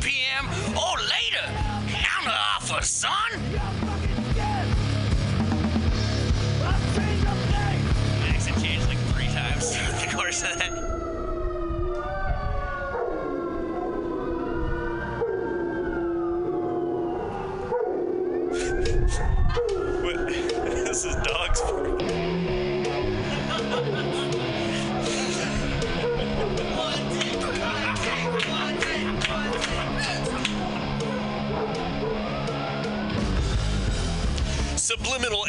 p.m. or later. Counter offer, son. Max had changed like three times throughout the course of that. this is dog's part. Subliminal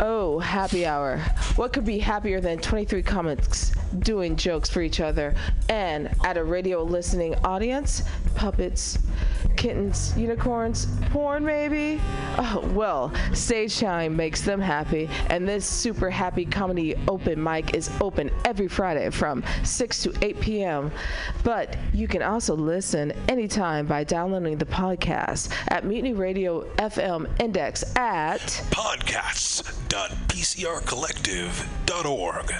Oh, happy hour. What could be happier than 23 comics doing jokes for each other and at a radio listening audience? Puppets, kittens, unicorns, porn maybe? Oh, well, Stage Time makes them happy, and this super happy comedy open mic is open every Friday from 6 to 8 p.m. But you can also listen anytime by downloading the podcast at Mutiny Radio FM Index at. podcasts.pcrcollective.org.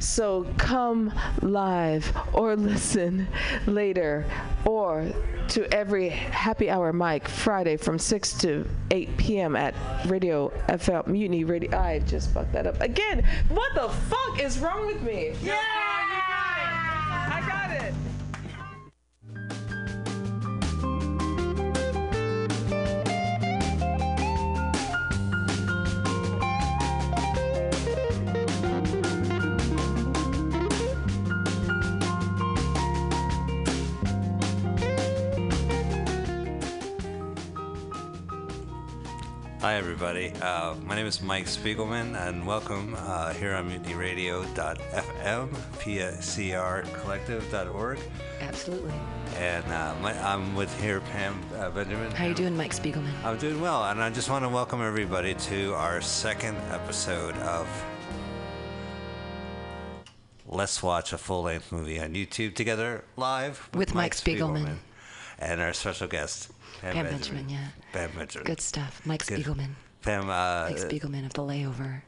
So come live or listen later or to every happy hour mic Friday from 6 to 8 p.m. at Radio FL Mutiny Radio. I just fucked that up again. What the fuck is wrong with me? Yeah! I got it. Hi, everybody. Uh, my name is Mike Spiegelman, and welcome uh, here on MutinyRadio.fm, PCRCollective.org, Absolutely. and uh, my, I'm with here Pam uh, Benjamin. How you doing, Mike Spiegelman? I'm doing well, and I just want to welcome everybody to our second episode of Let's Watch a Full Length Movie on YouTube together live With Mike Spiegelman. and our special guest, Pam, Pam Benjamin, yeah. Pam Benjamin. Good stuff. Mike Good. Spiegelman. Pam, uh, Mike Spiegelman of The Layover,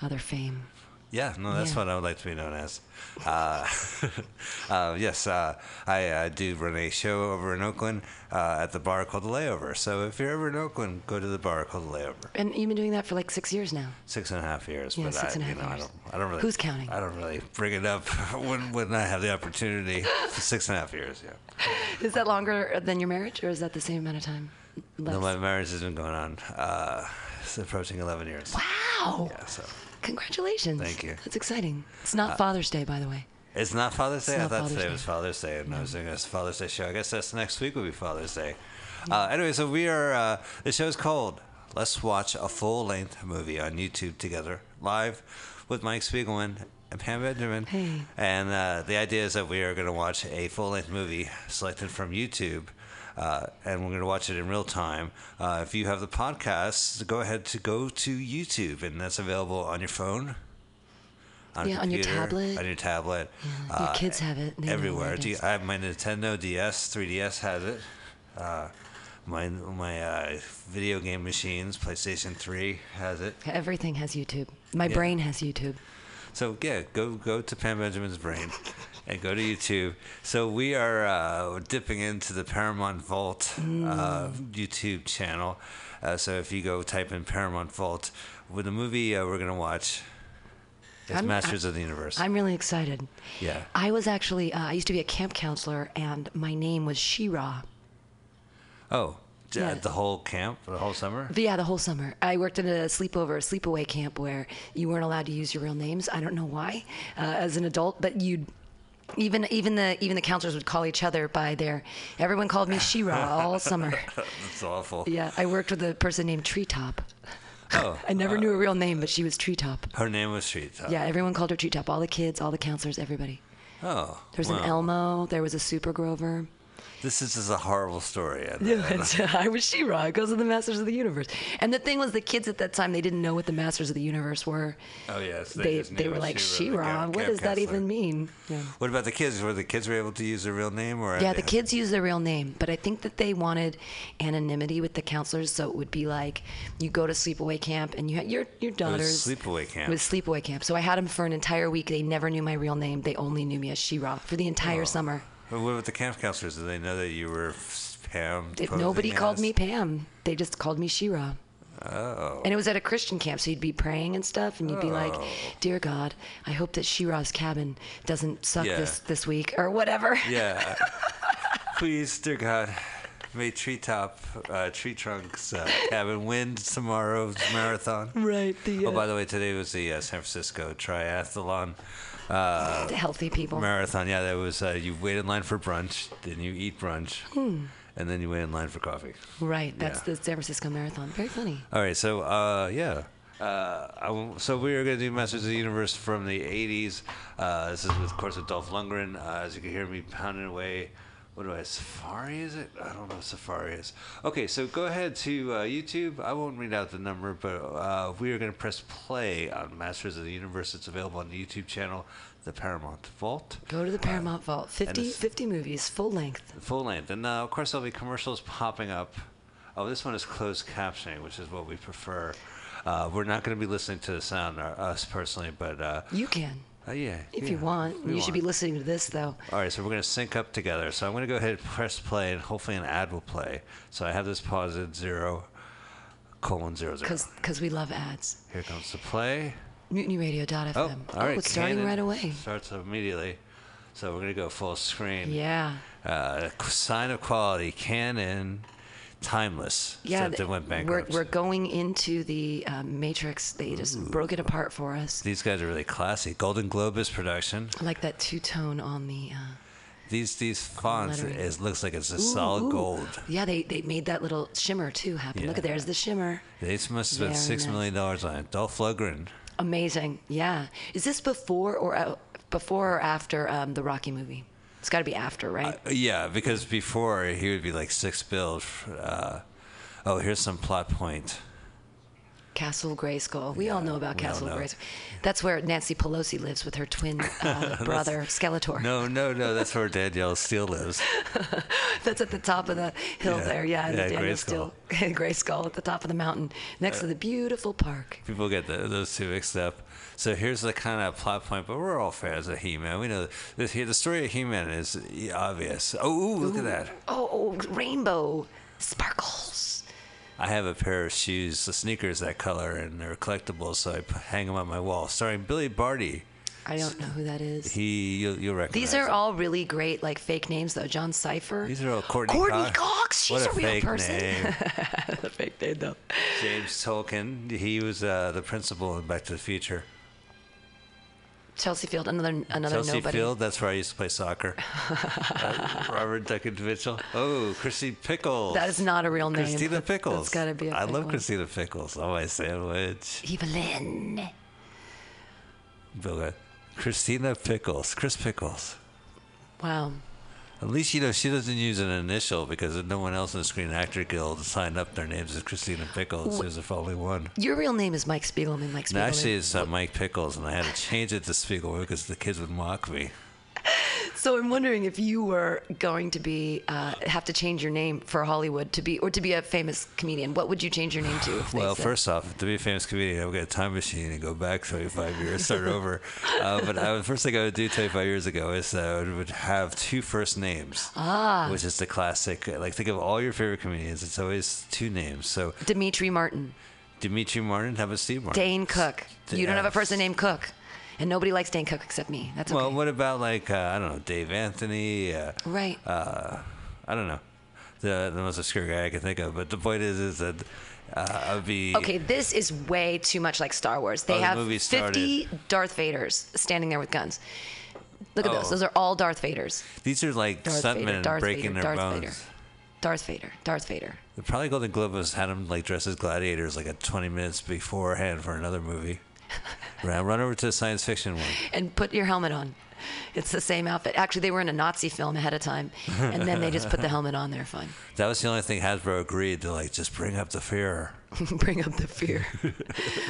other fame. Yeah, no, that's Yeah. what I would like to be known as. Uh, uh, yes, uh, I uh, do run a show over in Oakland uh, at the bar called The Layover. So if you're ever in Oakland, go to the bar called The Layover. And you've been doing that for like six years now. Six and a half years. Yeah, but six I, and a you half know, I years. don't, I don't really, Who's counting? I don't really bring it up when, when I have the opportunity. six and a half years, yeah. Is that longer than your marriage, or is that the same amount of time? Less. No, my marriage has been going on. Uh, it's approaching 11 years. wow! Yeah, so. Congratulations. Thank you. That's exciting. It's Uh, not Father's Day, by the way. It's not Father's Day. I not thought Father's today Day. was Father's Day, and I was doing a Father's Day show. I guess that's next week will be Father's Day. Uh, anyway, so we are. Uh, the show is called "Let's Watch a Full Length Movie" on YouTube together, live with Mike Spiegelman and Pam Benjamin. Hey. And uh, the idea is that we are going to watch a full length movie selected from YouTube. Uh, and we're going to watch it in real time. Uh, if you have the podcast, go ahead to go to YouTube, and that's available on your phone, on Yeah, on your computer, tablet. on your tablet. Uh, Your kids have it. They know where everywhere. it Do you, is. I have my Nintendo DS, 3DS has it. Uh, my my uh, video game machines, PlayStation 3 has it. Everything has YouTube. My brain has YouTube. So yeah, go go to Pam Benjamin's brain, and go to YouTube. So we are uh, dipping into the Paramount Vault uh, Mm. YouTube channel. Uh, so if you go type in Paramount Vault with the movie uh, we're gonna watch It's I'm- Masters of the Universe. I'm really excited. Yeah. I was actually, uh, I used to be a camp counselor, and my name was Shira. oh, d- Yeah. the whole camp, the whole summer. But yeah, the whole summer. I worked in a sleepover, sleepaway camp where you weren't allowed to use your real names. I don't know why, uh, as an adult, but you'd. Even even the even the counselors would call each other by their. Everyone called me Shira all summer. That's awful. Yeah, I worked with a person named Treetop. Oh, I never knew her real name, but she was Treetop. her name was Street Top. Yeah, everyone called her Treetop. All the kids, all the counselors, everybody. Oh, There was an wow. Elmo. There was a Super Grover. This is just a horrible story. I know. I was She-Ra. It goes to the Masters of the Universe. And the thing was, the kids at that time they didn't know what the Masters of the Universe were. Oh yes, they just they knew were it like She-Ra, the She-Ra. camp- What camp does that counselor. even mean? Yeah. What about the kids? Were the kids were able to use their real name, or Yeah, the kids use their real name, but I think that they wanted anonymity with the counselors, so it would be like you go to sleepaway camp and you had your your daughters sleepaway camp. It was sleepaway camp. So I had them for an entire week. They never knew my real name. They only knew me as She-Ra for the entire Oh, summer. But what about the camp counselors? Did they know that you were f- Pam? If posing nobody called as- me Pam. They just called me Shira. Oh. And it was at a Christian camp, so you'd be praying and stuff, and you'd be like, Oh. "Dear God, I hope that Shira's cabin doesn't suck Yeah. this this week or whatever." Yeah. Please, dear God, may treetop, uh, tree trunks, uh, cabin win tomorrow's marathon. Right. The, uh, Oh, by the way, today was the uh, San Francisco Triathlon uh, the healthy people. marathon. Yeah, that was uh, you wait in line for brunch, then you eat brunch, and then you wait in line for coffee. Hmm. right. That's Yeah. the San Francisco Marathon. Very funny. All right, so uh, yeah. Uh, I won't- so we are going to do Masters of the Universe from the 80s. Uh, this is, with, of course, with Dolph Lundgren. Uh, as you can hear me pounding away, what do I, Safari is it? I don't know what Safari is. Okay, so go ahead to uh, YouTube. I won't read out the number, but uh, we are going to press play on Masters of the Universe. It's available on the YouTube channel, The Paramount Vault. Go to the Paramount Vault. 50, it's- 50 movies, full length. Full length. And uh, of course, there'll be commercials popping up. Oh, this one is closed captioning, which is what we prefer. Uh, we're not going to be listening to the sound, uh, us personally, but uh, You can, uh, yeah. if yeah, you want. we you should be want. listening to this though. All right, so we're going to sync up together. So I'm going to go ahead and press play, and hopefully an ad will play. So I have this paused at zero colon zero zero. Because we love ads. Here comes the play. MutinyRadio.fm. Oh, all right. it's starting Canon right away. Starts immediately. So we're going to go full screen. Yeah. uh, qu- sign of quality, Canon, timeless. Yeah, except th- it went we're, bankrupt. we're going into the um, Matrix. They just broke it apart for us. These guys are really classy. Golden Globus production. I like that two tone on the. Uh, These these fonts lettering. it looks like it's a ooh, solid ooh. gold. Yeah, they, they made that little shimmer too happen. Look Yeah. at there's the shimmer. They must have spent Very six nice. million dollars on it. Dolph Lundgren. Amazing. Yeah. Is this before or uh, before or after um, the Rocky movie? It's got to be after, right? Uh, Yeah, because before he would be like six bills. Uh, oh, here's some plot point. Castle Grayskull. We all know about we all Castle know. Grayskull. That's where Nancy Pelosi lives with her twin uh, brother Skeletor. No, no, no. That's where Danielle Steele lives. That's at the top of the hill Yeah. there. Yeah, and Yeah, the Daniel Grayskull. Steele Gray Skull at the top of the mountain next to the beautiful park. People get the, those two mixed up. So here's the kind of plot point, but we're all fans of He-Man. We know the, the story of He-Man is obvious. Oh, ooh, look at that! Oh, oh, rainbow sparkles. I have a pair of shoes, the sneakers that color, and they're collectibles, so I p- hang them on my wall. Starring Billy Barty. I don't know who that is. He, you'll, you'll recognize. These are him. all really great, like fake names though. John Cipher. These are all Courtney. Courtney Cox. Cox. She's what a, real fake person. name. That's a fake name though. James Tolkien. He was uh, the principal in Back to the Future. Chelsea Field, another another Chelsea nobody. Field. That's where I used to play soccer. Uh, Robert Duncan Mitchell. Oh, Chrissy Pickles. That is not a real name. Christina That- That's Pickles. gotta be. A I fake love one. Christina Pickles on my sandwich. Evelyn. Bill, uh, Christina Pickles. Chris Pickles. Wow. At least you know she doesn't use an initial because no one else in the Screen Actor Guild signed up their names as Christina Pickles. There's the only one. Your real name is Mike Spiegelman. Mike Spiegelman. And actually, it's uh, Mike Pickles, and I had to change it to Spiegel because the kids would mock me. So I'm wondering if you were going to be uh, have to change your name for Hollywood to be or to be a famous comedian. What would you change your name to? If they Well, said- first off, to be a famous comedian, I would get a time machine and go back 25 years, start over. Uh, but I, the first thing I would do 25 years ago is uh, I would have two first names, ah. which is the classic. Like, think of all your favorite comedians. It's always two names. So, Dimitri Martin, Dimitri Martin, how about Steve Martin? Dane Cook. D- you don't have uh, a person named Cook. and nobody likes Dan Cook except me. That's okay. Well, what about like uh, I don't know, Dave Anthony? Uh, right. uh, I don't know, the the most obscure guy I can think of. But the point is, is that uh, I'd be Okay, this is way too much like Star Wars. They Oh, the have movie 50 started. Darth Vaders standing there with guns. Look at Oh. those. Those are all Darth Vaders. These are like Darth Vader, stuntmen Darth Vader, breaking their Darth bones. Vader. Darth Vader. Darth Vader. Probably Golden Globus had him like dressed as gladiators like a 20 minutes beforehand for another movie. run, run over to the science fiction one. And put your helmet on. It's the same outfit. Actually, they were in a Nazi film ahead of time, and then they just put the helmet on. They're fun. That was the only thing Hasbro agreed to like just bring up the fear. Bring up the fear.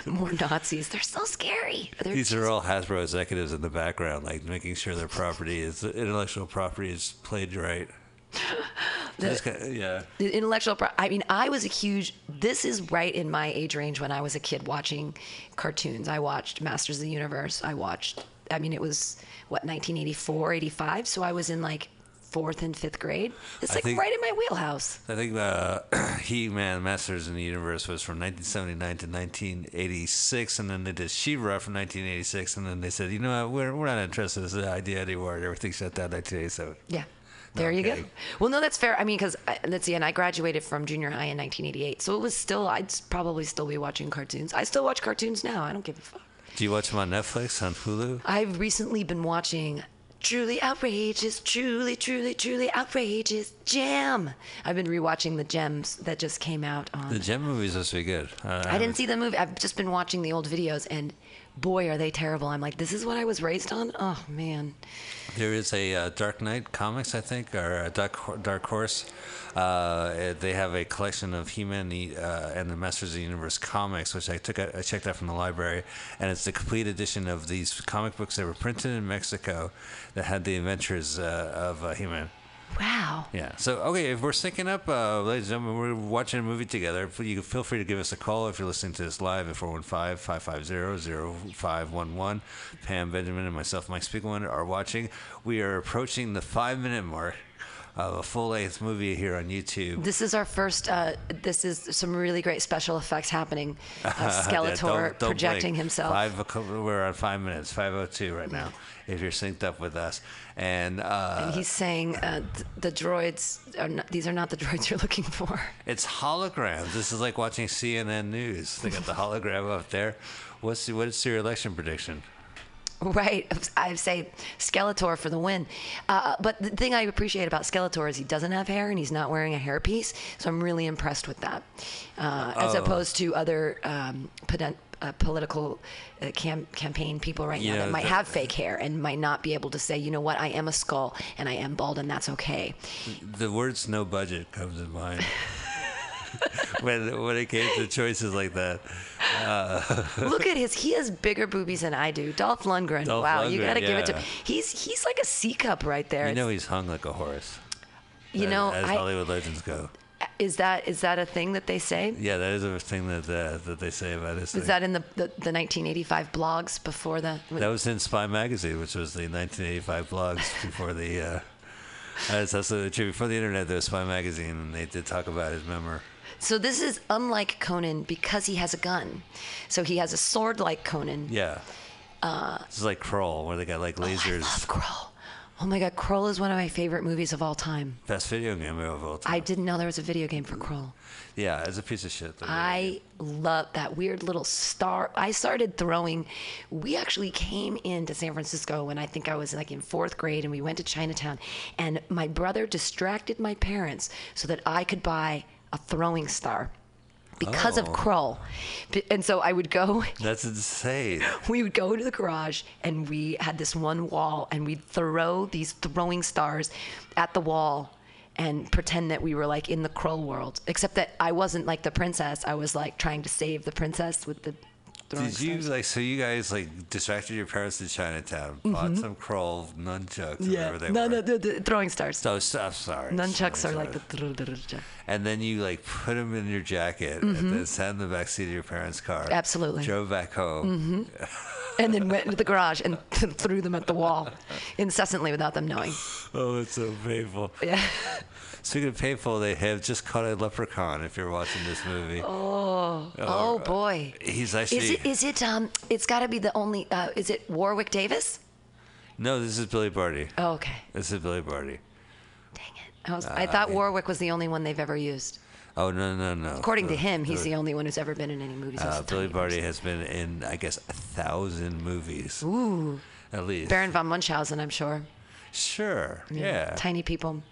More Nazis. They're so scary. They're These are all Hasbro executives in the background, like making sure their property is intellectual property is played right. That's ki- yeah. the intellectual pro- i mean i was a huge this is right in my age range when i was a kid watching cartoons i watched masters of the universe i watched i mean it was what 1984 85 so i was in like fourth and fifth grade it's I like think- right in my wheelhouse I think uh, He Man Masters in the Universe was from 1979 to 1986, and then they did She Ra from 1986, and then they said, you know what, we're, we're not interested in this idea anymore. and Everything shut down 1987. yeah there you Okay. go well no that's fair i mean because let's see and i graduated from junior high in 1988 so it was still i'd s- probably still be watching cartoons i still watch cartoons now i don't give a fuck Do you watch them on Netflix, on Hulu? I've recently been watching Truly Outrageous, Truly, Truly, Truly Outrageous Gem. I've been rewatching the gems that just came out on. The Gem movies must be good. Uh, Uh, I didn't see the movie. I've just been watching the old videos and boy are they terrible. I'm like, this is what I was raised on? Oh man. There is a uh, Dark Knight comics, I think, or a Dark, Ho- Dark Horse. Uh, it- they have a collection of He-Man the, uh, and the Masters of the Universe comics, which I took out, I checked out from the library, and it's the complete edition of these comic books that were printed in Mexico that had the adventures uh, of uh, He-Man. Wow. Yeah. So okay, if we're syncing up, uh, ladies and gentlemen, we're watching a movie together. F- You can feel free to give us a call if you're listening to this live at 415-550-0511. Pam Benjamin and myself, Mike Spiegelman, are watching. We are approaching the five minute mark of a full length movie here on YouTube. This is our first. Uh, this is some really great special effects happening. Uh, Yeah, don't- Skeletor don't blink. projecting himself. Five, o'clock- we're on five minutes, five oh two right now. If you're synced up with us, and uh, and he's saying uh, th- the droids are not, these are not the droids you're looking for. It's holograms. This is like watching CNN News. They got the hologram up there. What's what is your election prediction? Right. I say Skeletor for the win. Uh, but the thing I appreciate about Skeletor is he doesn't have hair and he's not wearing a hairpiece. So I'm really impressed with that. Uh, Oh. as opposed to other um, poten- uh, political uh, cam- campaign people right Yeah, now that might the- have fake hair and might not be able to say, you know what, I am a skull and I am bald and that's okay. The words "no budget" comes to mind. when when it came to choices like that, Uh, Look at his. He has bigger boobies than I do. Dolph Lundgren. Dolph wow, you Lundgren, got to give it to yeah. him. He's he's like a C cup right there. you know he's hung like a horse. you as- know, as I- Hollywood legends go. is that is that a thing that they say? Yeah, that is a thing that uh, that they say about his. Is that in the, the, the 1985 blogs before the? that was in Spy Magazine, which was the 1985 blogs before the. Uh, that's absolutely true. Before the internet, there was Spy Magazine, and they did talk about his memoir. so this is unlike Conan because he has a gun. So he has a sword like Conan. Uh, Yeah. this is like Crawl, where they got like Oh, I lasers. love Kroll. Oh my God, Kroll is one of my favorite movies of all time. Best video game of all time. I didn't know there was a video game for Kroll. yeah, it's a piece of shit. the video game. I love that weird little star. I started throwing. We actually came into San Francisco when I think I was like in fourth grade, and we went to Chinatown. And my brother distracted my parents so that I could buy a throwing star because of Oh. Krull. B- And so I would go That's insane. we would go to the garage and we had this one wall and we'd throw these throwing stars at the wall and pretend that we were like in the Krull world. Except that I wasn't like the princess. I was like trying to save the princess with the throwing Did you stars. like? So you guys like distracted your parents in Chinatown, Mm-hmm. bought some Crawl nunchucks, or whatever they no, were. no, the, the throwing stars. So stuff, sorry. Nunchucks sorry, are like sorry. the. Mm-hmm. And then you like put them in your jacket and then sat in the backseat of your parents' car. Oh, Absolutely. Mm-hmm. Drove back home. and then went into the garage and threw them at the wall incessantly without them knowing. Oh, it's so painful. Yeah. Speaking of painful, they have just caught a leprechaun. If you're watching this movie, Oh boy. uh, he's actually Is it? Is it? Um. It's got to be the only. Uh, is it Warwick Davis? no. This is Billy Barty. Oh, okay. This is Billy Barty. Dang it. I, was, I Uh, thought Warwick was the only one they've ever used. Oh no no no! According to No, him, no. he's the only one who's ever been in any movies. Uh, That's a Billy tiny Barty person. has been in, I guess, a thousand movies. Ooh. At least. Baron von Munchausen, I'm sure. Sure. Yeah. Tiny people.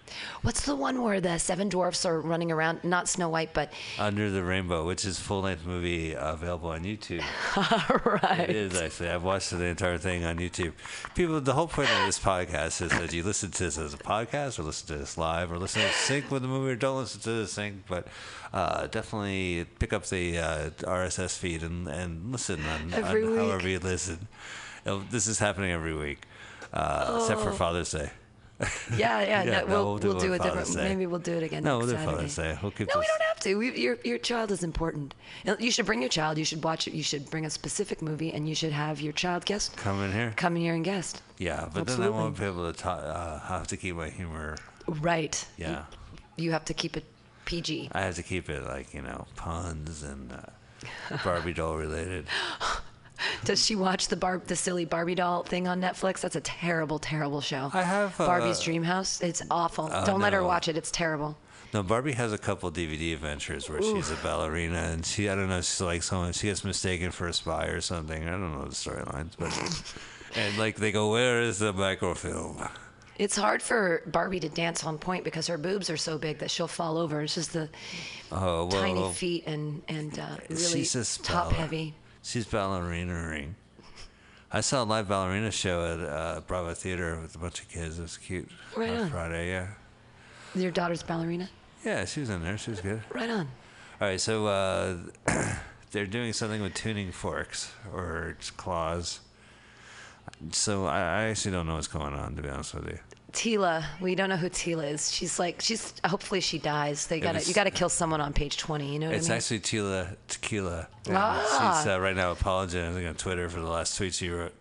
What's the one where the seven dwarfs are running around? Not Snow White, but Under the Rainbow, which is full length movie uh, available on YouTube. It right. is actually. I've watched the entire thing on YouTube. People, the whole point of this podcast is that you listen to this as a podcast, or listen to this live, or listen to it sync with the movie, or don't listen to the sync. But uh, definitely pick up the uh, RSS feed and, and listen on, on Every week. however you listen. Uh, This is happening every week, uh, except for Father's Day. Yeah, Oh. yeah. Yeah, no, no, we'll, we'll do we'll it do a on different. Father's Day. Maybe we'll do it again. No, next we'll do Saturday. Father's Day. We'll keep no, we this- don't have to. We, your your child is important. You know, You should bring your child. You should watch. it. You should bring a specific movie, and you should have your child guest Come in here. come here and guest. Yeah, but then I won't be able to ta uh, have to keep my humor. Right. Yeah, You have to keep it PG. I have to keep it like you know puns and uh, Barbie doll related. Does she watch the Barb the silly Barbie doll thing on Netflix? That's a terrible, terrible show. I have, Barbie's uh, Dream House. It's awful. Don't let her no. watch it. It's terrible. No, Barbie has a couple DVD adventures where she's a ballerina and she I don't know she's like someone she gets mistaken for a spy or something. I don't know the storylines, but and like they go, where is the microfilm? It's hard for Barbie to dance on point because her boobs are so big that she'll fall over. It's just the Oh well, tiny feet and and uh, really she's a top baller- heavy. She's ballerinaing. I saw a live ballerina show at uh, Bravo Theater with a bunch of kids. It was cute. Right on on. Friday, yeah. Your daughter's ballerina. Yeah, she was in there. She was good. Right on. All right, so uh, they're doing something with tuning forks or claws. So I, I actually don't know what's going on, to be honest with you. Tila, we don't know who Tila is. She's like she's. Hopefully she dies. They gotta was- you gotta kill someone on page twenty. You know what It's I mean? actually Tila Tequila. and Ah. She's uh, right now apologizing on Twitter for the last tweet she wrote.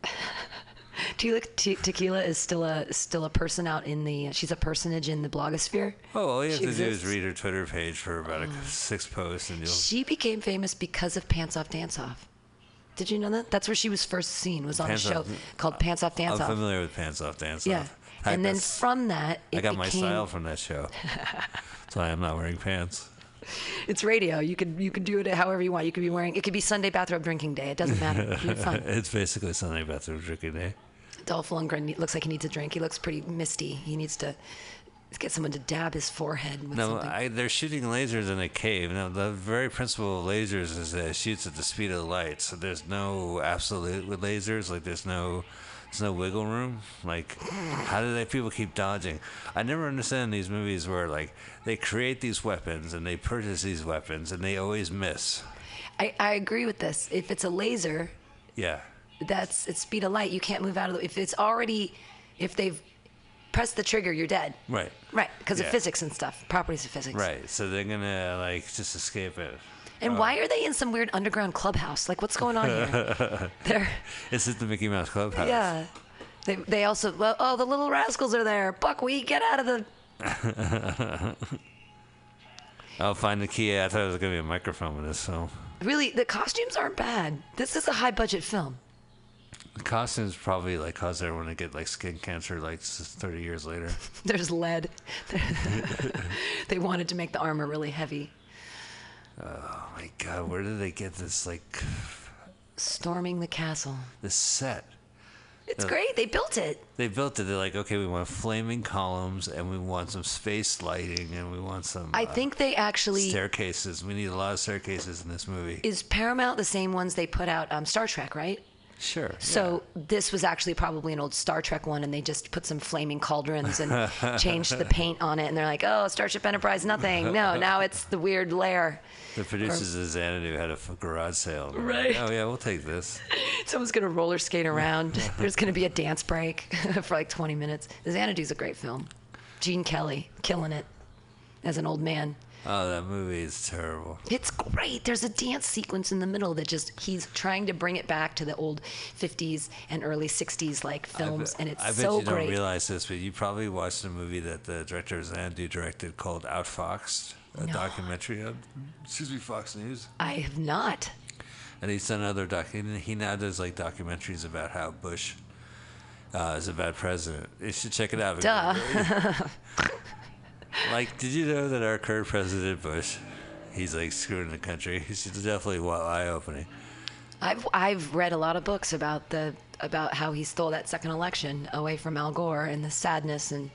Tila te- Tequila is still a still a person out in the. She's a personage in the blogosphere. Oh, all you have She to do is exists. read her Twitter page for about Mm. a, six posts, and you'll She became famous because of Pants Off Dance Off. Did you know that? That's where she was first seen. Was on Pants a show Off- called Pants Off Dance I'm Off. familiar with Pants Off Dance Yeah. Off. In fact, And then that's- from that, it I got became, my style from that show. That's why I'm not wearing pants. It's radio. You could you could do it however you want. You could be wearing. It could be Sunday bathrobe drinking day. It doesn't matter. You're fine. It's basically something about the eh? drinking day. Dolph Lundgren ne- looks like he needs a drink. He looks pretty misty. He needs to get someone to dab his forehead with No, something. I, they're shooting lasers in a cave. Now, the very principle of lasers is that it shoots at the speed of light. So there's no absolute with lasers. Like there's no, there's no wiggle room. Like, how do they people keep dodging? I never understand these movies where like they create these weapons and they purchase these weapons and they always miss. I, I agree with this. If it's a laser, Yeah. that's it's speed of light. You can't move out of the. If it's already, if they've pressed the trigger, you're dead. Right. Right, because Yeah. of physics and stuff, properties of physics. Right. Uh, So they're gonna like just escape it. And why are they in some weird underground clubhouse? Like, what's going on here? They're, Is it the Mickey Mouse Clubhouse? yeah. They, they also, well, oh, the little rascals are there. Buckwheat, get out of the. I'll find the key. I thought it was gonna be a microphone in this film. Really, the costumes aren't bad. This is a high budget film. The costumes probably like caused everyone to get like skin cancer like s- 30 years later. There's lead. they wanted to make the armor really heavy. Oh my god, where did they get this like Storming the castle. this set? It's great. They built it. They built it. They're like, okay, we want flaming columns and we want some space lighting and we want some I uh, think they actually. staircases. We need a lot of staircases in this movie. is Paramount the same ones they put out um, Star Trek, right? sure. So this was actually probably an old Star Trek one, and they just put some flaming cauldrons and changed the paint on it, and they're like, "Oh, Starship Enterprise, nothing. No, now it's the weird lair. the producers of Xanadu had a f- garage sale. They're like, Right. oh yeah, we'll take this. Someone's gonna roller skate around. There's gonna be a dance break for like 20 minutes. Xanadu's a great film. Gene Kelly killing it as an old man. Oh, that movie is terrible. It's great. There's a dance sequence in the middle that just he's trying to bring it back to the old 50s and early 60s like films, and it's I bet so you great. don't realize this, but you probably watched a movie that the director Zandu directed called Outfoxed, a No. documentary on excuse me Fox News. I have not. and he's done other doc. And he now does like documentaries about how Bush uh, is a bad president. You should check it out. Duh. like, did you know that our current president Bush, he's like screwing the country. It's definitely eye opening. I've I've read a lot of books about the about how he stole that second election away from Al Gore and the sadness and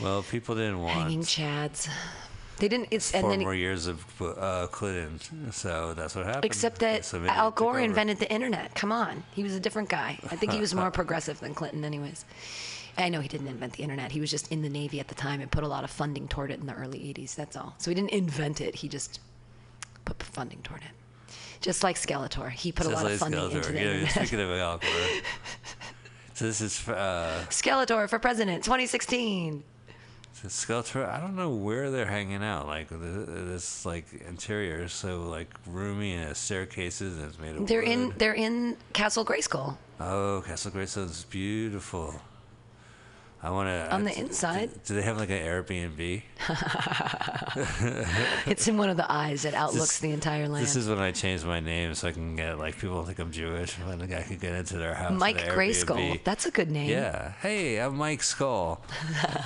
Well, people didn't hanging want chads. They didn't. It's four and then more years of Bu- uh, Clinton, so that's what happened. except that So maybe Al they took Gore over. invented the internet. Come on, he was a different guy. I think he was more progressive than Clinton, anyways. I know he didn't invent the internet. He was just in the Navy at the time and put a lot of funding toward it in the early 80s. That's all. So he didn't invent it. He just put funding toward it. Just like Skeletor, he put a Just lot of like funding into the Skeletor. Yeah, internet. speaking of Al Gore. So this is uh, Skeletor for president, 2016. The Skeletor, I don't know where they're hanging out. Like th- this, like interior, is so like roomy and it has staircases and it's made of. They're in. wood. They're in Castle Grayskull. Oh, Castle Greystone's beautiful. I want to. On the inside? Do, they have like an Airbnb? It's in one of the eyes that outlooks This- the entire land. This is when I changed my name so I can get like people think I'm Jewish, but like, I could get into their house. Mike at an Grayskull. Airbnb. That's a good name. Yeah. Hey, I'm Mike Skull,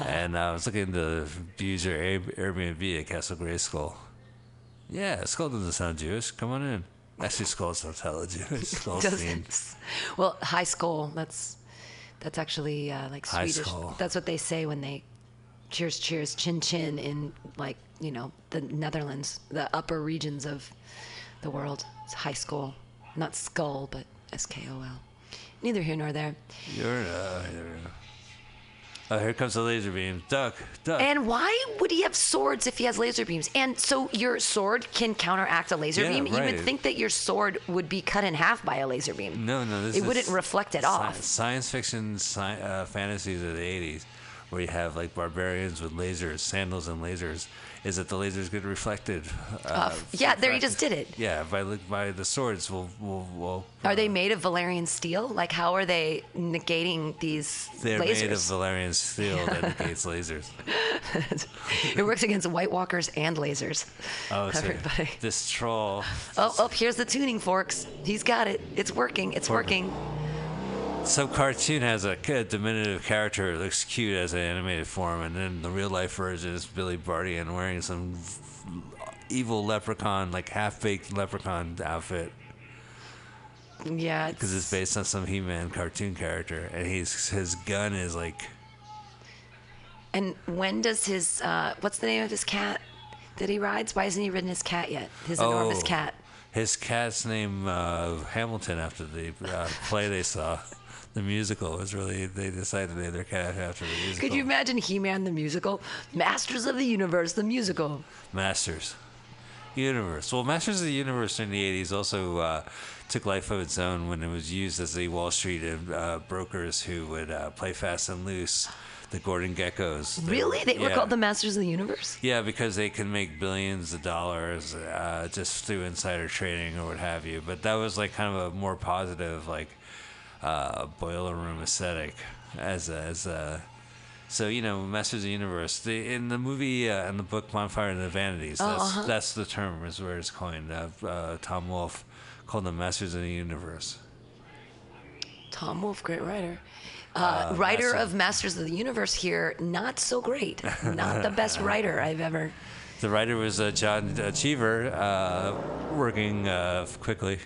and I was looking to use your Air- Airbnb at Castle Gray Skull. Yeah, Skull doesn't sound Jewish. Come on in. Actually, Skull sounds hella Jewish. Skull's mean. Doesn't- Well, high school. That's that's actually uh, like High Swedish. school. That's what they say when they cheers, cheers, chin, chin in like you know the Netherlands, the upper regions of the world. It's high school, not skull, but S K O L. Neither here nor there. You're uh, you're- Oh, here comes the laser beam. Duck, duck. And why would he have swords if he has laser beams? And so your sword can counteract a laser Yeah, beam. You right. would think that your sword would be cut in half by a laser beam. no, no, this it is wouldn't reflect it sci- off. Science fiction sci- uh, fantasies of the '80s, where you have like barbarians with lasers, sandals, and lasers. Is that the lasers get reflected? Uh, Yeah, there he just did it. Yeah, by the- by the swords will will will. Are they made of Valerian steel? Like, how are they negating these They're lasers? made of Valerian steel that negates lasers. it works against White Walkers and lasers. Oh, so everybody. This troll. Oh, oh, here's the tuning forks. He's got it. It's working. It's working. Some cartoon has a, a diminutive character. It looks cute as an animated form, and then the real life version is Billy Bardian wearing some evil leprechaun, like half baked leprechaun outfit. Yeah. Because it's based on some He-Man cartoon character, and he's his gun is like And when does his uh, what's the name of his cat that he rides? Why hasn't he ridden his cat yet? His enormous Oh. cat. His cat's name uh, Hamilton after the uh, play they saw. The musical was really they decided to name their cat after the musical. Could you imagine He-Man the musical, Masters of the Universe the musical? Masters, Universe. Well, Masters of the Universe in the '80s also uh, took life of its own when it was used as the Wall Street uh, brokers who would uh, play fast and loose. The Gordon Geckos. Really? They were yeah. called the Masters of the Universe? Yeah, because they can make billions of dollars uh, just through insider trading or what have you. But that was like kind of a more positive, like uh, boiler room aesthetic, as a, as a, so you know, Masters of the Universe. The, in the movie uh, and the book Bonfire and the Vanities, Oh, that's, uh-huh. that's the term is where it's coined. Uh, uh, Tom Wolfe called them Masters of the Universe. Tom Wolfe, great writer. Uh, writer Master- of Masters of the Universe here, not so great. Not the best writer I've ever. The writer was uh, John uh, Cheever, uh, working uh, quickly.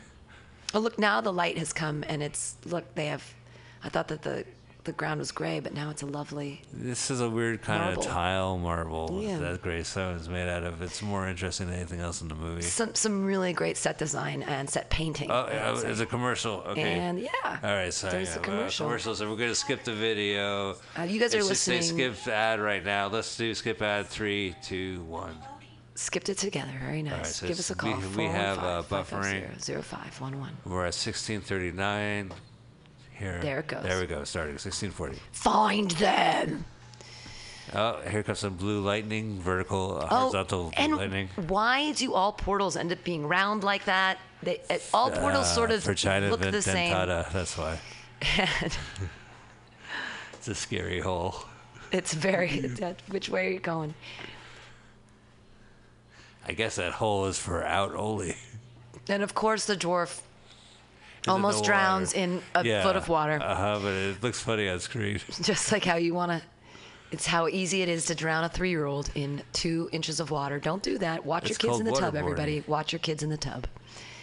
Oh, look, now the light has come and it's, look, they have, I thought that the, the ground was gray, but now it's a lovely, This is a weird kind Marble. of tile marble Yeah. that Gray Stone is made out of. It's more interesting than anything else in the movie. some, some really great set design and set painting. Oh, I would yeah, say. it's a commercial. Okay. And yeah. All right, so There's yeah, the uh, commercial. commercials. So we're gonna skip the video. Uh, you guys It are should say listening. skip ad right now. Let's do skip ad three, two, one. Skipped it together. Very nice. so Give us a it's- we- call. we have, uh, 415-550-0511. We're at sixteen thirty nine. Here. There it goes. There we go. Starting sixteen forty. Find them. Oh, here comes some blue lightning, vertical, uh, horizontal blue Oh, and lightning. why do all portals end up being round like that? They, uh, all portals Uh, sort of Vagina look the same. dentata, That's why. it's a scary hole. It's very. that- Which way are you going? I guess that hole is for out only. And of course, the dwarf in Almost the water. drowns in a Yeah, foot of water. Uh-huh, but it looks funny on screen. just like how you want to it's how easy it is to drown a three-year-old in two inches of water don't do that watch It's your kids called in the tub waterboarding. everybody watch your kids in the tub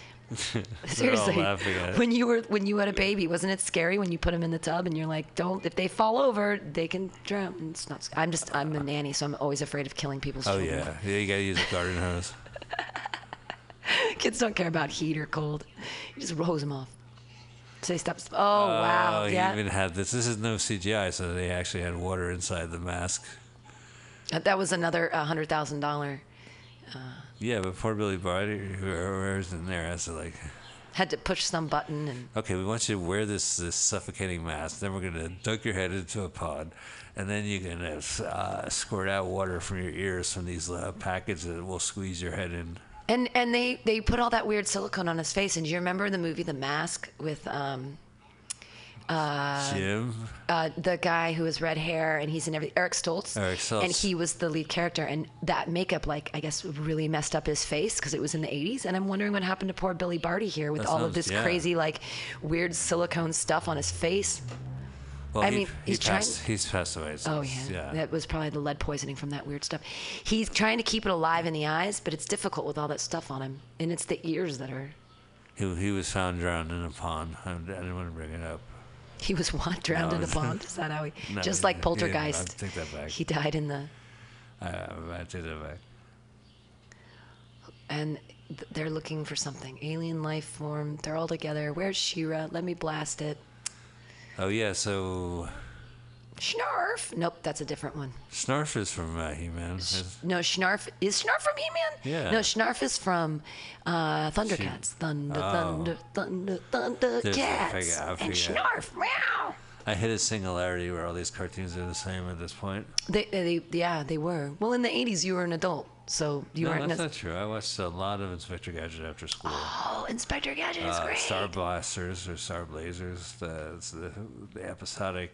They're all seriously laughing at it. when you were when you had a baby wasn't it scary when you put them in the tub and you're like don't if they fall over they can drown And it's not sc- i'm just i'm a nanny so i'm always afraid of killing people's Oh children yeah, yeah. You gotta use a garden hose. kids don't care about heat or cold you just hose them off say stop oh wow Oh, he yeah even had this. This is no CGI, so they actually had water inside the mask. Uh, that was another uh, $100000 uh, Yeah, but poor Billy Barty, whoever's in there, has to like, had to push some button and okay, we want you to wear this this suffocating mask. Then we're gonna dunk your head into a pod, and then you're gonna uh, squirt out water from your ears from these uh, packets that will squeeze your head in. And and they they put all that weird silicone on his face. And do you remember the movie The Mask with um Jim, uh the guy who has red hair and he's in every Eric Stoltz. Eric Stoltz. And he was the lead character. And that makeup, like I guess, really messed up his face because it was in the 80s. And I'm wondering what happened to poor Billy Barty here with That all of sounds- this yeah. crazy like weird silicone stuff on his face. well, I he, mean, he he's trying- passed. He's passed away. so Oh yeah. it's- that was probably the lead poisoning from that weird stuff. He's trying to keep it alive in the eyes, but it's difficult with all that stuff on him. And it's the ears that are. He, he was found drowned in a pond. I, I didn't want to bring it up. He was what, drowned No, in a it's- pond? Is that how he? No, just yeah, like yeah, Poltergeist. I'll take that back. He died in the I, I, I take that back. and th- they're looking for something. Alien life form. They're all together. Where's Shira? Let me blast it. Oh yeah, so Snarf. Nope, that's a different one. Snarf is from uh, He-Man. His- No, Snarf is Snarf from He-Man. Yeah. No, Snarf is from uh, Thundercats. Thunder, thunder, thunder, thunder, There's- oh. I cats. forget- I and forget. Snarf. Meow. I hit a singularity where all these cartoons are the same at this point. They, uh, they, yeah, they were. Well, in the '80s, you were an adult, so you no, weren't. that's nec- not true. I watched a lot of Inspector Gadget after school. oh, Inspector Gadget is uh, great. Star Blasters or Star Blazers, the, it's the, the episodic,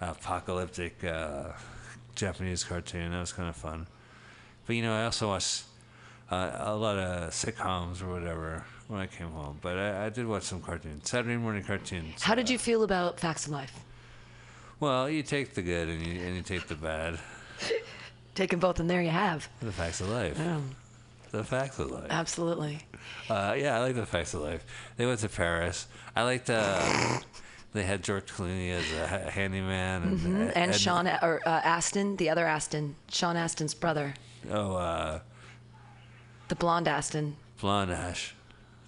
apocalyptic uh, Japanese cartoon. That was kind of fun. But you know, I also watched uh, a lot of sitcoms or whatever when I came home. But I, I did watch some cartoons, Saturday morning cartoons. How did uh, you feel about Facts of Life? Well, you take the good and you, and you take the bad. Take them both, and there you have. The facts of life. The facts of life. Absolutely. Uh, yeah, I like the facts of life. They went to Paris. I liked Uh, they had George Clooney as a ha- handyman and, Mm-hmm. And Sean or uh, Aston, the other Aston, Sean Aston's brother, Oh, uh, the blonde Aston. blonde Ash,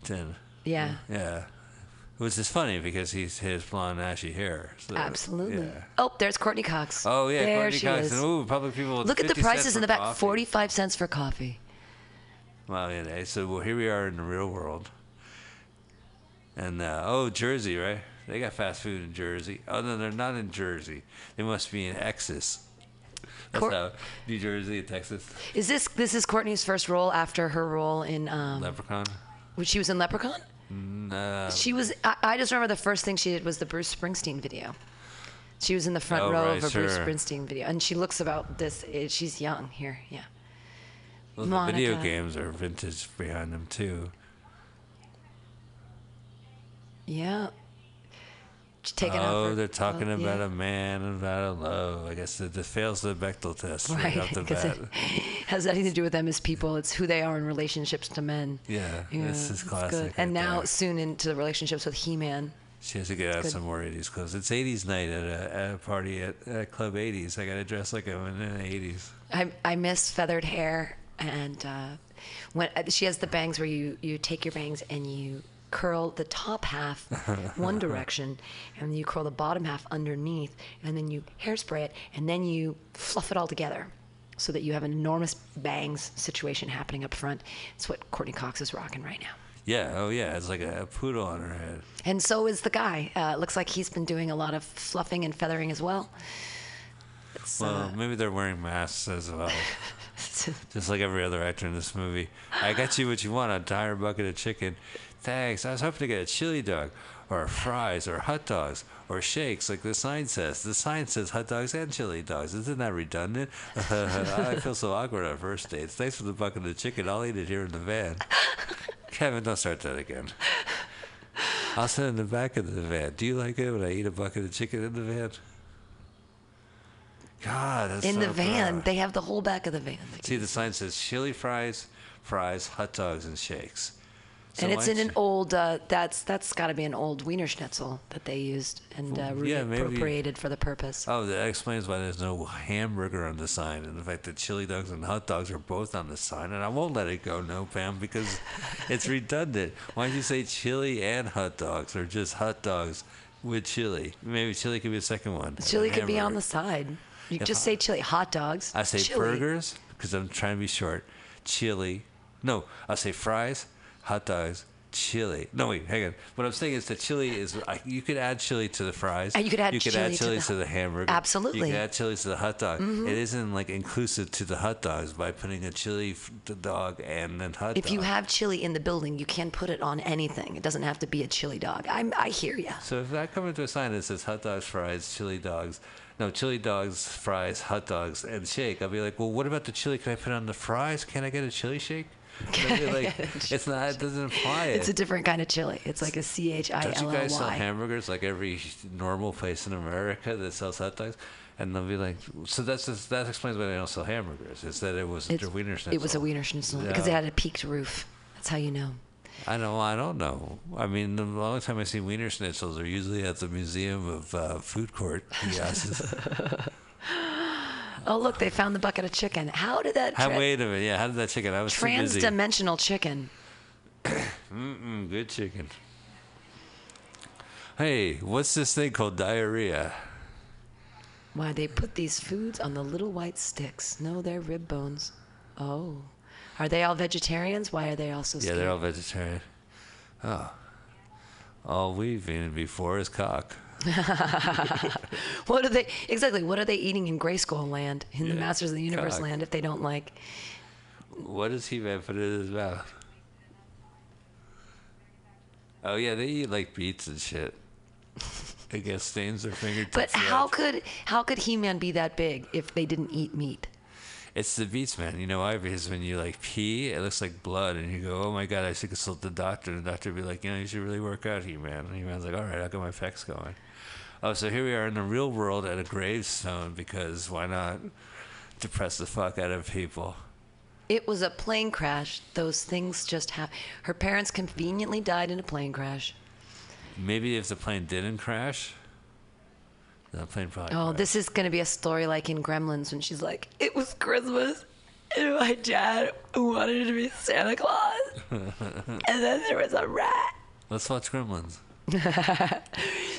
Tin. Yeah. Yeah, which is funny because he's his blonde ashy hair. so- Absolutely. yeah. Oh, there's Courtney Cox. Oh yeah, there Courtney she Cox. is. And, ooh, public people. with Look at the 50 cents prices in for the back. coffee. Forty-five cents for coffee. Well, you know, so well, here we are in the real world. And uh, oh, Jersey, right? They got fast food in Jersey. Oh no, they're not in Jersey. They must be in Texas. That's Cor- how New Jersey and Texas. Is this this is Courtney's first role after her role in um, Leprechaun. when she was in Leprechaun? No. She was. I, I just remember the first thing she did was the Bruce Springsteen video. She was in the front Oh, row right, of a Bruce sure. Springsteen video, and she looks about this. age. She's young here. Yeah. Well, the video Monica. games are vintage behind them too. Yeah. She's taking oh, over. they're talking Oh, yeah. about a man and about a love. I guess it, it fails the Bechtel test right, Right, off the because bat. it has nothing to do with them as people. It's who they are in relationships to men. Yeah, this is it's classic. Good. And right now there. soon into the relationships with He-Man. She has to get out some more 80s clothes. It's 80s night at a, at a party at, at Club 80s. I got to dress like I'm in the 80s. I I miss feathered hair and uh, when uh, she has the bangs where you you take your bangs and you curl the top half one direction and then you curl the bottom half underneath and then you hairspray it and then you fluff it all together so that you have an enormous bangs situation happening up front. It's what Courtney Cox is rocking right now. Yeah, oh yeah, it's like a, poodle on her head. And so is the guy. Uh, it looks like he's been doing a lot of fluffing and feathering as well. So, Well, maybe they're wearing masks as well, just like every other actor in this movie. I got you what you want—a dire bucket of chicken. Thanks. I was hoping to get a chili dog, or fries, or hot dogs, or shakes, like the sign says. The sign says hot dogs and chili dogs. Isn't that redundant? I feel so awkward on first dates. Thanks for the bucket of chicken. I'll eat it here in the van. Kevin, don't start that again. I'll sit in the back of the van. Do you like it when I eat a bucket of chicken in the van? God, that's in so the van, gross. they have the whole back of the van. See, the sign says chili fries, fries, hot dogs, and shakes. So and it's why in an don't old. Uh, that's that's got to be an old Wiener Schnitzel that they used and uh, yeah, maybe. appropriated for the purpose. you- Oh, that explains why there's no hamburger on the sign, and the fact that chili dogs and hot dogs are both on the sign. And I won't let it go, no, Pam, because it's redundant. Why don't you say chili and hot dogs, or just hot dogs with chili? Maybe chili could be a second one. and chili a could be on hamburger. the side. You If just I- say chili hot dogs. I say chili. burgers because I'm trying to be short. Chili. No, I say fries, hot dogs, chili. No, wait, hang on. What I'm saying is that chili is I- you could add chili to the fries. And you could add you could chili add to chili the- to the, hamburger. You Absolutely. Mm-hmm. could add chili to the hot dog. It isn't like inclusive to the hot dogs by putting a chili f- the dog and then hot If dog. you have chili in the building, you can put it on anything. It doesn't have to be a chili dog. I'm, I hear you. so if I come into a sign that says hot dogs, fries, chili dogs, no, chili dogs, fries, hot dogs, and shake, I'll be like, well, what about the chili? Can I put it on the fries? Can I get a chili shake? And I'll be like, it's not. It doesn't apply. It. It's a different kind of chili. It's like a C H I Don't you L guys L sell Y. hamburgers like every normal place in America that sells hot dogs? And they'll be like, so that's just, that explains why they don't sell hamburgers. Is that it was It's- a Wiener Schnitzel? It was a Wiener Schnitzel because it Yeah. had a peaked roof. That's how you know. I don't. I don't know. I mean, the only time I see Wiener Schnitzels are usually at the Museum of uh, Food Court. Yes. Oh, look, they found the bucket of chicken. How did that How, tra- wait a minute. Yeah. How did that chicken? I was too busy. transdimensional chicken? Mm, good chicken. Hey, what's this thing called diarrhea? Why they put these foods on the little white sticks? No, they're rib bones. Oh, are they all vegetarians? Why are they all so? Yeah, skinny? they're all vegetarian. Oh. All we've eaten before is cock. What are they exactly? What are they eating in Gray School land, in the Yeah. Masters of the Universe Cock. land, if they don't like? What does he man put in his mouth? Oh yeah, they eat like beets and shit. I guess stains their fingertips. But red. how could how could He Man be that big if they didn't eat meat? It's the beets, man. You know why? Because when you like pee, it looks like blood, and you go, "Oh my god, I should consult the doctor." And the doctor would be like, "You know, you should really work out, here, man." And he man's like, "All right, I'll get my pecs going." Oh, so here we are in the real world at a gravestone because why not depress the fuck out of people? It was a plane crash. Those things just happen. Her parents conveniently died in a plane crash. Maybe if the plane didn't crash, the plane probably. Oh, crashed. this is going to be a story like in Gremlins when she's like, "It was Christmas, and my dad wanted to be Santa Claus, and then there was a rat." Let's watch Gremlins.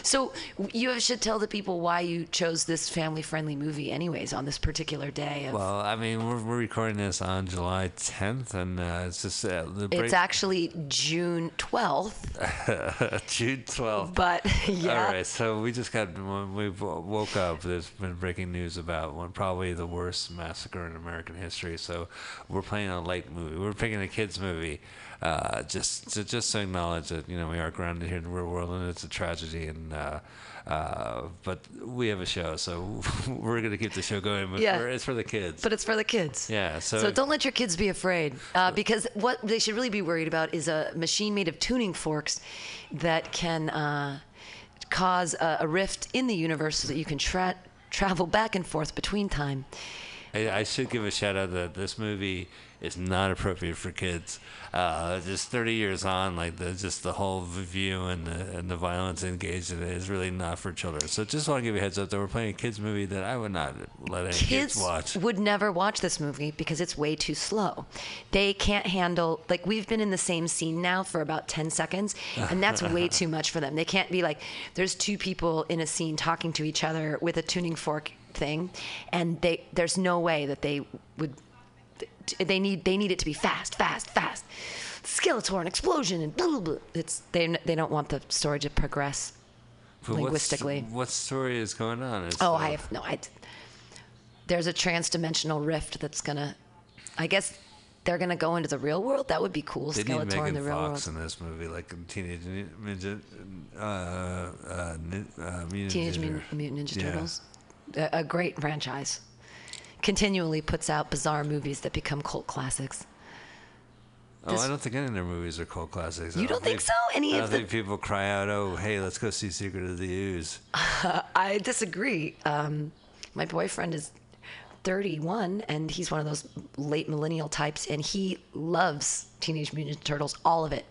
So you should tell the people why you chose this family-friendly movie, anyways, on this particular day. Of, Well, I mean, we're, we're recording this on July 10th, and uh, it's just uh, the break. it's actually June twelfth, June 12th. but yeah, All right, so we just got when we w- woke up. There's been breaking news about one probably the worst massacre in American history. So we're playing a light movie. We're picking a kids movie, uh, just to, just to acknowledge that you know we are grounded here in the real world and it's a tragedy. And uh, uh, but we have a show, so we're gonna keep the show going. But Yeah. for- it's for the kids. but it's for the kids. yeah, so, So don't let your kids be afraid, uh, because what they should really be worried about is a machine made of tuning forks that can uh, cause a, a rift in the universe, so that you can tra- travel back and forth between time. I, I should give a shout out that this movie is not appropriate for kids. Uh, just 30 years on, like the, just the whole view and the, and the violence engaged in it is really not for children. So just want to give you a heads up that we're playing a kids movie that I would not let any kids, Kids watch. would never watch this movie because it's way too slow. They can't handle like we've been in the same scene now for about 10 seconds and that's way too much for them. They can't be like there's two people in a scene talking to each other with a tuning fork thing and they there's no way that they would they need they need it to be fast, fast, fast. Skeletor and explosion and blah blah blah. It's they they don't want the story to progress. But what's- linguistically. What story is going on? It's, Oh, uh, I have no I there's a trans-dimensional rift that's gonna. I guess they're gonna go into the real world. That would be cool. They need Skeletor in Megan the real Fox world. in this movie, like in Teenage Nin- Ninja, uh, uh, Nin- uh, Mutant Teenage Mutant, Ninja. Mutant Ninja Yeah. Turtles, a, a great franchise. Continually puts out bizarre movies that become cult classics. Oh, This- I don't think any of their movies are cult classics. I You don't think so? Any I of don't the- think people cry out, "Oh, hey, let's go see Secret of the Ooze." Uh. I disagree. Um, my boyfriend is 31, and he's one of those late millennial types, and he loves Teenage Mutant Ninja Turtles, all of it,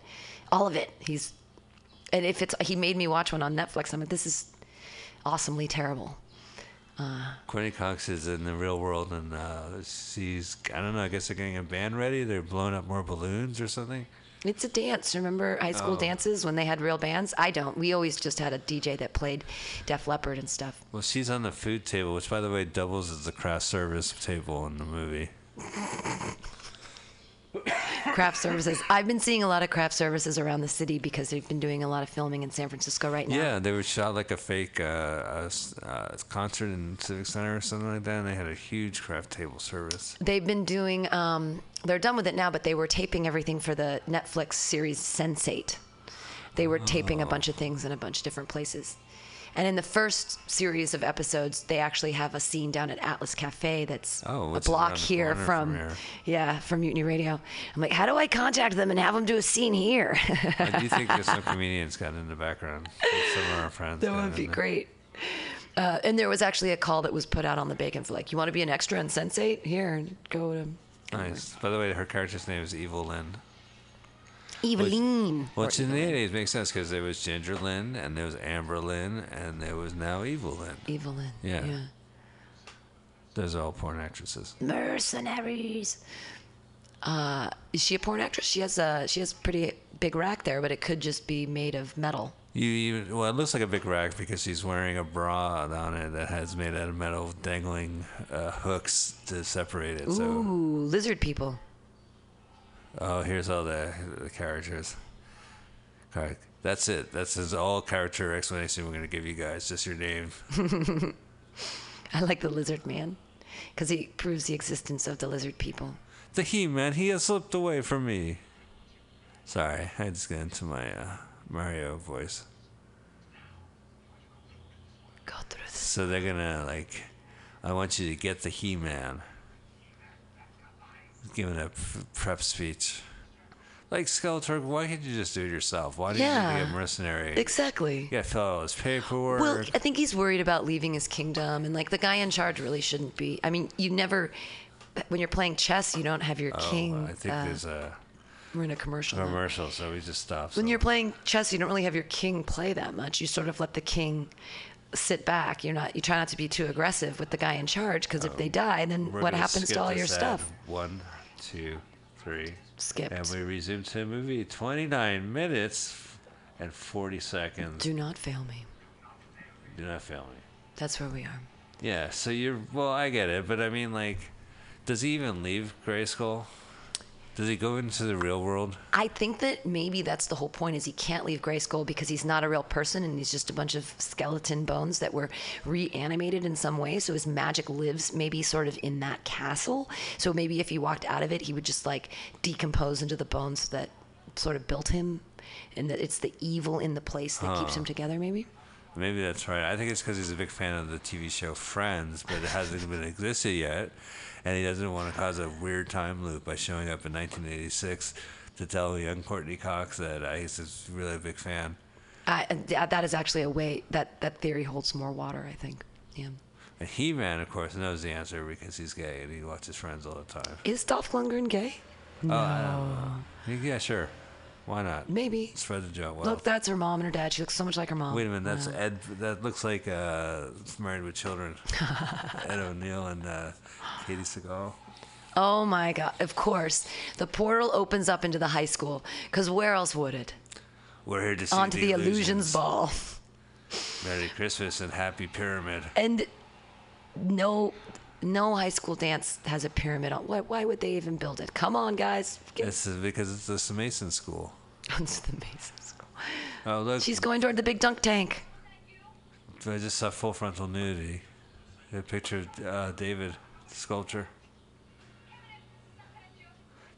all of it. He's, and if it's he made me watch one on Netflix, I'm like, this is awesomely terrible. Uh, Courtney Cox is in the real world, and uh, she's I don't know. I guess they're getting a band ready. They're blowing up more balloons or something. It's a dance. Remember high school dances when they had real bands? I don't. We always just had a DJ that played Def Leppard and stuff. Well, she's on the food table, which by the way doubles as the craft service table in the movie. craft services. I've been seeing a lot of craft services around the city because they've been doing a lot of filming in San Francisco right now. Yeah, they were shot like a fake uh, uh, s- uh, concert in Civic Center or something like that, and they had a huge craft table service. They've been doing. Um, they're done with it now, but they were taping everything for the Netflix series Sensate. They were taping a bunch of things in a bunch of different places. And in the first series of episodes, they actually have a scene down at Atlas Cafe that's Oh, a it's around block the here corner from, from here. yeah, from Mutiny Radio. I'm like, how do I contact them and have them do a scene here? I do think there's some comedians got in the background. like Some of our friends. That got would in be there. great. Uh, and there was actually a call that was put out on the bacon for like, you want to be an extra in Sensate? Here and go to Nice. By the way, her character's name is Evil Lynn. Eveline. Which in the 80s makes sense because there was Ginger Lynn, and there was Amber Lynn, and there was now Evil Lynn. Evelyn. Yeah. Those are all porn actresses. Mercenaries. Uh, is she a porn actress? She has a she has pretty big rack there, but it could just be made of metal. You, you well, it looks like a big rack because she's wearing a bra on it that has made out of metal with dangling uh, hooks to separate it. So, Ooh, lizard people. oh, here's all the, the characters. All right, that's it. That's is all character explanation we're gonna give you guys. Just your name. I like the lizard man because he proves the existence of the lizard people. The he man, he has slipped away from me. Sorry, I just got into my uh, Mario voice. Go through this. So they're gonna like, I want you to get the he man. Giving a p- prep speech. Like Skeletor, why can't you just do it yourself? Why do you need Yeah. to get a mercenary? Exactly. You gotta fill out all this paperwork. Well, I think he's worried about leaving his kingdom, and like the guy in charge really shouldn't be. I mean, you never, when you're playing chess, you don't have your Oh, king. I think uh, there's a we're in a commercial. now. commercial, so we just stopped. When you're playing chess, you don't really have your king play that much. You sort of let the king sit back. You're not. You try not to be too aggressive with the guy in charge because if they die, then We're what gonna happens skip to all your this ad. stuff? One, two, three. Skipped. And we resume to the movie. 29 minutes and 40 seconds. Do not fail me. Do not fail me. That's where we are. Yeah, so you're. Well, I get it, but I mean, like, does he even leave Grayskull? Does he go into the real world? I think that maybe that's the whole point is he can't leave Grayskull because he's not a real person and he's just a bunch of skeleton bones that were reanimated in some way. So his magic lives maybe sort of in that castle. So maybe if he walked out of it, he would just like decompose into the bones that sort of built him and that it's the evil in the place that keeps him together maybe. Maybe that's right. I think it's because he's a big fan of the TV show Friends, but it hasn't been existed yet, and he doesn't want to cause a weird time loop by showing up in 1986 to tell young Courtney Cox that uh, he's just really a big fan. I, and th- that is actually a way that that theory holds more water, I think. Yeah. And He Man, of course, knows the answer because he's gay and he watches Friends all the time. Uh, Is Dolph Lundgren gay? Yeah, sure. Why not? Maybe. Spread the joke. Well, Look, that's her mom and her dad. She looks so much like her mom. Wait a minute, that's Ed. That looks like uh, Married with Children. Ed O'Neill and uh, Katie Seagal. Oh my God. Of course. The portal opens up into the high school because where else would it? We're here to see Onto the, illusions. ball. Merry Christmas and Happy Pyramid. And no. No high school dance has a pyramid on. Why, why would they even build it? Come on, guys. Get This is because it's the Mason School. onto the Mason School. Oh look, She's going toward the big dunk tank. I just saw full frontal nudity. A picture of uh, David. sculpture.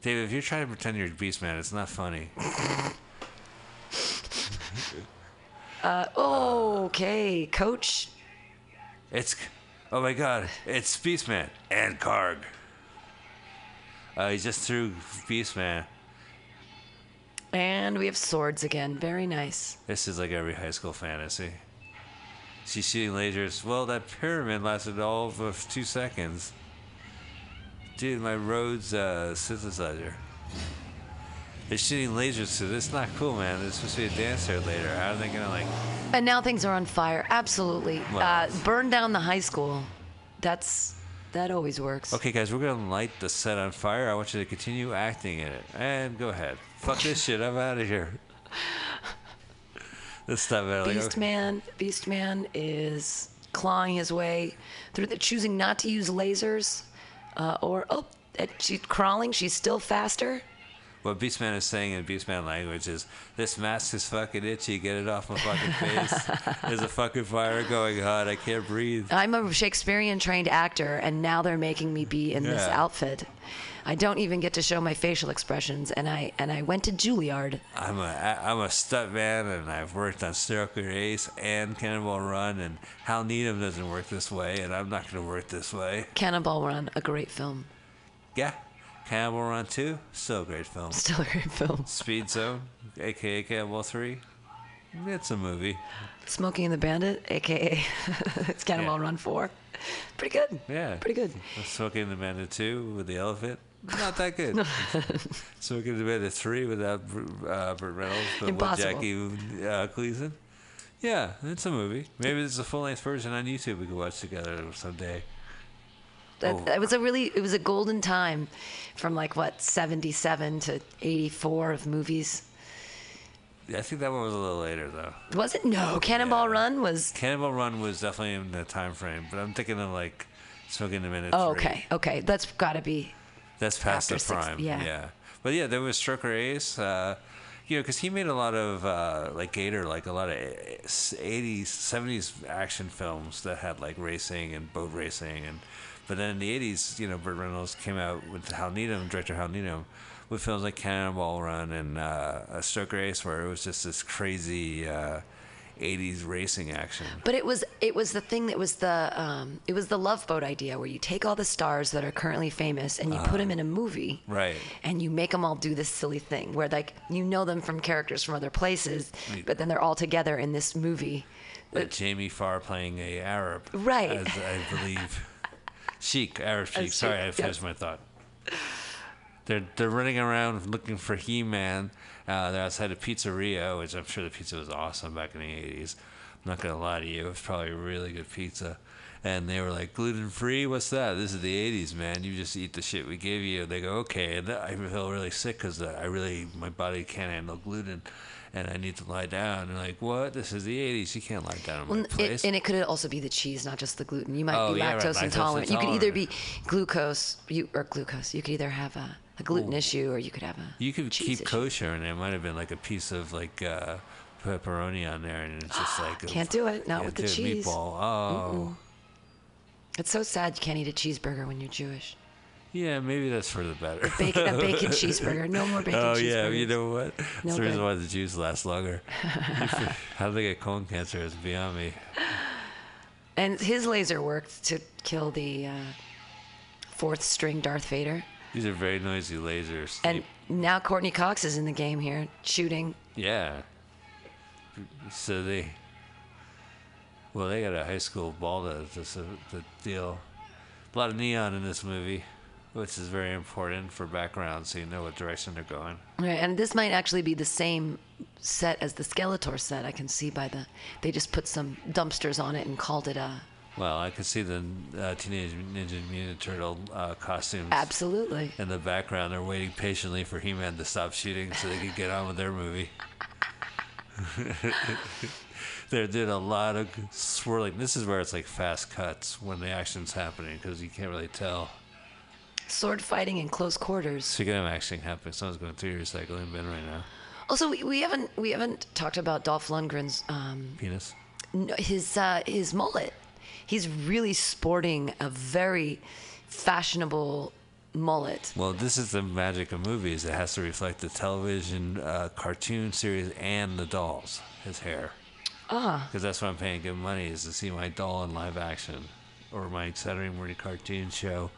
David, if you're trying to pretend you're a beast man, it's not funny. Uh, Okay, coach. It's oh my god, it's Beastman and Karg. Uh, he just threw Beastman. And we have swords again. Very nice. This is like every high school fantasy. She's shooting lasers. Well, that pyramid lasted all of two seconds. Dude, my Rhodes uh, synthesizer. They're shooting lasers to this. Not cool, man. There's supposed to be a dancer later. How are they gonna like? And now things are on fire. Absolutely. Uh, Wow. burn down the high school. That's that always works. Okay, guys, we're gonna light the set on fire. I want you to continue acting in it. And go ahead. Fuck this shit. I'm out of here. This stuff. Like, Beast okay. Man, Beast Man is clawing his way through the choosing not to use lasers, uh, or oh, that she's crawling. She's still faster. What Beastman is saying in Beastman language is, "This mask is fucking itchy. Get it off my fucking face. There's a fucking fire going on. I can't breathe." I'm a Shakespearean trained actor, and now they're making me be in this Yeah. outfit. I don't even get to show my facial expressions, and I and I went to Juilliard. I'm a I- I'm a stunt man, and I've worked on Circle Ace and Cannonball Run, and Hal Needham doesn't work this way, and I'm not gonna work this way. Cannonball Run, a great film, Yeah, Cannonball Run two, still a great film. still a great film. Speed Zone, aka Cannonball three, it's a movie. Smoking and the Bandit, aka it's Cannonball Yeah. Run four. Pretty good. Yeah. Pretty good. Smoking the Bandit 2 with the elephant. Not that good. Smoking the Bandit 3 without Br- uh, Burt Reynolds, but with Impossible. Jackie uh, Gleason. Yeah, it's a movie. Maybe there's a full length version on YouTube we could watch together someday. That, Oh. that was a really it was a golden time from like what 77 to 84 of movies. I think that one was a little later, though. Was it? No, Cannonball Yeah. Run was Cannonball Run was definitely in the time frame, but I'm thinking of like Smoking the Bandit Oh, 3. okay. Okay. That's got to be That's past the After six- prime. yeah. But yeah, there was Stroker Ace. Uh, you know, because he made a lot of uh, like Gator, like a lot of '80s, '70s action films that had like racing and boat racing, and but then in the '80s, you know, Burt Reynolds came out with Hal Needham, director Hal Needham, with films like Cannonball Run and uh, a Stroker Ace, where it was just this crazy uh, '80s racing action. But it was it was the thing that was the um, it was the love boat idea where you take all the stars that are currently famous and you put 'em put them in a movie, Right. And you make them all do this silly thing where like you know them from characters from other places, but then they're all together in this movie. Uh, Jamie Farr playing a Arab, Right. As I believe, Sheik, Arab Sheik. Sheik, Sorry, I yeah. finished my thought. They're they're running around looking for He Man. Uh, they're outside a pizzeria, which I'm sure the pizza was awesome back in the '80s. I'm not gonna lie to you, it was probably really good pizza. And they were like, gluten free? What's that? This is the 80s, man. You just eat the shit we give you. And they go, okay. And I feel really sick because I really, my body can't handle gluten and I need to lie down. And like, what? This is the 80s. You can't lie down in my Well, place. it, and it could also be the cheese, not just the gluten. You might Oh, be yeah, right, lactose, lactose intolerant. You could either be intolerant. glucose you, or glucose. You could either have a, a gluten issue or you could have a You could cheese keep issue. kosher, and it might have been like a piece of like uh, pepperoni on there, and it's just like a- Can't do it, not can't with the do it, cheese. Meatball. Oh, It's so sad you can't eat a cheeseburger when you're Jewish. yeah, maybe that's for the better. Bacon, a bacon cheeseburger. No more bacon oh cheeseburger. yeah, you know what? No that's the reason good. why the Jews last longer. How they get colon cancer is beyond me. And his laser worked to kill the uh, fourth string Darth Vader. These are very noisy lasers. And now Courtney Cox is in the game here, shooting. yeah, so they, well, they got a high school ball to, to, to deal. A lot of neon in this movie, which is very important for background, so you know what direction they're going. Right, and this might actually be the same set as the Skeletor set. I can see by the they just put some dumpsters on it and called it a Well, I could see the uh, Teenage Ninja Mutant Turtle uh, costumes absolutely. in the background. They're waiting patiently for He-Man to stop shooting so they could get on with their movie. they did a lot of swirling. This is where it's like fast cuts when the action's happening because you can't really tell. Sword fighting in close quarters. Speaking of action happening, someone's going through your recycling bin right now. Also, we, we haven't we haven't talked about Dolph Lundgren's um, Penis. n- his uh, his mullet. He's really sporting a very fashionable mullet. Well, this is the magic of movies. It has to reflect the television, uh, cartoon series, and the dolls. His hair. Ah. Because that's why I'm paying good money is to see my doll in live action, or my Saturday morning cartoon show.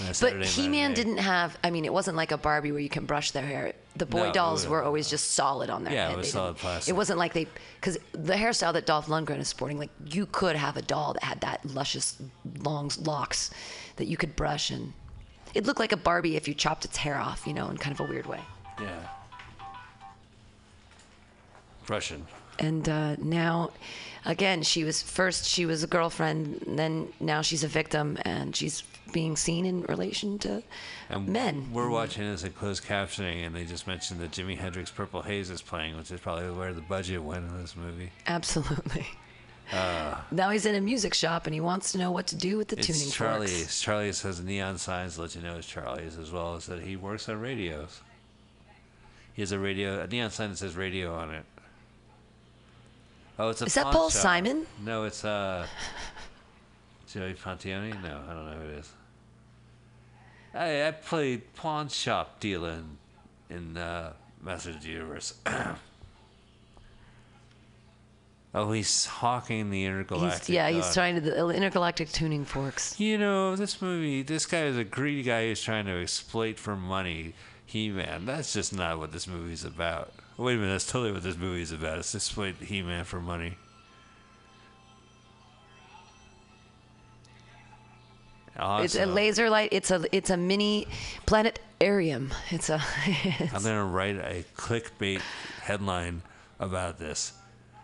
and a But Saturday He Man matinee. didn't have. I mean, it wasn't like a Barbie where you can brush their hair. The boy No, it dolls were wasn't. always just solid on their Yeah, it head. was They solid didn't- plastic. It wasn't like they because the hairstyle that Dolph Lundgren is sporting, like you could have a doll that had that luscious long locks that you could brush and it looked like a Barbie if you chopped its hair off, you know, in kind of a weird way. Yeah. Russian. and uh, now again she was first she was a girlfriend and then now she's a victim and she's being seen in relation to And men We're watching this in closed captioning, and they just mentioned that Jimi Hendrix Purple Haze is playing, which is probably where the budget went in this movie. Uh, absolutely now he's in a music shop and he wants to know what to do with the tuning It's Charlie's. forks Charlie's has neon signs to let you know it's Charlie's, as well as that he works on radios. He has a radio, a neon sign that says radio on it. Oh, it's a Is that pawn Paul shop. Simon? No, it's uh, Joey Pontioni. No, I don't know who it is. I I played pawn shop dealing in uh, Masters of the Universe. oh, he's hawking the intergalactic. he's, yeah he's dog. trying to the intergalactic tuning forks You know, this movie, this guy is a greedy guy who's trying to exploit for money He Man. That's just not what this movie's about. Wait a minute, that's totally what this movie's about. It's exploit He Man for money. it's a Awesome. laser light it's a it's a mini planetarium it's a I'm going to write a clickbait headline about this.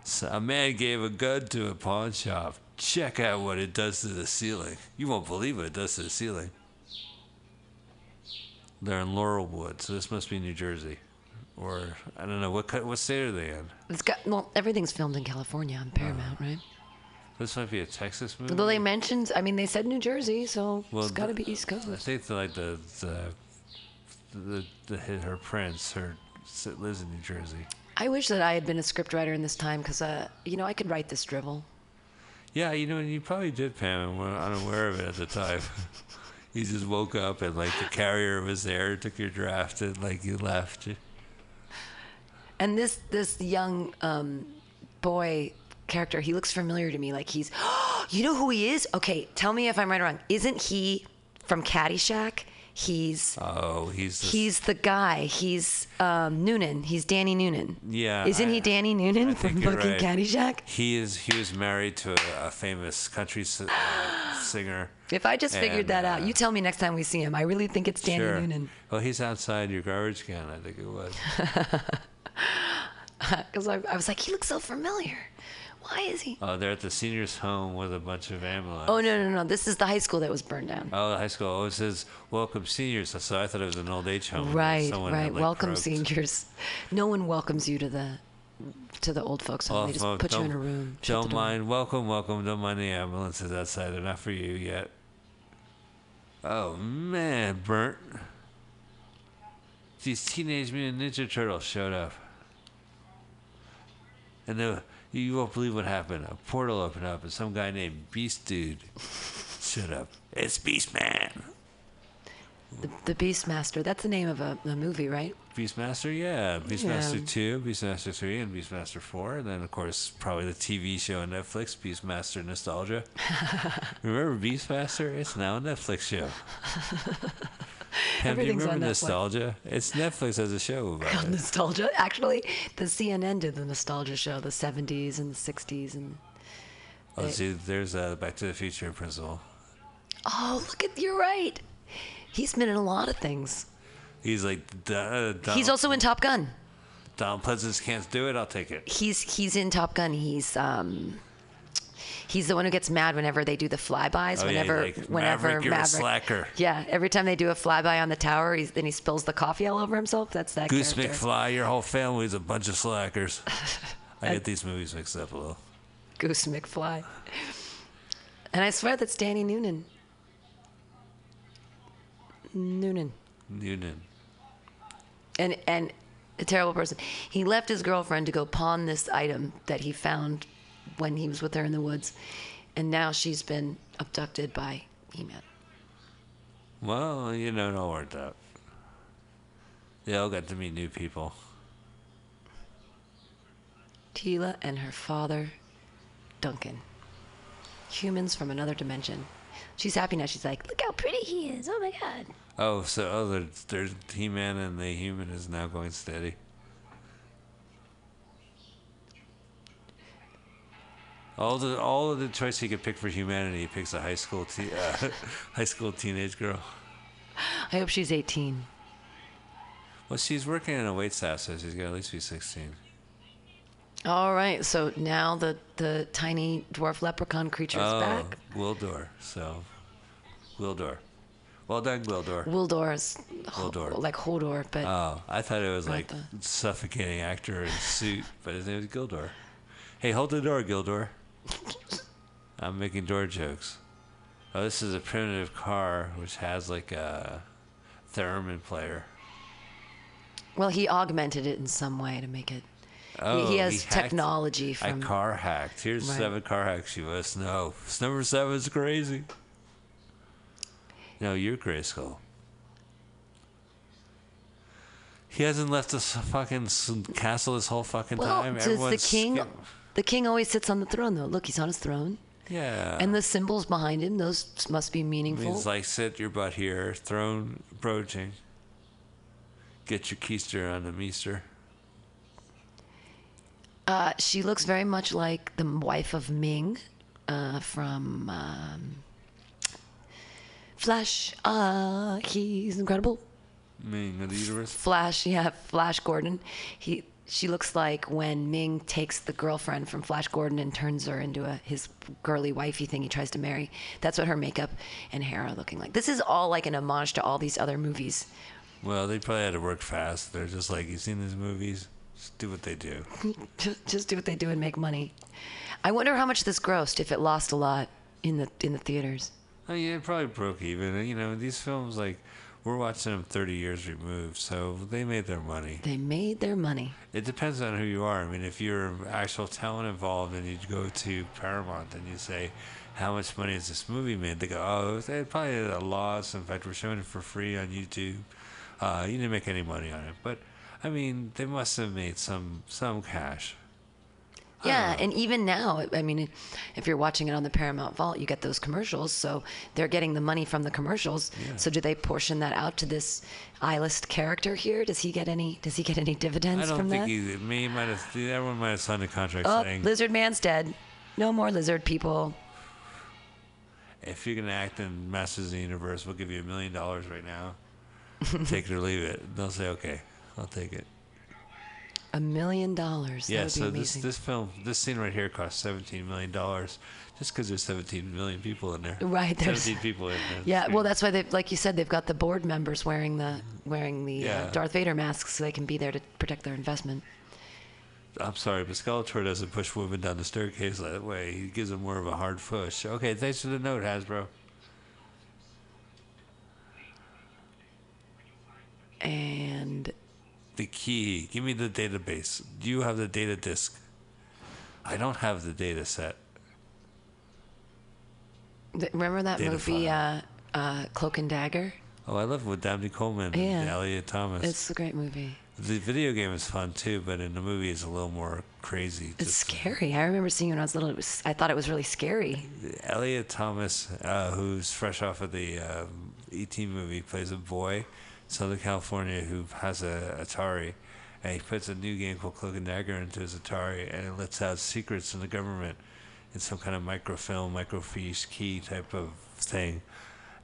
So a man gave a gun to a pawn shop. Check out what it does to the ceiling. You won't believe what it does to the ceiling. They're in Laurelwood, so this must be New Jersey. Or, I don't know, what, cut, what state are they in? it's got well everything's filmed in california on paramount right This might be a Texas movie. Though they mentioned, I mean, they said New Jersey, so Uh, mm. Well, it's got to the- be East I Coast. think the, like the the the, the hit her prince her lives in New Jersey. I wish that I had been a scriptwriter in this time because, uh, you know, I could write this drivel. Yeah, you know, and you probably did, Pam, and were unaware of it at the time. you just woke up and like the carrier was there, took your draft, and like you left. And this this young um, boy character, he looks familiar to me. Like he's, you know who he is? Okay, tell me if I'm right or wrong. Isn't he from Caddyshack? He's Oh, he's the, he's the guy. He's um, Noonan. He's Danny Noonan. Yeah, Isn't I- he Danny Noonan think from you're fucking right. Caddyshack? he is he was married to a, a famous country s- uh, singer. If I just figured And, that out, uh, you tell me next time we see him. I really think it's Danny sure. Noonan. Well, he's outside your garbage can. I think it was. because I, I was like, he looks so familiar. Why is he? Oh, they're at the seniors' home with a bunch of ambulance. Oh no no no! This is the high school that was burned down. Oh, the high school. Oh, it says welcome seniors. So I thought it was an old age home. and right someone right. had, like, Welcome croaked. seniors. No one welcomes you to the to the old folks home. they just well, put you in a don't- room. shut the Don't door. mind. Welcome, welcome. Don't mind the ambulances outside. They're not for you yet. Oh man, Bert. These teenage mutant ninja turtles showed up, and the, you won't believe what happened. A portal opened up, and some guy named Beast Dude showed up. It's Beast Man. The, the Beastmaster. That's the name of a, a movie, right? Beastmaster, yeah. Beastmaster Yeah. 2, Beastmaster 3, and Beastmaster 4. And then, of course, probably the TV show on Netflix, Beastmaster Nostalgia. remember Beastmaster? It's now a Netflix show. Pam, do you Everything's on remember Netflix. Nostalgia? It's Netflix has a show about it. Nostalgia. Actually, the CNN did the nostalgia show, the 70s and the 60s and. Oh, see, there's uh, Back to the Future principle. Oh, look at you're right. He's been in a lot of things. He's like, "Duh, Don, He's also in Top Gun. Don Pleasance can't do it. I'll take it. he's he's in Top Gun. He's um he's the one who gets mad whenever they do the flybys. Oh, yeah, whenever like, whenever "Maverick, you're a slacker." Yeah, every time they do a flyby on the tower, he's, then he spills the coffee all over himself. That's that Goose character. McFly, your whole family's a bunch of slackers. I get these movies mixed up a little. Goose McFly. And I swear that's Danny Noonan. Noonan. Noonan. and and a terrible person. He left his girlfriend to go pawn this item that he found when he was with her in the woods, and now she's been abducted by He-Man. Well, you know, it all worked out. They all got to meet new people. Tila and her father, Duncan. Humans from another dimension. She's happy now. She's like, look how pretty he is. Oh my God. Oh, so oh, there's, there's He-Man and the human is now going steady. All the all of the choice he could pick for humanity, he picks a high school te- uh, high school teenage girl. I hope she's 18. Well, she's working in a wait staff, so she's got to at least be sixteen. All right. So now the, the tiny dwarf leprechaun creature is back. Oh, Wildor. So, Wildor. Well done, Wildor. Wildor is ho- Wildor. like Hodor, but Oh, I thought it was like the- suffocating actor in suit, but his name is Gildor. Hey, hold the door, Gildor. I'm making door jokes. Oh, this is a primitive car which has like a theremin player. well, he augmented it in some way to make it. he, he has Oh, hacked- technology from. I car hacked. Here's Right. seven car hacks you must know. It's Number seven's crazy. No, you're Grayskull. He hasn't left the s- fucking s- castle this whole fucking well, time. does the Everyone's king? skip- The king always sits on the throne, though. Look, he's on his throne, Yeah. and the symbols behind him; those must be meaningful. means like sit your butt here, throne approaching. Get your keister on the meester. Uh, she looks very much like the wife of Ming uh, from um, Flash. Uh, he's incredible. Meaning of the universe. Flash, yeah, Flash Gordon. He, she looks like when Ming takes the girlfriend from Flash Gordon and turns her into a his girly wifey thing he tries to marry. That's what her makeup and hair are looking like. This is all like an homage to all these other movies. Well, they probably had to work fast. They're just like, you seen these movies? Just do what they do. Just, just do what they do and make money. I wonder how much this grossed if it lost a lot in the in the theaters. Oh, yeah, it probably broke even. And, You know, these films, like, we're watching them 30 years removed, so they made their money. They made their money. It depends on who you are. I mean, if you're actual talent involved and you go to Paramount and you say, how much money has this movie made? They go, oh, it was- probably a loss. In fact, we're showing it for free on YouTube. Uh, you didn't make any money on it. But, I mean, they must have made some some cash. Yeah, and even now, I mean, if you're watching it on the Paramount Vault, you get those commercials, so they're getting the money from the commercials. So do they portion that out to this I-list character here? Does he get any? Does he get any I dividends don't from think that? he, me, might have, everyone might have signed a contract Oh, saying, Lizard Man's dead. No more lizard people. if you're gonna act in Masters of the Universe, we'll give you a million dollars right now. take it or leave it. And they'll say, okay, I'll take it. A million dollars. yeah. That would So be this amazing. this film, this scene right here, cost seventeen million dollars, just because there's seventeen million people in there. Right, there's- Seventeen people in there. yeah, well, that's why they, like you said, they've got the board members wearing the wearing the Yeah. uh, Darth Vader masks, so they can be there to protect their investment. I'm sorry, but Skeletor doesn't push women down the staircase that way. He gives them more of a hard push. Okay, thanks for the note, Hasbro. And The key. Give me the database. Do you have the data disk? I don't have the data set. th- remember that Data movie, uh, file. uh, Cloak and Dagger. Oh, I love with Damned Coleman and Yeah. Elliot Thomas. It's a great movie. The video game is fun too, but in the movie it's a little more crazy. It's scary. I remember seeing it when I was little. It was, I thought it was really scary. Elliot Thomas, uh, who's fresh off of the um, ET movie, plays a boy, in Southern California, who has a Atari, and he puts a new game called Cloak and Dagger into his Atari, and it lets out secrets from the government in some kind of microfilm, microfiche key type of thing.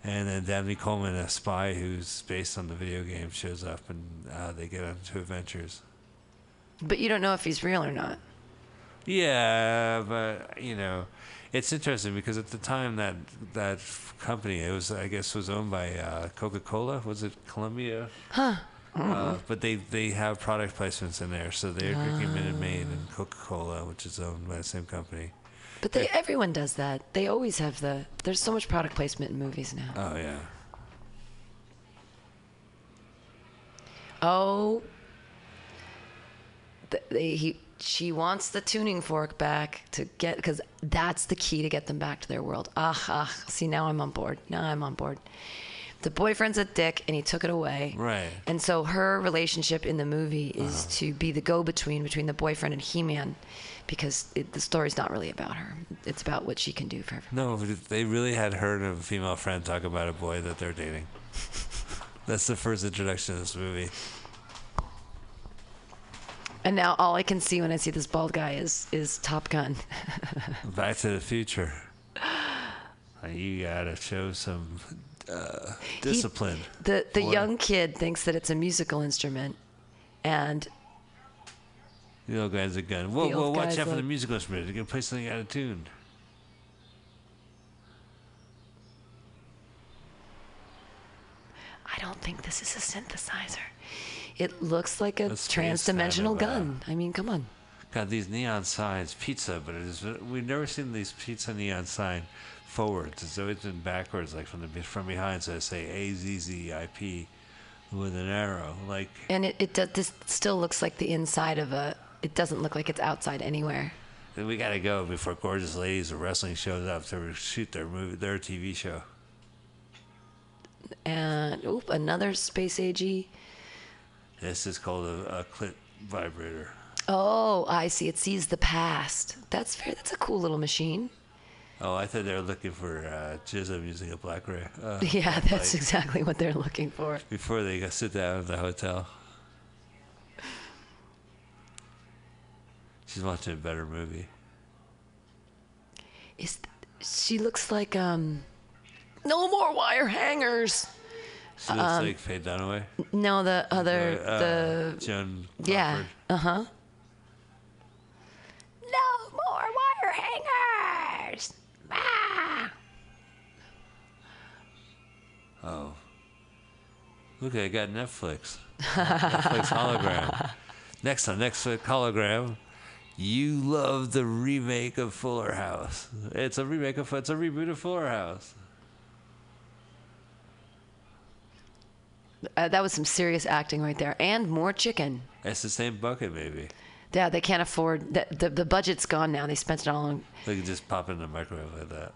And then Dabney Coleman, a spy who's based on the video game, shows up, and uh, they get into adventures. But you don't know if he's real or not. Yeah, but you know, it's interesting because at the time that that f- company it was I guess was owned by uh, Coca Cola was it Columbia? Huh. Uh, but they they have product placements in there, so they're drinking Minute Maid and Coca Cola, which is owned by the same company. But they, everyone does that. They always have the. There's so much product placement in movies now. Oh yeah, oh, th- they, he. She wants the tuning fork back to get because that's the key to get them back to their world. Ah, ah. See, now I'm on board. Now I'm on board. the boyfriend's a dick and he took it away. Right. And so her relationship in the movie is Uh-huh. to be the go between between the boyfriend and He Man because it, the story's not really about her. It's about what she can do for her. No, they really had her and a female friend talk about a boy that they're dating. That's the first introduction of this movie. And now all I can see when I see this bald guy is is Top Gun. Back to the Future. Uh, You gotta show some uh, He- discipline. the the boy. young kid thinks that it's a musical instrument and The old guy's a gun. Whoa, The whoa, old watch guy's out for the like- musical instrument. You're gonna play something out of tune. I don't think this is a synthesizer. It looks like a That's based out trans-dimensional of, uh, gun. I mean, come on. Got these neon signs, pizza, but it is, we've never seen these pizza neon sign forwards. It's always been backwards, like from the be- from behind. So I say A Z Z I P with an arrow, like And it, it does, this still looks like the inside of a. It doesn't look like it's outside anywhere. Then we gotta go before gorgeous ladies of wrestling shows up to shoot their movie, their TV show. And oop, another space agey. This is called a, a clit vibrator. Oh, I see. It sees the past. That's fair. That's a cool little machine. Oh, I thought they were looking for uh, Jism using a black ray. Uh, Yeah, that's like- exactly what they're looking for. before they go sit down at the hotel. She's watching a better movie. Is she looks like um, no more wire hangers. She looks Um, like Faye Dunaway. No, the other Uh, the Joan yeah. Crawford. Uh huh. No more wire hangers. Ah. Oh. Look, I got Netflix. Netflix hologram. Next on Netflix hologram, you love the remake of Fuller House. It's a remake of it's a reboot of Fuller House. Uh, that was some serious acting right there, and more chicken. It's the same bucket, maybe. Yeah, they can't afford the, the the budget's gone now. They spent it all on. They can just pop it in the microwave like that.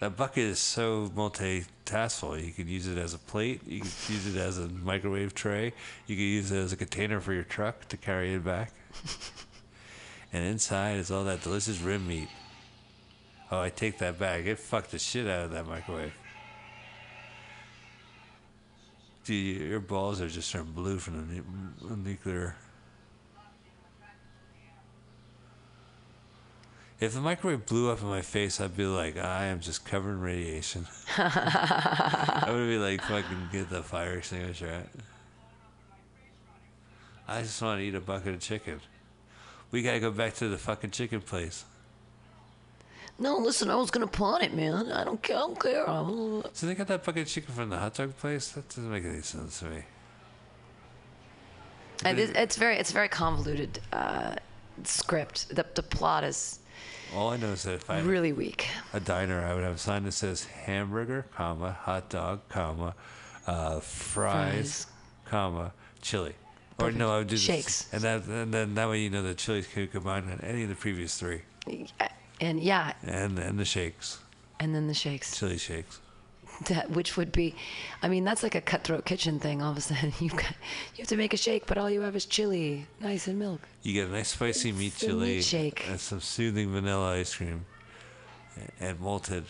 That bucket is so multitaskful. You can use it as a plate. You can use it as a microwave tray. You can use it as a container for your truck to carry it back. and inside is all that delicious rib meat. Oh, I take that back. It fucked the shit out of that microwave. Dude, your balls are just turned blue from the nu- nuclear. If the microwave blew up in my face, I'd be like, I am just covered in radiation. I would be like, fucking get the fire extinguisher out. I just want to eat a bucket of chicken. We gotta go back to the fucking chicken place. No, listen, I was gonna pawn it, man. I don't care. I don't care. I don't- So they got that bucket of chicken from the hot dog place? That doesn't make any sense to me. Uh, this- it's very it's very convoluted uh, script. The the plot is All I know is that if I really weak. a diner, I would have a sign that says hamburger, comma, hot dog, comma, uh, fries, Fries. comma, chili. Or no, I would do this- Shakes. and that and then that way you know the chilies could combine on any of the previous three, And yeah, and and the shakes, and then the shakes. chili shakes. That, which would be, I mean, that's like a cutthroat kitchen thing. All of a sudden, you got, you have to make a shake, but all you have is chili, nice and milk. You get a nice spicy meat the meat chili, shake. and some soothing vanilla ice cream, and malted.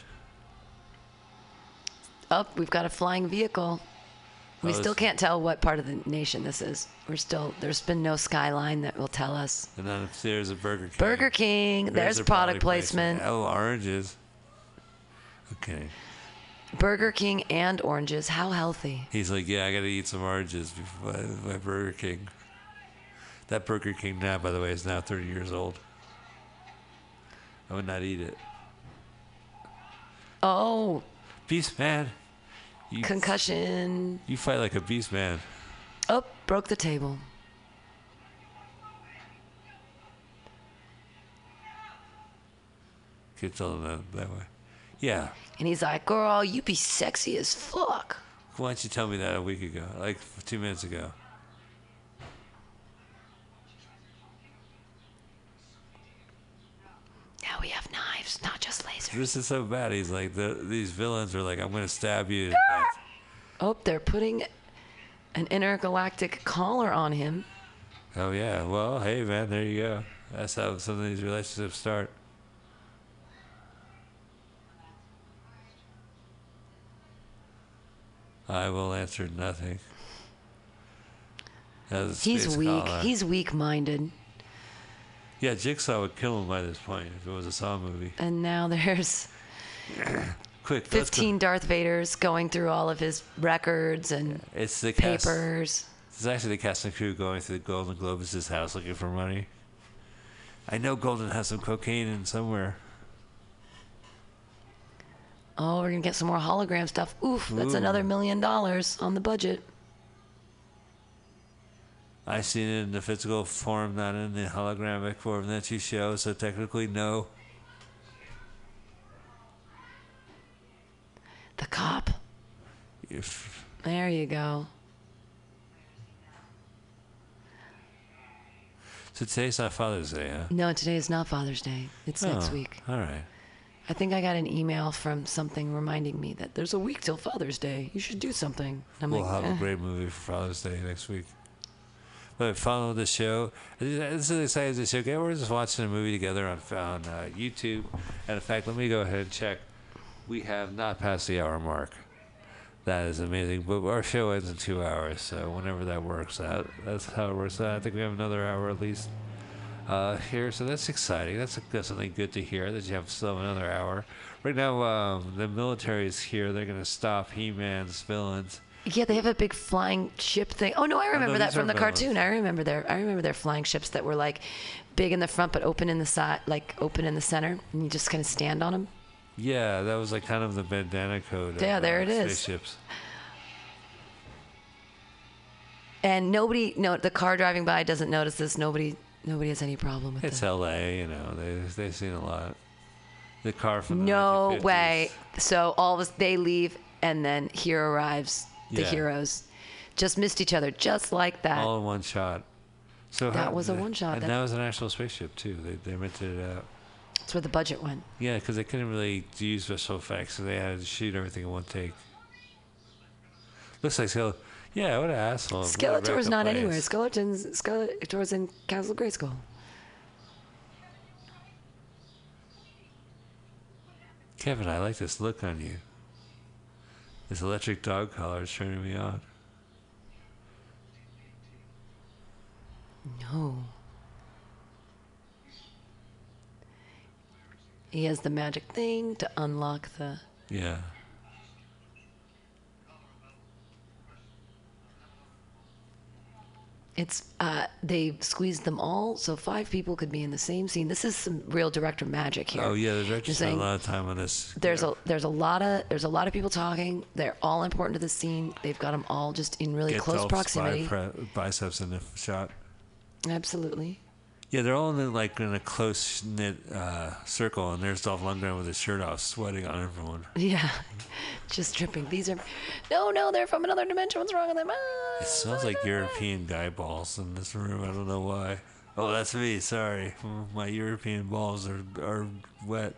Up, we've got a flying vehicle. We Oh, still this- can't tell what part of the nation this is. We're still there's been no skyline that will tell us. And then if there's a Burger King. Burger King, there's, a product placement. Oh, oranges. Okay. Burger King and oranges. How healthy. He's like, yeah, I gotta eat some oranges before I- my Burger King. That Burger King now, by the way, is now 30 years old. I would not eat it. Oh, Beast man, you concussion. you fight like a beast man. Oh, broke the table. Could tell him that, that way. Yeah, And he's like, girl, you be sexy as fuck. why didn't you tell me that a week ago? Like two minutes ago. Now we have knives, not just lasers. This is so bad. He's like, the, these villains are like, I'm gonna stab you. to death." Oh, they're putting an intergalactic collar on him. Oh yeah. Well, hey man, there you go. That's how some of these relationships start. I will answer nothing. That was a He's space weak. collar. He's weak-minded. yeah. Jigsaw would kill him by this point if it was a Saw movie. And now there's Quick, let's go. 15 Darth Vaders going through all of his records and It's the cast. papers. It's actually the cast and crew going through the Golden Globus' house looking for money. I know Golden has some cocaine in somewhere. Oh, we're gonna get some more hologram stuff. Oof, that's Ooh. another million dollars on the budget. I seen it in the physical form, not in the holographic form that you show, so technically no. The cop. If There you go. so today's not Father's Day, huh? No, today is not Father's Day. It's next Oh, week. All right. I think I got an email from something reminding me that there's a week till Father's Day. You should do something. And I'm We'll like, have a eh. great movie for Father's Day next week. But follow the show. This is exciting. This show. We're just watching a movie together on on uh, YouTube. And in fact, let me go ahead and check. We have not passed the hour mark. That is amazing. But our show ends in two hours, so whenever that works out, that's how it works out. I think we have another hour at least uh, here, so that's exciting. That's, that's something good to hear that you have still another hour. Right now, um, the military is here. They're going to stop He-Man's villains. yeah, they have a big flying ship thing. Oh no, I remember that these from are the villains. cartoon. I remember their I remember their flying ships that were like big in the front but open in the side, like open in the center, and you just kind of stand on them. Yeah, that was like kind of the bandana code. of, Yeah, there uh, it is. Spaceships. And nobody, no, the car driving by doesn't notice this. Nobody, nobody has any problem with It's it. L.A. You know, they they've seen a lot. The car from the No 1950s. way. So all of us, they leave, and then here arrives the Yeah. heroes. Just missed each other, just like that. all in one shot. So That how- was a one shot, and that- that was an actual spaceship too. They they rented it out. That's where the budget went. Yeah, because they couldn't really use special effects, so they had to shoot everything in one take. Looks like Skeletor. Yeah, what an asshole. What a Skeletor was backup not plan. anywhere. Skeleton's Skeletor's in Castle Grayskull. Kevin, I like this look on you. This electric dog collar is turning me on. No. He has the magic thing to unlock the. Yeah. It's uh, they squeezed them all, so five people could be in the same scene. This is some real director magic here. Oh yeah, the director You're spent a saying lot of time on this. There's a there's a lot of there's a lot of people talking. They're all important to the scene. They've got them all just in really Get close Dolph's proximity. bi- pre- biceps in the f- shot. Absolutely. Yeah, they're all in the, like in a close knit uh, circle, and there's Dolph Lundgren with his shirt off, sweating on everyone. Yeah. Just dripping. These are no, no, they're from another dimension. What's wrong with them? Ah, It smells like European guy balls in this room. I don't know why. Oh, that's me. Sorry, my European balls are are wet.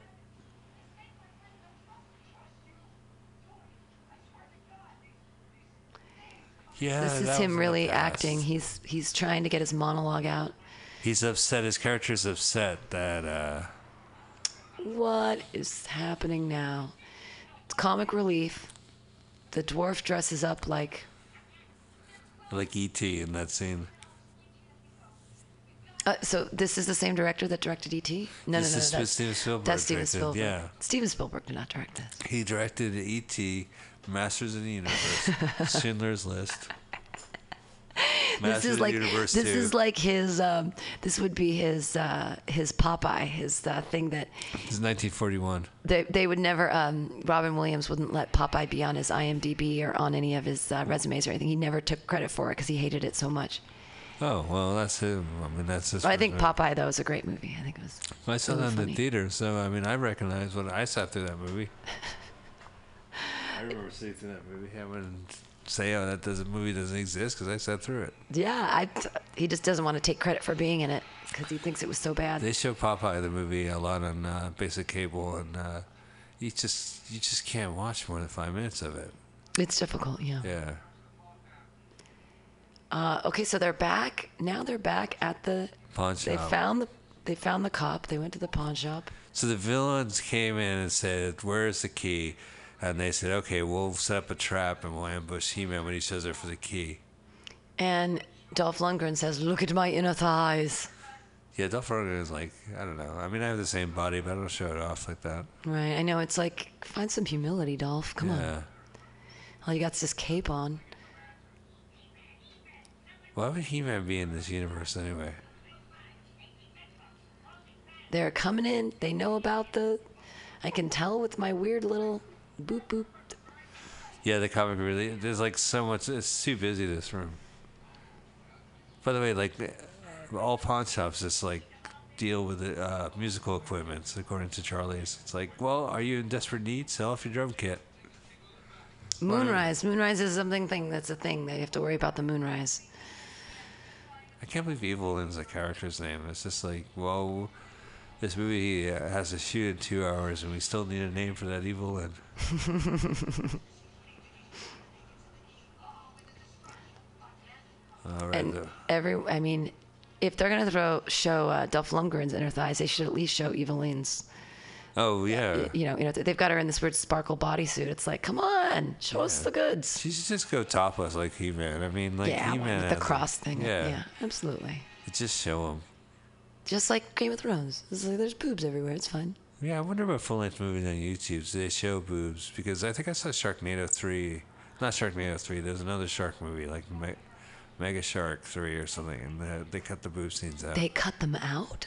Yeah, This is that was in him the really past. acting. He's he's trying to get his monologue out. He's upset. His character's upset that uh, What is happening now? It's comic relief. The dwarf dresses up like like ET in that scene. Uh, so this is the same director that directed E.T. No, This no, no, is no, that's Steven Spielberg That's Steven directed, Spielberg. yeah. Steven Spielberg did not direct this. He directed ET, Masters of the Universe, Schindler's List. This Masters of is the like Universe this 2. is like his. Um, this would be his uh, his Popeye, his uh, thing that It's 1941. they they would never. Um, Robin Williams wouldn't let Popeye be on his IMDb or on any of his uh, resumes or anything. He never took credit for it because he hated it so much. Oh well, that's him. I mean, that's his. But I think resume. Popeye though was a great movie. I think it was. I saw really that in the funny. theater, so I mean, I recognize what I saw through that movie. I remember seeing through that movie. I wouldn't say, "Oh, that doesn't movie doesn't exist," because I sat through it. Yeah, I, he just doesn't want to take credit for being in it because he thinks it was so bad. They show Popeye the movie a lot on uh, basic cable, and uh, you just you just can't watch more than five minutes of it. It's difficult, yeah. Yeah. Uh, okay, so they're back. Now they're back at the Pawn They shop. found the they found the cop. They went to the pawn shop. So the villains came in and said, "Where's the key?" And they said, "Okay, we'll set up a trap and we'll ambush He-Man when he shows up for the key." And Dolph Lundgren says, "Look at my inner thighs." Yeah, Dolph Lundgren is like, I don't know. I mean, I have the same body, but I don't show it off like that. Right. I know. It's like find some humility, Dolph. Come on. Yeah. All you got's this cape on. Why would He-Man be in this universe anyway? They're coming in. They know about the. I can tell with my weird little boop boop. Yeah, the comic really. There's like so much. It's too busy this room. By the way, like all pawn shops, just like deal with the uh, musical equipment. According to Charlie's, it's like, well, are you in desperate need? Sell off your drum kit. Moonrise. Moonrise is something thing that's a thing that you have to worry about the moonrise. I can't believe Evelyn's a character's name. It's just like, well, this movie uh, has to shoot in two hours, and we still need a name for that Evelyn. All right. And though. every, I mean, if they're gonna throw show uh, Dolph Lundgren's inner thighs, they should at least show Evelyn's. oh yeah. You know, you know, they've got her in this weird sparkle bodysuit. It's like, come on, show us the goods. She should just go topless like He Man. I mean, like yeah, He Man. with the cross thing. Yeah. absolutely. Just show him. Just like Game of Thrones. It's like there's boobs everywhere. It's fun. Yeah, I wonder about full length movies on YouTube. Do they show boobs? Because I think I saw Sharknado 3. Not Sharknado 3, there's another shark movie, like Me- Mega Shark 3 or something, and they, they cut the boob scenes out. They cut them out.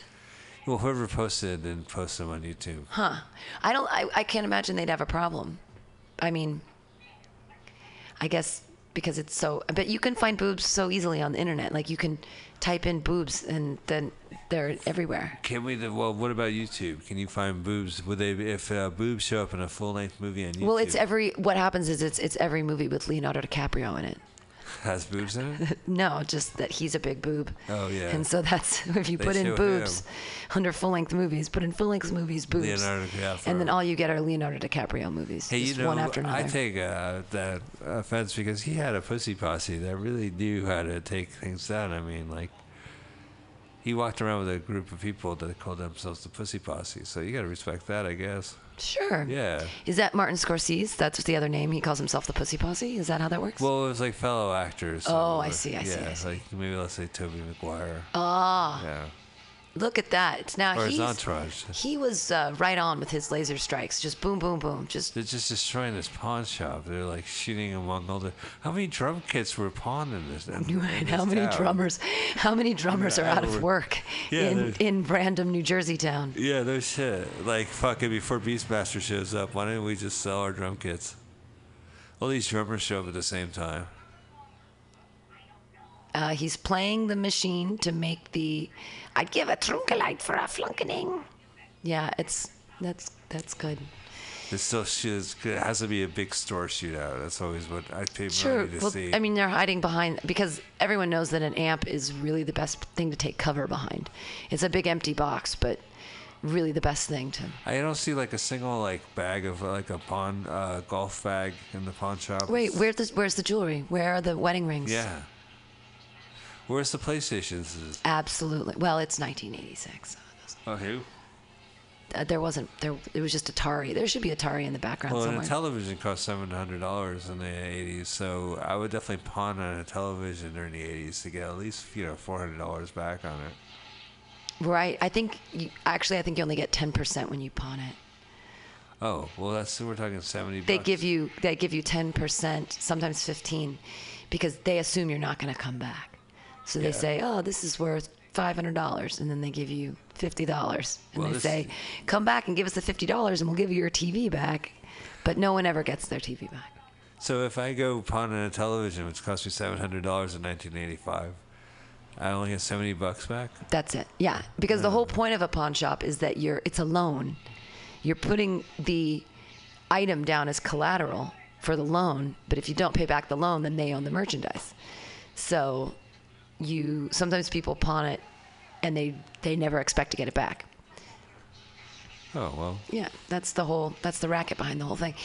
well, whoever posted it didn't post them on YouTube. Huh. I don't. I, I can't imagine they'd have a problem. I mean, I guess because it's so. But you can find boobs so easily on the internet. Like you can type in boobs and then they're everywhere. Can we, well, what about YouTube? Can you find boobs? Would they, if uh, boobs show up in a full length movie on YouTube? Well, it's every. What happens is it's it's every movie with Leonardo DiCaprio in it. Has boobs in it? No, just that he's a big boob. Oh, yeah. And so that's if you They put in show boobs him. under full length movies, put in full length movies boobs, Leonardo and then DiCaprio. all you get are Leonardo DiCaprio movies. Hey, just you know, one after another. I take uh, that offense because he had a pussy posse that really knew how to take things down. I mean, like, he walked around with a group of people that called themselves the pussy posse. So you got to respect that, I guess. Sure. Yeah. Is that Martin Scorsese? That's the other name. He calls himself the Pussy Posse. Is that how that works? Well, it was like fellow actors. so, Oh, I like, see, I see, yeah, I see. like maybe let's say Toby McGuire. Ah. Yeah. Look at that. It's now Or his he's entourage. he was uh, right on with his laser strikes. Just boom, boom, boom. Just They're just destroying this pawn shop. They're like shooting among all the. How many drum kits were pawned in this? in Right, this how many town? drummers? How many drummers are I out of would- work Yeah, in there's- in random New Jersey town? Yeah, no shit. Like, fucking before Beastmaster shows up, why don't we just sell our drum kits? All these drummers show up at the same time. Uh, he's playing the machine to make the. I'd give a trunkelite for a flunkening. Yeah, it's that's that's good. It still shoots. It has to be a big store shootout. That's always what I pay money Sure. to Well, see. I mean, they're hiding behind because everyone knows that an amp is really the best thing to take cover behind. It's a big empty box, but really the best thing to. I don't see like a single like bag of like a pawn uh, golf bag in the pawn shop. Wait, It's- where's the, where's the jewelry? Where are the wedding rings? Yeah. Where's the PlayStations? Absolutely. Well, it's 1986. so it doesn't- Oh, who? Uh, there wasn't there. It was just Atari. There should be Atari in the background Well, and a somewhere. television cost seven hundred dollars in the eighties, so I would definitely pawn on a television during the eighties to get at least you know four hundred dollars back on it. right. I think you, actually, I think you only get 10% when you pawn it. Oh, well, that's we're talking seventy. They bucks. give you they give you 10%, sometimes 15, because they assume you're not going to come back. So they Yeah. say, "Oh, this is worth $500," and then they give you $50. And Well, they this- say, "Come back and give us the $50 and we'll give you your TV back." But no one ever gets their TV back. So if I go pawn on a television, which cost me seven hundred dollars in nineteen eighty-five, I only get seventy bucks back. That's it. Yeah, because the whole point of a pawn shop is that you're it's a loan. You're putting the item down as collateral for the loan, but if you don't pay back the loan, then they own the merchandise. So you sometimes people pawn it and they they never expect to get it back. Oh well. Oh, Yeah, that's the whole that's the racket behind the whole thing.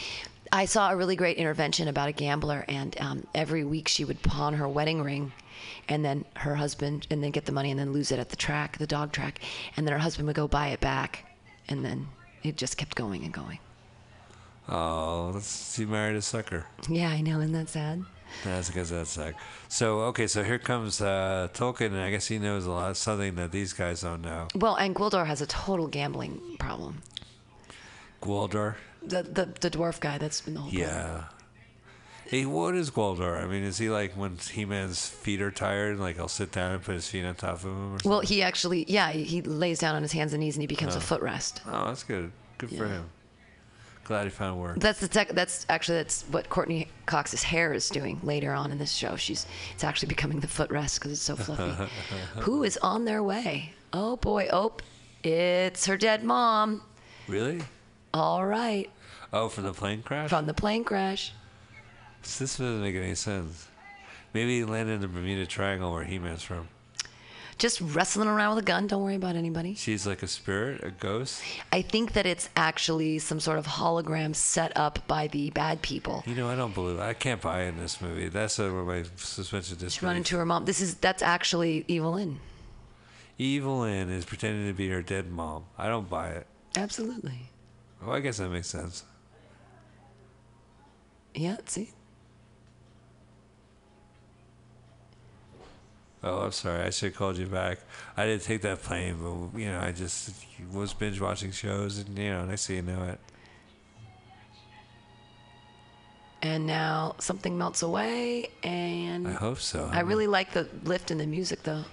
I saw a really great intervention about a gambler, and um, every week she would pawn her wedding ring, and then her husband, and then get the money, and then lose it at the track, the dog track, and then her husband would go buy it back, and then it just kept going and going. Oh, that's, you married a sucker. Yeah, I know, isn't that sad? That's because that suck. So okay, so here comes uh, Tolkien, and I guess he knows a lot of something that these guys don't know. Well, and Gwildor has a total gambling problem. Gwaldor. The the, the dwarf guy that's in the whole book. Yeah. Hey, what is Gwaldor? I mean, is he like when He-Man's feet are tired, like he'll sit down and put his feet on top of him? Or something? Well, he actually, yeah, he- he lays down on his hands and knees and he becomes a footrest. Oh, that's good. Good for Yeah. him. Glad he found work. That's the tech. That's actually that's what Courtney Cox's hair is doing later on in this show. She's it's actually becoming the footrest because it's so fluffy. Who is on their way? Oh boy, oh, it's her dead mom. Really? All right, Oh, from the plane crash? from the plane crash. This doesn't make any sense. Maybe he landed in the Bermuda Triangle where He-Man's from. Just wrestling around with a gun. Don't worry about anybody. She's like a spirit, a ghost. I think that it's actually some sort of hologram set up by the bad people. You know, I don't believe. I can't buy in this movie. That's uh, where my suspension of She run disbelief. into her mom. This is that's actually Evelyn. Evelyn is pretending to be her dead mom. I don't buy it. Absolutely. Well, I guess that makes sense. Yeah. See. Oh, I'm sorry. I should have called you back. I didn't take that plane, but you know, I just was binge watching shows, and you know, next thing you know it. And now something melts away, and I hope so. I really like the lift in the music, though.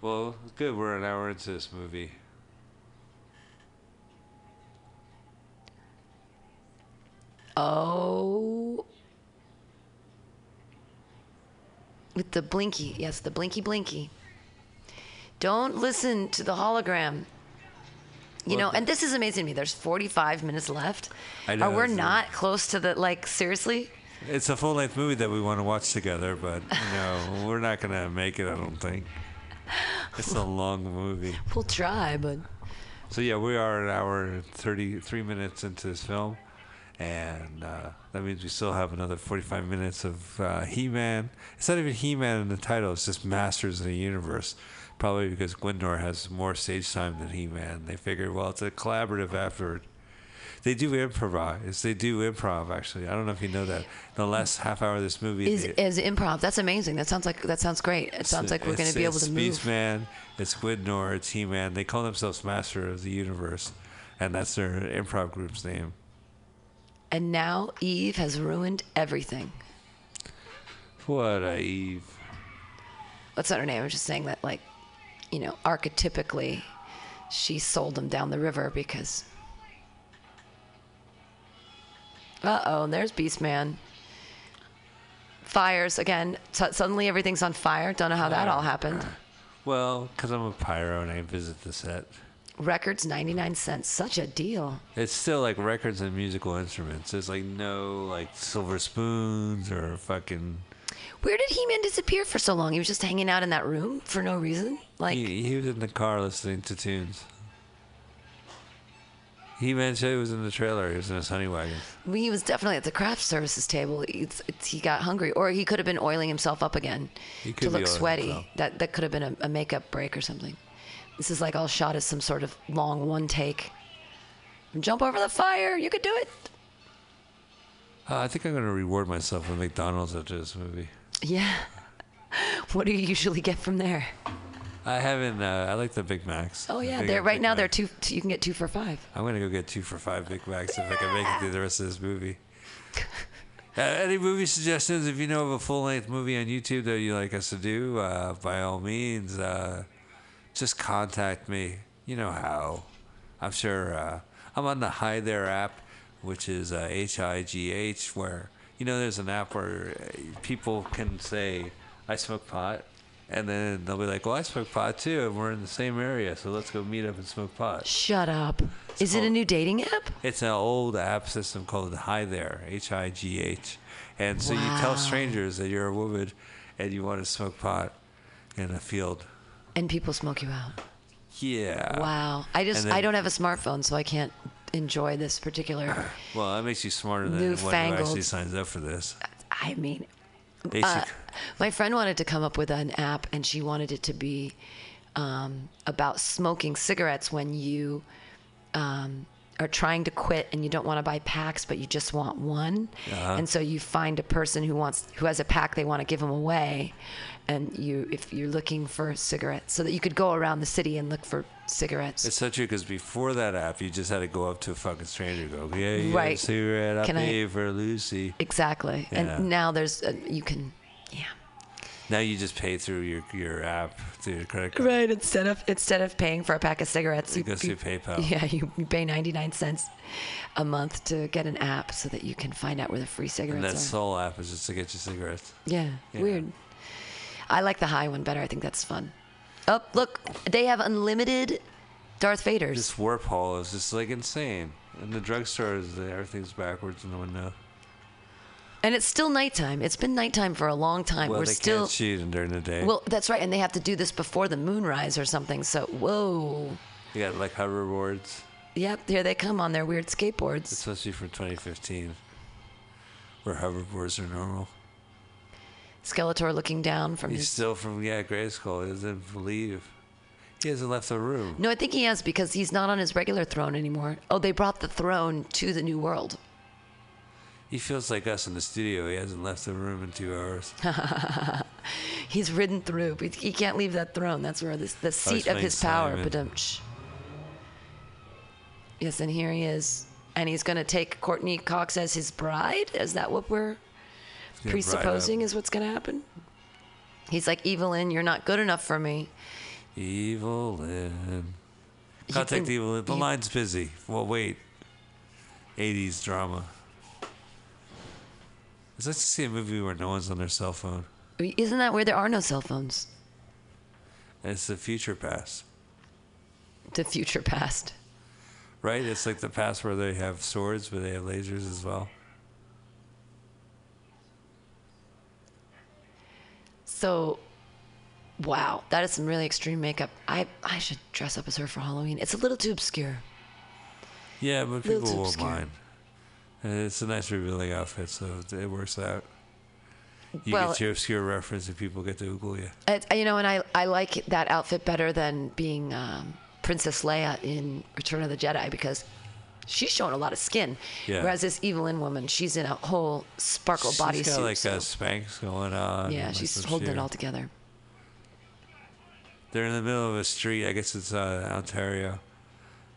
well. Good. We're an hour into this movie. Oh. With the blinky. Yes, the blinky blinky. Don't listen to the hologram. You know, and this is amazing to me. There's 45 minutes left. I Are know, we it's- not close to the, like, seriously? It's a full length movie that we want to watch together, but you know, we're not gonna make it. I don't think. It's a long movie. We'll try, but. So yeah, we are an hour and thirty-three minutes into this film, and uh, that means we still have another forty-five minutes of uh, He-Man. It's not even He-Man in the title; it's just Masters of the Universe. Probably because Gwyndor has more stage time than He-Man. They figured, well, it's a collaborative effort. They do improvise. They do improv. Actually, I don't know if you know that. The last half hour of this movie Is, they- is improv. That's amazing. That sounds like that sounds great. It sounds like we're going to be able to move. Beast Man, it's Widnor, it's He Man. They call themselves Master of the Universe, and that's their improv group's name. And now Eve has ruined everything. What a Eve. that's not her name. I'm just saying that, like, you know, archetypically, she sold them down the river because. Uh oh, and there's Beastman. Fires again. Su- suddenly everything's on fire. Don't know how that all happened. Well, because I'm a pyro and I visit the set. Records, 99 cents. Such a deal. It's still like records and musical instruments. There's like no like silver spoons or fucking. Where did He Man disappear for so long? He was just hanging out in that room for no reason? Like, He, he was in the car listening to tunes. He Man said he was in the trailer. He was in his honey wagon. Well, He was definitely at the craft services table. It's, it's, he got hungry, or he could have been oiling himself up again He to could be look oiling sweaty. himself. That that could have been a, a makeup break or something. This is like all shot as some sort of long one take. Jump over the fire. You could do it. Uh, I think I'm gonna reward myself with McDonald's after this movie. Yeah. What do you usually get from there? I haven't. Uh, I like the Big Macs. Oh I yeah, think they're I'll right pick now. that. They're two, two. You can get two for five. I'm gonna go get two for five Big Macs if I can make it through the rest of this movie. Uh, any movie suggestions? If you know of a full length movie on YouTube that you'd like us to do, uh, by all means, uh, just contact me. You know how. I'm sure uh, I'm on the Hi There app, which is uh, H I G H, where, you know, there's an app where uh, people can say, I smoke pot. And then they'll be like, well, I smoke pot too, and we're in the same area, so let's go meet up and smoke pot. Shut up. is it a called- new dating app? It's an old app system called Hi There, H I G H. And so you Wow. tell strangers that you're a woman and you want to smoke pot in a field. And people smoke you out. Yeah. Wow. I just and then- I don't have a smartphone, so I can't enjoy this particular. Well, that makes you smarter than anyone who actually Newfangled. signs up for this. I mean, Basic. uh, my friend wanted to come up with an app, and she wanted it to be um, about smoking cigarettes when you um, are trying to quit and you don't want to buy packs, but you just want one, and so you find a person who wants who has a pack they want to give them away, and you if you're looking for cigarettes, so that you could go around the city and look for cigarettes. it's so true because before that app, you just had to go up to a fucking stranger and go, yeah, yeah, Right. cigarette, I'll Can I- pay for Lucy. exactly, Yeah. and now there's uh you can, yeah. Now you just pay through your, your app, through your credit card. Right. Instead of instead of paying for a pack of cigarettes, It goes through PayPal. Yeah, you you pay ninety nine cents a month to get an app so that you can find out where the free cigarettes And that are. soul app is just to get you cigarettes. yeah, Yeah. Weird. I like the high one better. I think that's fun. Oh, look, they have unlimited Darth Vaders. This warp hole is just like insane. And the drugstore is everything's backwards in the window. and it's still nighttime. It's been nighttime for a long time. Well, We're they still can't shoot during the day. Well, that's right, and they have to do this before the moonrise or something. So, whoa. you got like hoverboards. Yep, here they come on their weird skateboards. It's supposed to be from 2015, where hoverboards are normal. Skeletor looking down from He's his still from yeah grade school. He doesn't believe. He hasn't left the room. No, I think he has because he's not on his regular throne anymore. Oh, they brought the throne to the new world. He feels like us in the studio. He hasn't left the room in two hours. He's ridden through, but he can't leave that throne. That's where this, the seat of playing his power. Simon. Badumch. Yes, and here he is, and he's going to take Courtney Cox as his bride. Is that what we're Yeah, presupposing right is what's going to happen? He's like, Evelyn, you're not good enough for me. up. Evil Lynn. Contact can- Evil Lynn. The you- line's busy. Well, wait. 80s drama. It's nice to see a movie where no one's on their cell phone. Isn't that where there are no cell phones? And it's the future past, The future past. right? It's like the past where they have swords, but they have lasers as well. So, wow, that is some really extreme makeup. I I should dress up as her for Halloween. It's a little too obscure. Yeah, but Little people too won't obscure. mind. And it's a nice revealing outfit, so it works out. You Well- get your obscure reference, and people get to Google you. It, you know, and I I like that outfit better than being um, Princess Leia in Return of the Jedi because. She's showing a lot of skin, Yeah. whereas this Evelyn woman, she's in a whole sparkle She's bodysuit. got like so- a Spanx going on. yeah, and, like, she's some holding shoe. it all together. They're in the middle of a street. I guess it's uh, Ontario,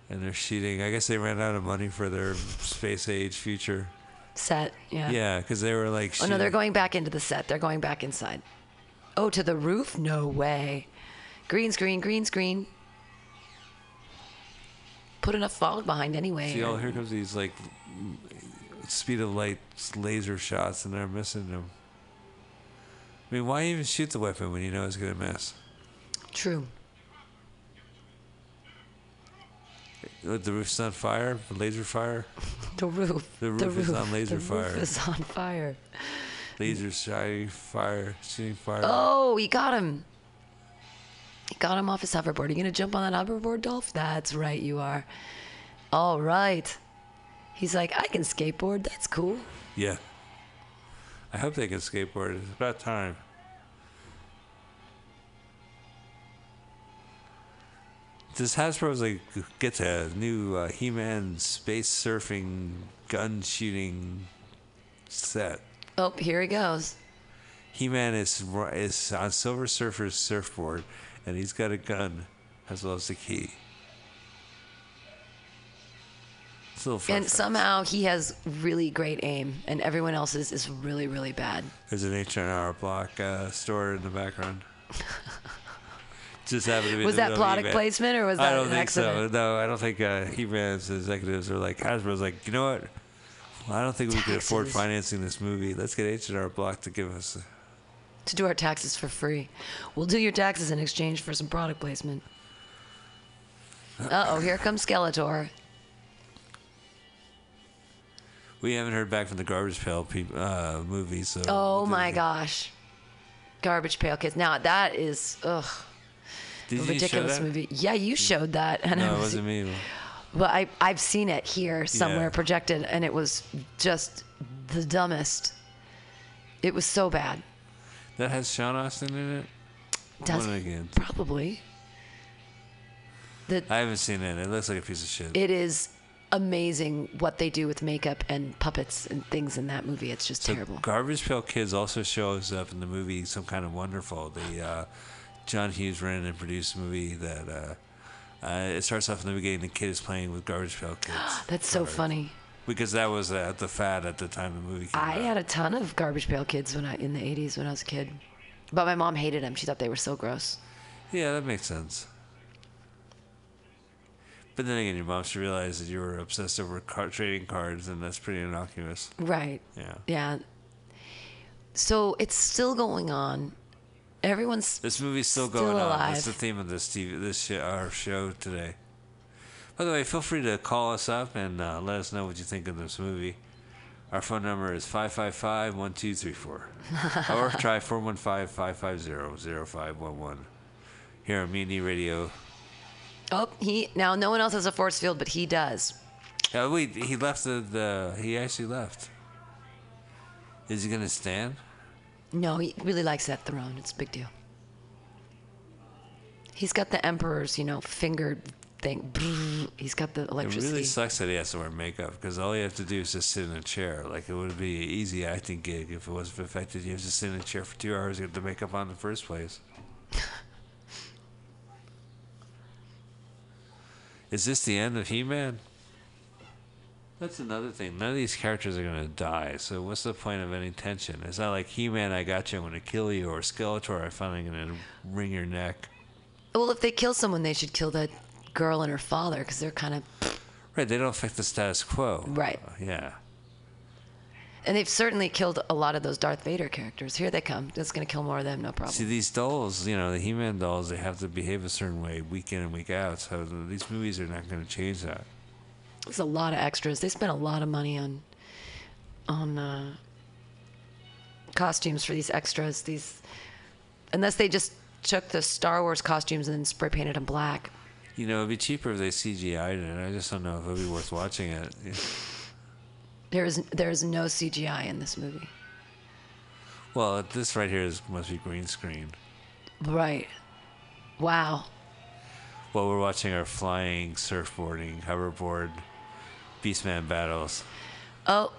and they're shooting. I guess they ran out of money for their space age future. Set, yeah. Yeah, because they were like. Oh no, they're shooting- going back into the set. They're going back inside. Oh, to the roof? No way. Green screen, green screen. Put enough fog behind anyway. See, oh, here comes these like speed of light laser shots, and they're missing them. I mean, why even shoot the weapon when you know it's gonna miss? True. Uh, The roof's on fire. Laser fire. The roof. The roof is on laser the fire. Roof is on fire. Laser shining fire. Shooting fire. Oh, he got him. He got him off his hoverboard. Are you gonna jump on that hoverboard, Dolph? That's right, you are. All right. He's like, I can skateboard. That's cool. Yeah. I hope they can skateboard. It's about time. This Hasbro's like gets a new uh, He-Man space surfing gun shooting set. Oh, here he goes. He-Man is ri- is on Silver Surfer's surfboard, and he's got a gun as well as a key. It's a little fun and fact. somehow he has really great aim, and everyone else's is really, really bad. There's an H and R Block uh, store in the background. Just happened to be. Was the that middle of product eBay. placement or was I that don't an think accident? so. No, I don't think uh, He-Man's executives are like Hasbro's. Like, you know what? I don't think we could afford Taxes. financing this movie. Let's get H and R Block to give us. To do our taxes for free, we'll do your taxes in exchange for some product placement. Uh oh, here comes Skeletor. Oh, We haven't heard back from the Garbage Pail peop uh, movie, so. Oh what my did- gosh, Garbage Pail Kids. Now that is ugh, a Did you show ridiculous that? movie. Yeah, you showed that, and No, I it was wasn't me. But I, I've seen it here somewhere Yeah. projected, and it was just the dumbest. It was so bad. That has Sean Austin in it. Does One it? again. Probably. The, I haven't seen it. It looks like a piece of shit. it is amazing what they do with makeup and puppets and things in that movie. It's just The terrible. Garbage Pail Kids also shows up in the movie Some Kind of Wonderful. The uh, John Hughes ran and produced movie that uh, uh, it starts off in the beginning. The kid is playing with Garbage Pail Kids. That's so Right. funny. Because that was uh, the fad at the time the movie came I out. had a ton of garbage pail kids when I in the 80s when I was a kid. But my mom hated them. She thought they were so gross. yeah, that makes sense. But then again, your mom should realize that you were obsessed over car- trading cards, and that's pretty innocuous. Right. Yeah. Yeah. So it's still going on. Everyone's This movie's still, Still going on. alive. That's the theme of this TV, this sh- our show today. By the way, feel free to call us up and uh, let us know what you think of this movie. Our phone number is 555-1234. or try 415-550-0511. Here on Mutiny Radio. oh he now no one else has a force field, but he does. Uh, wait, he left the, the... He actually left. Is he going to stand? No, he really likes that throne. It's a big deal. He's got the emperor's, you know, finger thing. He's got the It electricity. really sucks that he has to wear makeup because all you have to do is just sit in a chair. Like it would be an easy acting gig if it wasn't for the fact that you have to sit in a chair for two hours to get the makeup on in the first place. is this the end of He-Man? That's another thing. None of these characters are gonna die, so what's the point of any tension? It's not like He-Man, I got you, I'm gonna kill you, or Skeletor, I'm finally gonna wring your neck. well, if they kill someone, they should kill that girl and her father because they're kind of Right? They don't affect the status quo. Right. yeah. And they've certainly killed a lot of those Darth Vader characters. Here they come. That's going to kill more of them, no problem. See these dolls, you know, the He-Man dolls, they have to behave a certain way week in and week out. So th- these movies are not going to change that. There's a lot of extras. They spent a lot of money on on uh, costumes for these extras. These, unless they just took the Star Wars costumes and then spray painted them black. You know, it'd be cheaper if they CGI'd it. I just don't know if it'd be worth watching it. There is there is no CGI in this movie. Well, this right here is must be green screen. Right. Wow. Well, we're watching our flying, surfboarding, hoverboard, beastman battles, Oh,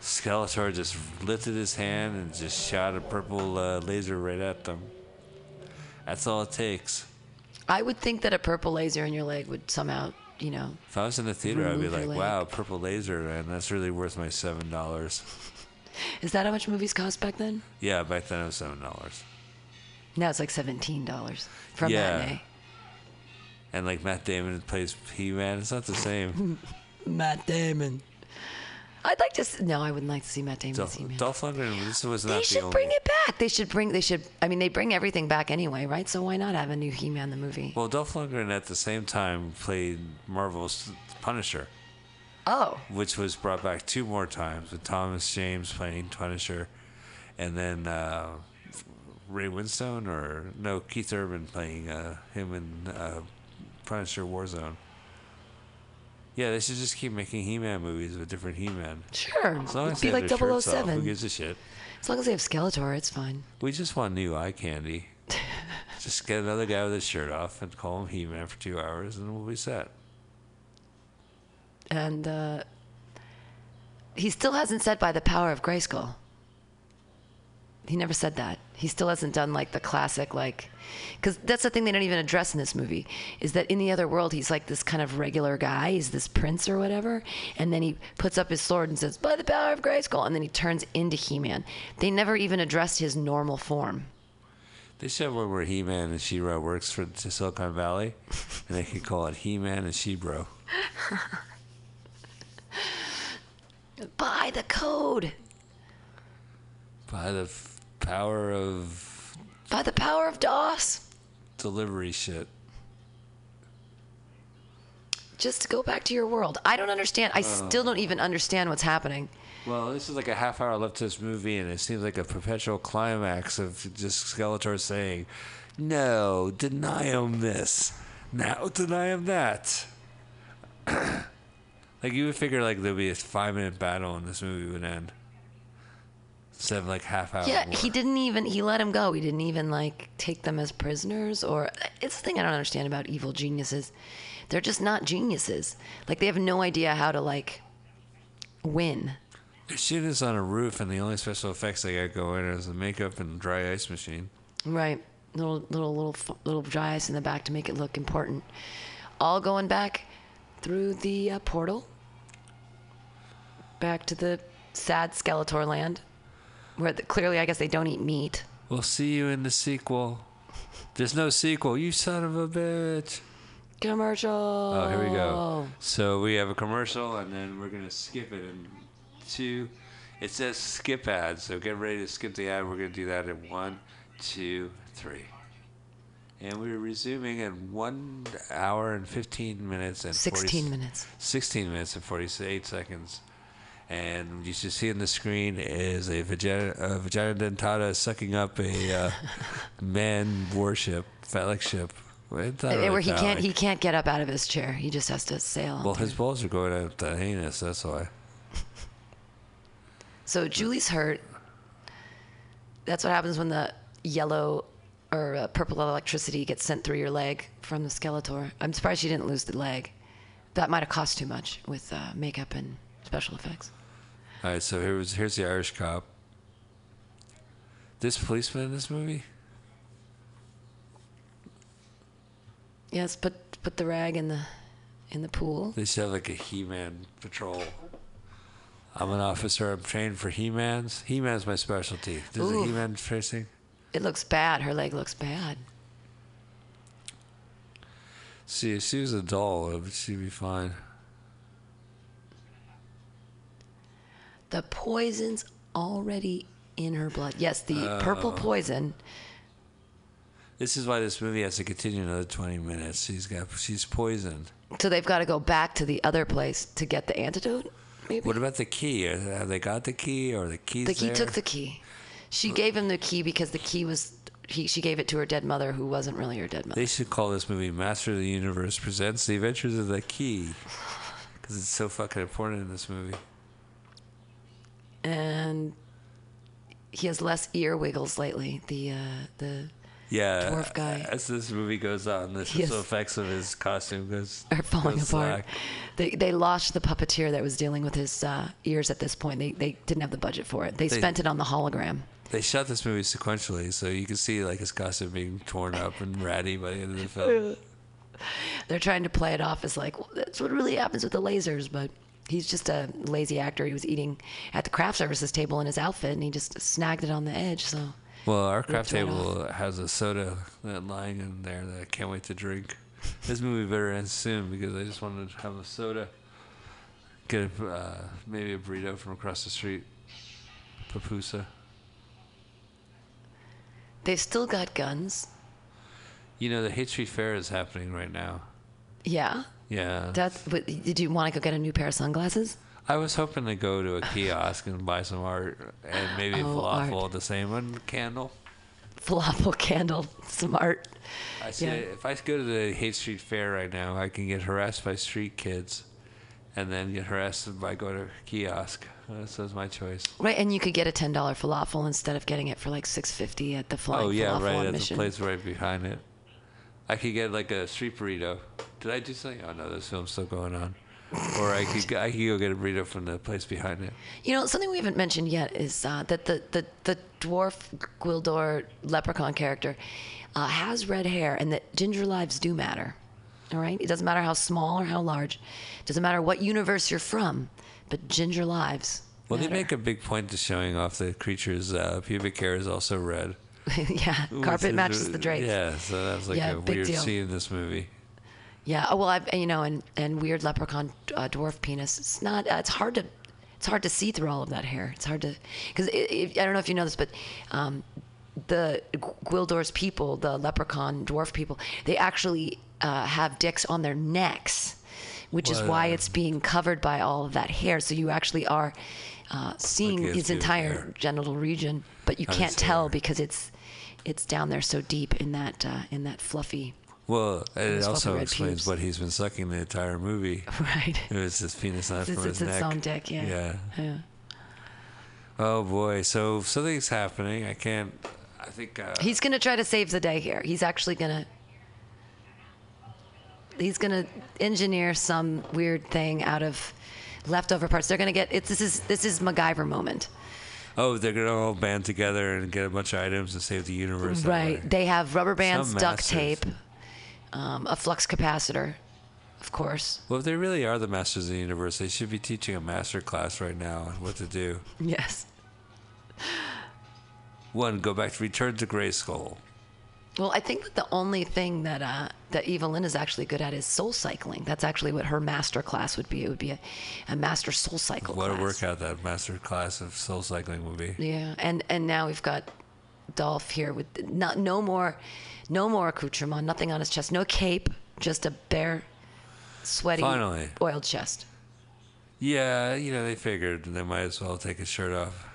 Skeletor just lifted his hand and just shot a purple uh, laser right at them. That's all it takes. I would think that a purple laser in your leg would somehow, you know, If I was in the theater, I'd Remove be your like, leg. "Wow, purple laser, man! That's really worth my seven dollars." is that how much movies cost back then? Yeah, back then it was seven dollars. Now it's like seventeen dollars from Yeah. matinee. And like Matt Damon plays He Man, it's not the same. Matt Damon. I'd like to. s no, I wouldn't like to see Matt Damon. Dolph, as He-Man. Dolph Lundgren, this was not they the should only. bring it back. They should bring. They should. I mean, they bring everything back anyway, right? So why not have a new He-Man the movie? Well, Dolph Lundgren at the same time played Marvel's Punisher, Oh, which was brought back two more times with Thomas James playing Punisher, and then uh, Ray Winstone or no Keith Urban playing uh, him in uh, Punisher Warzone. Yeah, they should just keep making He-Man movies with different He-Man. sure. As long It'd as they be like have their shirts off, Who 007. gives a shit? As long as they have Skeletor, it's fine. We just want new eye candy. just get another guy with his shirt off and call him He Man for two hours, and we'll be set. And uh, he still hasn't said by the power of Grayskull. He never said that. He still hasn't done like the classic, like, because that's the thing they don't even address in this movie is that in the other world, he's like this kind of regular guy. He's this prince or whatever. And then he puts up his sword and says, by the power of Grayskull. And then he turns into He Man. They never even addressed his normal form. They should have one where He Man and She Ra works for to Silicon Valley, and they could call it He Man and She Bro. By the code, By the f- power of by the power of DOS. delivery shit. Just go back to your world. I don't understand. I still don't even understand what's happening. Well, this is like a half hour left to this movie, and it seems like a perpetual climax of just Skeletor saying, No, deny him this. Now deny him that. like you would figure, like there'd be a five-minute battle and this movie would end. Instead of like half hour. Yeah, war. he didn't even he let him go. He didn't even like take them as prisoners or it's the thing I don't understand about evil geniuses. They're just not geniuses. Like they have no idea how to like win. Shit is on a roof, and the only special effects they got going is the makeup and dry ice machine. Right. Little little little f- little dry ice in the back to make it look important. All going back through the uh, portal back to the sad Skeletor land where the, clearly I guess they don't eat meat. We'll see you in the sequel. There's no sequel, you son of a bitch. Commercial. Oh, here we go. So we have a commercial, and then we're gonna skip it in two. It says skip ad, so get ready to skip the ad. We're gonna do that in one, two, three. And we're resuming in one hour and fifteen minutes and 40 16 minutes. 16 minutes and 48 seconds. And you should see on the screen is a vagina, a vagina dentata sucking up a uh, man warship, phallic ship. Well, it's not Uh, really where he can't phallic. he can't get up out of his chair. He just has to sail. Well, his balls are going out the anus, that's why. so Julie's hurt. That's what happens when the yellow or uh, purple electricity gets sent through your leg from the Skeletor. I'm surprised she didn't lose the leg. That might have cost too much with uh, makeup and special effects. All right, so here was, here's the Irish cop. This policeman in this movie? Yes, put put the rag in the in the pool. They should have like a He-Man patrol. I'm an officer. I'm trained for He-Man's. He-Man's my specialty. This is Ooh. a He-Man tracing. It looks bad. Her leg looks bad. See, if she was a doll, it would- she'd be fine. The poison's already in her blood. Yes, the purple poison. Uh, This is why this movie has to continue another 20 minutes. She's got, she's poisoned. So they've got to go back to the other place to get the antidote. Maybe What about the key? Are- Have they got the key or the keys? the, he there? took the key. She gave him the key because the key was he, she gave it to her dead mother, who wasn't really her dead mother. They should call this movie Master of the Universe presents The Adventures of the Key, because it's so fucking important in this movie. And he has less ear wiggles lately. The uh, the Yeah, Dwarf guy. As this movie goes on, the Yes. special effects of his costume goes are falling goes apart. slack. They they lost the puppeteer that was dealing with his uh, ears at this point. They they didn't have the budget for it. They, They- spent it on the hologram. They shot this movie sequentially, so you can see like his costume being torn up and ratty by the end of the film. They're trying to play it off as like well, that's what really happens with the lasers, but he's just a lazy actor. He was eating at the craft services table in his outfit, and he just snagged it on the edge. So Well, our craft right table has a soda that lying in there that I can't wait to drink. This movie better end soon because I just wanted to have a soda. Get a, uh, maybe a burrito from across the street. Papusa. they've still got guns. You know, the Hitchery Fair is happening right now. Yeah. Yeah. That's. But did you want to go get a new pair of sunglasses? I was hoping to go to a kiosk and buy some art and maybe Oh, falafel art. at the same one candle. Falafel candle, some art. I see. Yeah. If I go to the Hate Street Fair right now, I can get harassed by street kids, and then get harassed by going to a kiosk. Uh, So it's my choice. Right, and you could get a ten dollar falafel instead of getting it for like six fifty at the flying oh yeah, falafel on right at the mission. place right behind it. I could get like a street burrito. Did I do something? Oh no, this film's still going on. Or I could I could go get a burrito from the place behind it. You know, something we haven't mentioned yet is uh, that the, the, the dwarf Gwildor leprechaun character uh, has red hair and that ginger lives do matter. All right? It doesn't matter how small or how large, doesn't matter what universe you're from, but ginger lives. Well, they matter. make a big point to showing off the creature's uh, pubic hair is also red. yeah, Which carpet is- matches the drapes. Yeah, so that's like Yeah, a big weird deal. scene in this movie. Yeah. Oh, well, I've you know, and and weird leprechaun uh, dwarf penis. It's not. Uh, it's hard to. It's hard to see through all of that hair. It's hard to because I don't know if you know this, but um, the Gwildor's people, the leprechaun dwarf people, they actually uh, have dicks on their necks, which is why Wow. it's being covered by all of that hair. So you actually are uh, seeing Like it's his pubic entire hair. genital region, but you I can't understand. tell because it's it's down there so deep in that uh, in that fluffy. Well, and it It's also fucking red explains pubes. what he's been sucking the entire movie. Right. It was his penis out It's, from it's his its neck. own dick. Yeah. Yeah. Yeah. Oh boy. So something's happening. I can't. I think. Uh, He's gonna try to save the day here. He's actually gonna. He's gonna engineer some weird thing out of leftover parts. They're gonna get it's this is this is MacGyver moment. oh, they're gonna all band together and get a bunch of items and save the universe. that way. Right. They have rubber bands, Some duct masters. tape, um, a flux capacitor, of course. Well, if they really are the masters of the universe, they should be teaching a master class right now on what to do. Yes. One, go back to Return to Grayskull. Well, I think that the only thing that uh, that Evelyn is actually good at is soul cycling. That's actually what her master class would be. It would be a, a master soul cycle. What a class. workout that master class of soul cycling would be. Yeah, and and now we've got Dolph here with not no more, no more accoutrement, nothing on his chest, no cape, just a bare, sweaty, Finally. oiled chest. Yeah, you know, they figured they might as well take his shirt off.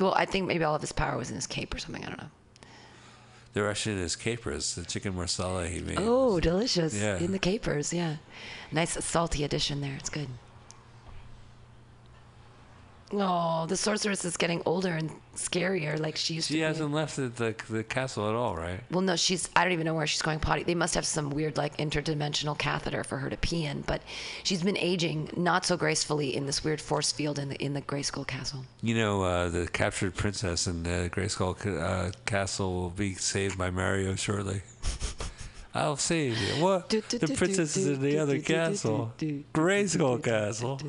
Well, I think maybe all of his power was in his cape or something. I don't know. They're actually in his capers, the chicken marsala he made. Oh, delicious! Yeah. In the capers, yeah. Nice salty addition there. It's good. Oh, the sorceress is getting older and scarier, like she used to. She be. hasn't left the, the, the castle at all, right? Well, no, she's. I don't even know where she's going potty. They must have some weird, like, interdimensional catheter for her to pee in. But she's been aging not so gracefully in this weird force field in the in the Grayskull Castle. You know, uh, the captured princess in the Grayskull ca- uh, castle will be saved by Mario shortly. I'll save you. What? Do, do, The do, princess is do, in the do, other do, do, castle. do, do, Grayskull castle.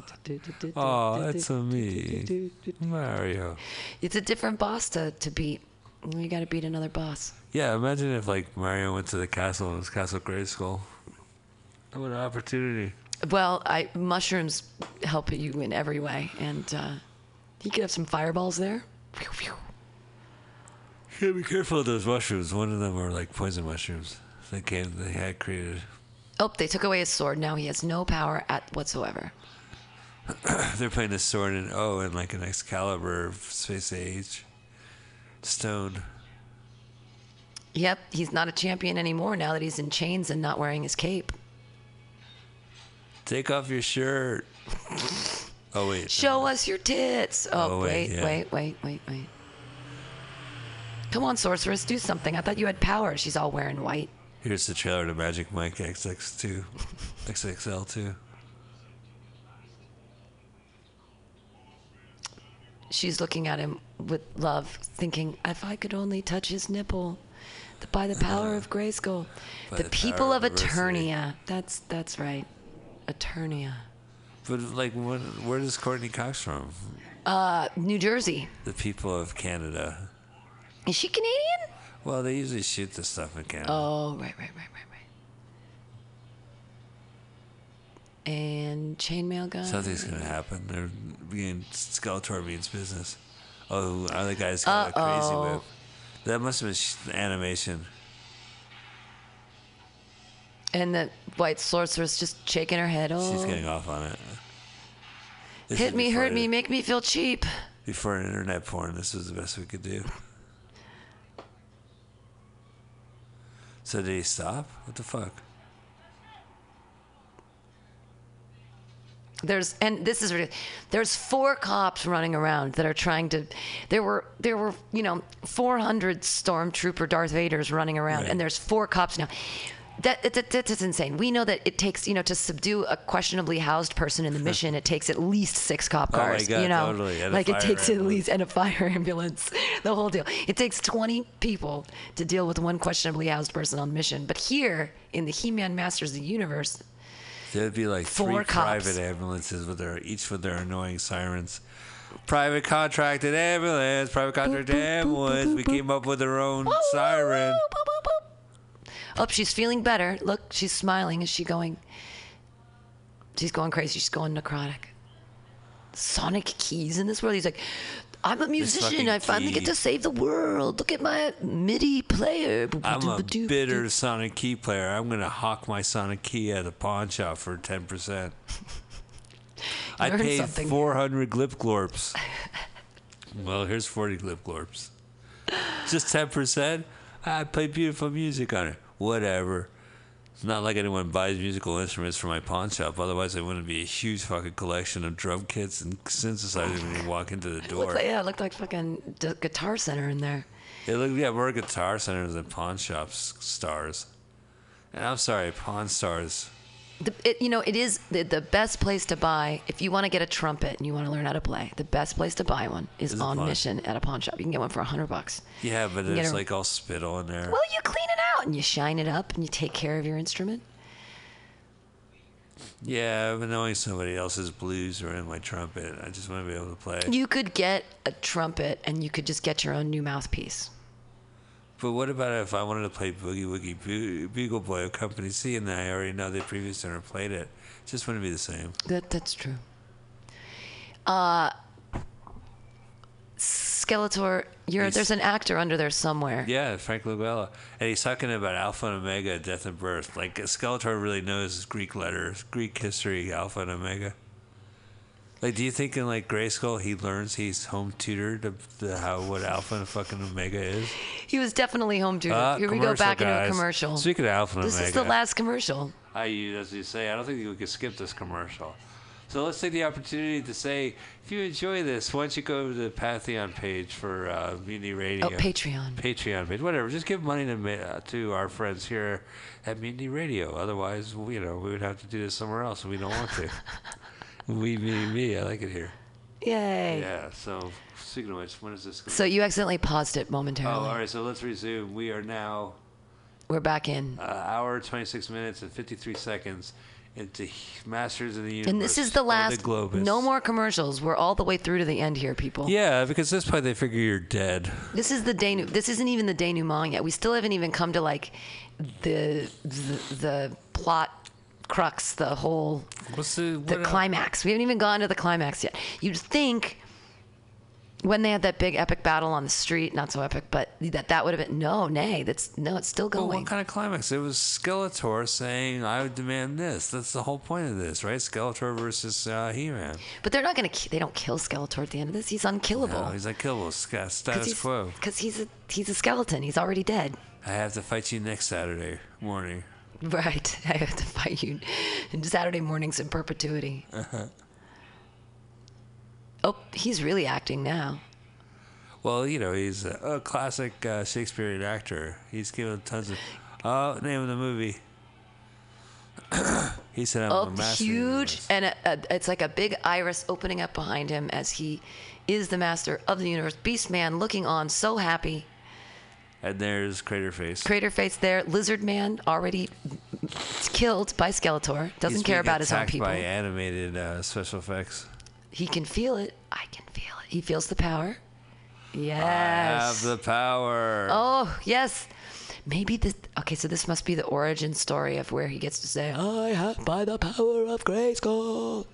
Oh, that's a me. Mario. It's a different boss to to beat. You got to beat another boss. Yeah, imagine if like Mario went to the castle and it was Castle Grayskull. What an opportunity. Well, I mushrooms help you in every way, and uh, you could have some fireballs there. Phew, phew. Yeah, be careful of those mushrooms. One of them are like poison mushrooms. They came, they had created. Oh, they took away his sword. Now he has no power at whatsoever. They're playing a sword and oh, and like an Excalibur space age stone. Yep, he's not a champion anymore now that he's in chains and not wearing his cape. Take off your shirt. Oh wait, Show us your tits. Oh, Oh, wait, wait, yeah. wait, wait, wait, wait. Come on, sorceress, do something. I thought you had power. She's all wearing white. here's the trailer to Magic Mike XX2, XXL2. She's looking at him with love, thinking, if I could only touch his nipple. The- By the power of Grayskull. By The the people power of of diversity. Eternia. That's that's right. Eternia. But like, what, where does Courtney Cox from? Uh, New Jersey. The people of Canada. Is she Canadian? Well, they usually shoot this stuff in Canada. Oh, right, right, right, right, right. And chainmail gun. Something's gonna happen. They're being Skeletor means business. Oh, other guy's got a crazy Uh-oh. move. That must have been sh- animation. and the white sorceress just shaking her head. Oh, She's getting off on it. This hit is me, before hurt the- me, make me feel cheap. Before internet porn, this was the best we could do. So did he stop? What the fuck? There's and this is ridiculous. There's four cops running around that are trying to. There were there were you know 400 stormtrooper Darth Vaders running around, Right. and there's four cops now. That, that, that that's insane. We know that it takes you know to subdue a questionably housed person in the mission. it takes at least six cop Oh my cars. God, you know, totally. And a like it fire takes at ambulance. least and a fire ambulance, the whole deal. It takes 20 people to deal with one questionably housed person on mission. But here in the He-Man Masters of the Universe, There'd be like Four three cops. private ambulances with their each with their annoying sirens. Private contracted ambulance, private contracted ambulance. we came up with our own siren. Oh, she's feeling better. Look, she's smiling. Is she going? She's going crazy. She's going necrotic. Sonic keys in this world. He's like, I'm a musician. fucking I finally get key. to save the world. Look at my MIDI player. I'm a bitter Sonic Key player. I'm gonna hawk my Sonic Key at a pawn shop for ten percent. I Learn paid something. 400 glip glorps. well, here's 40 glip glorps. just 10%. I play beautiful music on it. Whatever. It's not like anyone buys musical instruments for my pawn shop. Otherwise, it wouldn't be a huge fucking collection of drum kits and synthesizers when you walk into the door. Looked like, yeah, it looked like fucking d- Guitar Center in there. It looked yeah, more guitar centers than pawn shops stars. And I'm sorry, pawn stars. The, it, you know, it is the, the best place to buy if you want to get a trumpet and you want to learn how to play. The best place to buy one is, Is it on pawn? mission at a pawn shop. You can get one for a hundred bucks. Yeah, but You it's gotta- like all spittle in there. Well, you clean it out and you shine it up and you take care of your instrument. Yeah, but knowing somebody else's blues are in my trumpet, I just want to be able to play. You could get a trumpet and you could just get your own new mouthpiece. But what about if I wanted to play Boogie Woogie Bu- Bugle Boy of Company C, and I already know the previous owner played it? It Just wouldn't be the same. That that's true. Uh, Skeletor, you're He's- there's an actor under there somewhere. Yeah, Frank Luella, and he's talking about Alpha and Omega, death and birth. Like Skeletor really knows Greek letters, Greek history, Alpha and Omega. Like, do you think in like Grayskull he learns he's home tutored of the, how what Alpha and fucking Omega is? He was definitely home tutor. Ah, Here we go commercial, back into a guys. commercial. Speaking of Alpha and this Omega, is the last commercial. I, you- as you say, I don't think we could skip this commercial. So let's take the opportunity to say, if you enjoy this, why don't you go to the Pantheon page for uh, Mutiny Radio? Oh, Patreon. Patreon page, whatever. Just give money to ma- uh, to our friends here at Mutiny Radio. Otherwise, we- you know, we would have to do this somewhere else, and we don't want to. we, me, me. I like it here. Yay. Yeah. So, speaking of which, when is this? Going So you accidentally paused it oh, momentarily. all right. So let's resume. We are now We're back in. uh, hour, 26 minutes, and 53 seconds into H- Masters of the Universe. and this is the or last. Globus. no more commercials. We're all the way through to the end here, people. Yeah, because this part they figure you're dead. This is the denu- This isn't even the denouement yet. We still haven't even come to like the the, the plot crux, the whole What's the, the what, climax. We haven't even gone to the climax yet. You'd think when they had that big epic battle on the street, not so epic, but that that would have been no, nay, that's no, it's still going. well, Oh, what kind of climax? It was Skeletor saying, "I would demand this." That's the whole point of this, right? Skeletor versus uh, He-Man. but they're not going to. They don't kill Skeletor at the end of this. He's unkillable. No, Oh, he's like, "Kill Scott, Because status he's- quo." 'cause he's, a he's a skeleton. He's already dead. I have to fight you next Saturday morning. Right. I have to fight you in Saturday mornings in perpetuity. Oh, he's really acting now. Well, you know, he's a, a classic uh, Shakespearean actor. He's given tons of. Oh, name of the movie. he said, "I'm Oh, a master." of the huge, universe. and a, a, it's like a big iris opening up behind him as he is the master of the universe. Beast Man looking on, so happy. And there's Craterface. Crater face there. Lizard Man already killed by Skeletor. Doesn't He's care being about his own attacked people. By animated uh, special effects. He can feel it. I can feel it. He feels the power. Yes. Have the power. Oh, yes. Maybe this. Okay, so this must be the origin story of where he gets to say, I have by the power of Grayskull.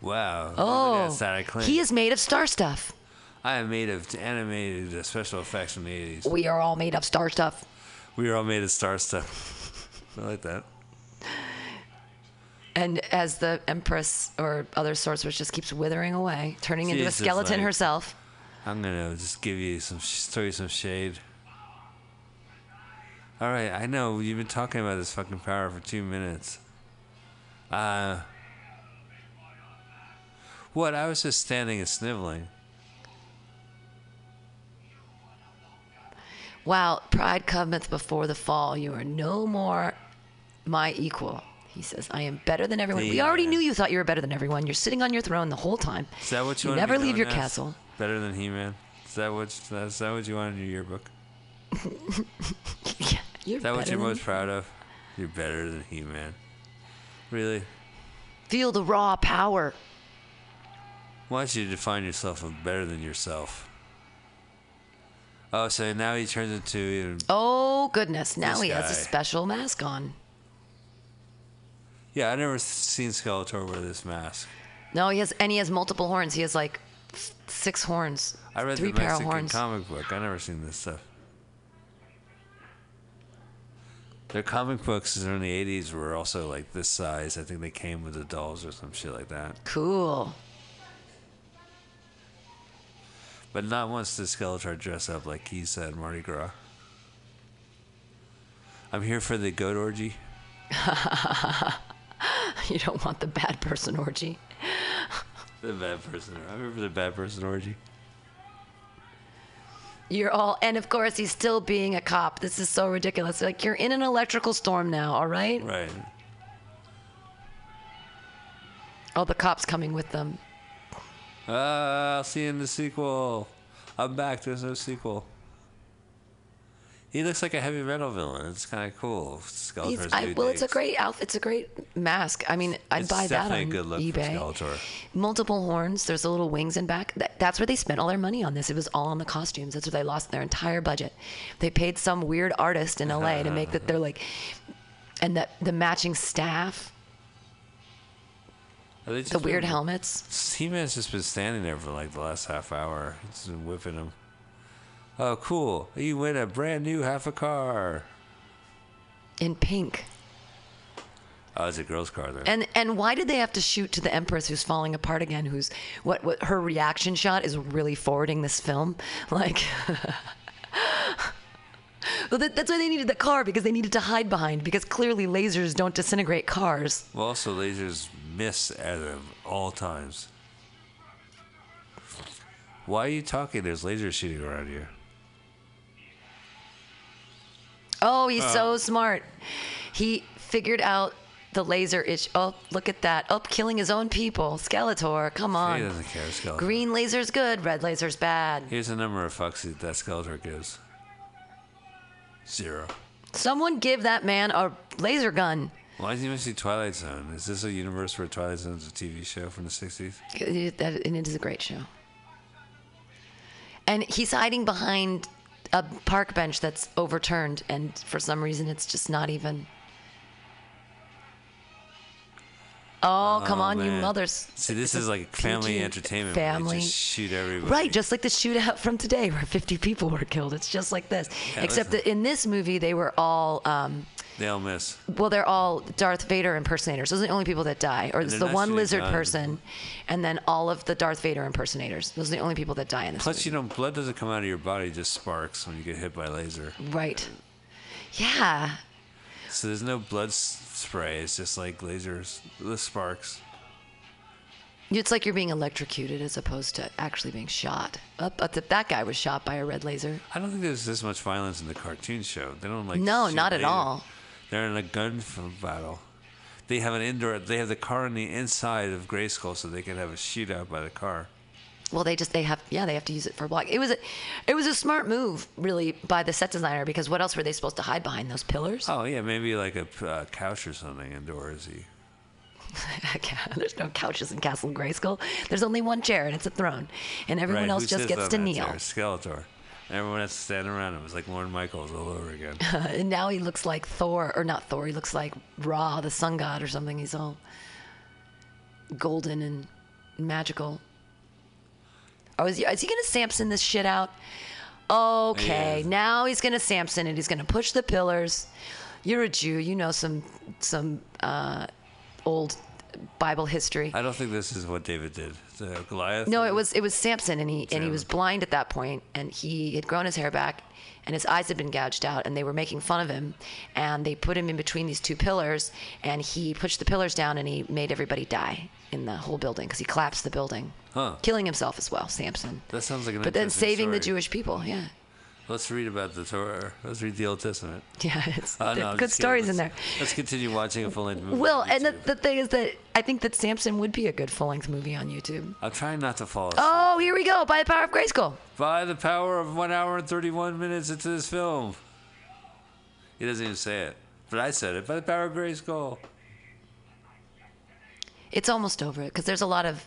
Wow. Look at Oh, that static clean. he is made of star stuff. I am made of animated uh, special effects from the 80s. We are all made of star stuff. We were all made of star stuff. I like that. And as the Empress or other sorceress just keeps withering away, turning into a Jesus, skeleton like- herself. I'm gonna just give you some sh- throw you some shade. All right, I know you've been talking about this fucking power for two minutes. Uh, what? I was just standing and sniveling. Wow, pride cometh before the fall. You are no more my equal. He says, I am better than everyone. We already Yeah. knew you thought you were better than everyone. You're sitting on your throne the whole time. Is that what you, You want? never to be leave known your as? castle. Better than He-Man. Is that what? Is that what you want in your yearbook? Yeah, you're Is that better what you're than- most proud of? You're better than He-Man. Really? Feel the raw power. Why don't you define yourself as better than yourself? Oh, so now he turns into Oh goodness! Now This he has a guy. special mask on. Yeah, I never seen Skeletor wear this mask. No, he has and he has multiple horns. He has like s- six horns. I read three the pair of Mexican horns. comic book. I never seen this stuff. Their comic books in the '80s were also like this size. I think they came with the dolls or some shit like that. cool. But not once did Skeletor dress up like he said Mardi Gras. I'm here for the goat orgy. You don't want the bad person orgy. The bad person. I remember the bad person orgy. You're all, and of course, he's still being a cop. This is so ridiculous. Like, you're in an electrical storm now, all right? Right. All the cops coming with them. Uh, I'll see you in the sequel. I'm back. There's no sequel. He looks like a heavy metal villain. It's kind of cool. He's- Skeletor's I, new well, it's a digs. great outfit. It's a great mask. I mean, I'd It's buy that definitely a on good look for eBay. Skeletor. Multiple horns. There's the little wings in back. That, that's where they spent all their money on this. It was all on the costumes. That's where they lost their entire budget. They paid some weird artist in LA to make that. They're like, and that the matching staff, Are they the just weird been- helmets. He man's just been standing there for like the last half hour. It's been whipping him. Oh, cool! You win a brand new half a car. in pink. Oh, it's a girl's car then. And and why did they have to shoot to the Empress who's falling apart again? Who's what? What her reaction shot is really forwarding this film. Like, well, that, that's why they needed the car because they needed to hide behind because clearly lasers don't disintegrate cars. well, also lasers miss at of all times. Why are you talking? There's lasers shooting around you. Oh, he's so smart. He figured out the laser itch. Oh, look at that! Up, killing his own people. Skeletor, come He on. doesn't care. Skeletor. Green laser's good. Red laser's bad. Here's the number of fucks that that Skeletor gives. Zero. Someone give that man a laser gun. Why does he even see Twilight Zone? Is this a universe where Twilight Zone is a TV show from the 60s? It- that- and it is a great show. And he's hiding behind a park bench that's overturned, and for some reason, it's just not even. Oh, come on, you man. mothers! See, this is like family entertainment. where they Family. just shoot everybody. Right, just like the shootout from today where 50 people were killed. It's just like this. Except listen. that in this movie, they were all, um, They all miss. well, they're all Darth Vader impersonators. Those are the only people that die. Or it's they're the not one shooting lizard guns. person, and then all of the Darth Vader impersonators. Those are the only people that die in this Plus, you know, blood doesn't come out of your body; it just sparks when you get hit by a laser. Right. Yeah. So there's no blood s- spray. It's just like lasers, the sparks. It's like you're being electrocuted as opposed to actually being shot. Up, up that guy was shot by a red laser. I don't think there's this much violence in the cartoon show. They don't like. No, shoot not at laser. all. They're in a gun f- battle. They have an indoor. They have the car on the inside of Grayskull, so they can have a shootout by the car. Well, they just they have yeah they have to use it for block. It was a, it was a smart move really by the set designer because what else were they supposed to hide behind those pillars? Oh yeah, maybe like a p- uh, couch or something indoorsy. There's no couches in Castle Grayskull. There's only one chair and it's a throne, and everyone Right, else who just sits gets on to that kneel. chair? Skeletor. And everyone has to stand around. It was like Lorne Michaels all over again. And now he looks like Thor, or not Thor. He looks like Ra, the sun god, or something. He's all golden and magical. Oh, is he, is he gonna Samson this shit out? Okay, He is. now he's gonna Samson it. He's gonna push the pillars. You're a Jew. You know some some uh, old Bible history. I don't think this is what David did. The Goliath. No, it was it was Samson, and he and he Samson. was blind at that point, and he had grown his hair back, and his eyes had been gouged out, and they were making fun of him, and they put him in between these two pillars, and he pushed the pillars down, and he made everybody die in the whole building because he collapsed the building, Huh. killing himself as well, Samson. That sounds like an. but then interesting saving the story. Jewish people, yeah. Let's read about the Torah. Let's read the Old Testament. Yeah, it's Uh, there- no, I'm good just kidding. stories in there. Let's- Let's continue watching a full length movie. Well, on and the, YouTube. the thing is that I think that Samson would be a good full length movie on YouTube. I'm trying not to fall asleep. Oh, here we go! By the power of Grayskull. By the power of one hour and 31 minutes into this film. He doesn't even say it. But I said it. By the power of Gray's goal. it's almost over because there's a lot of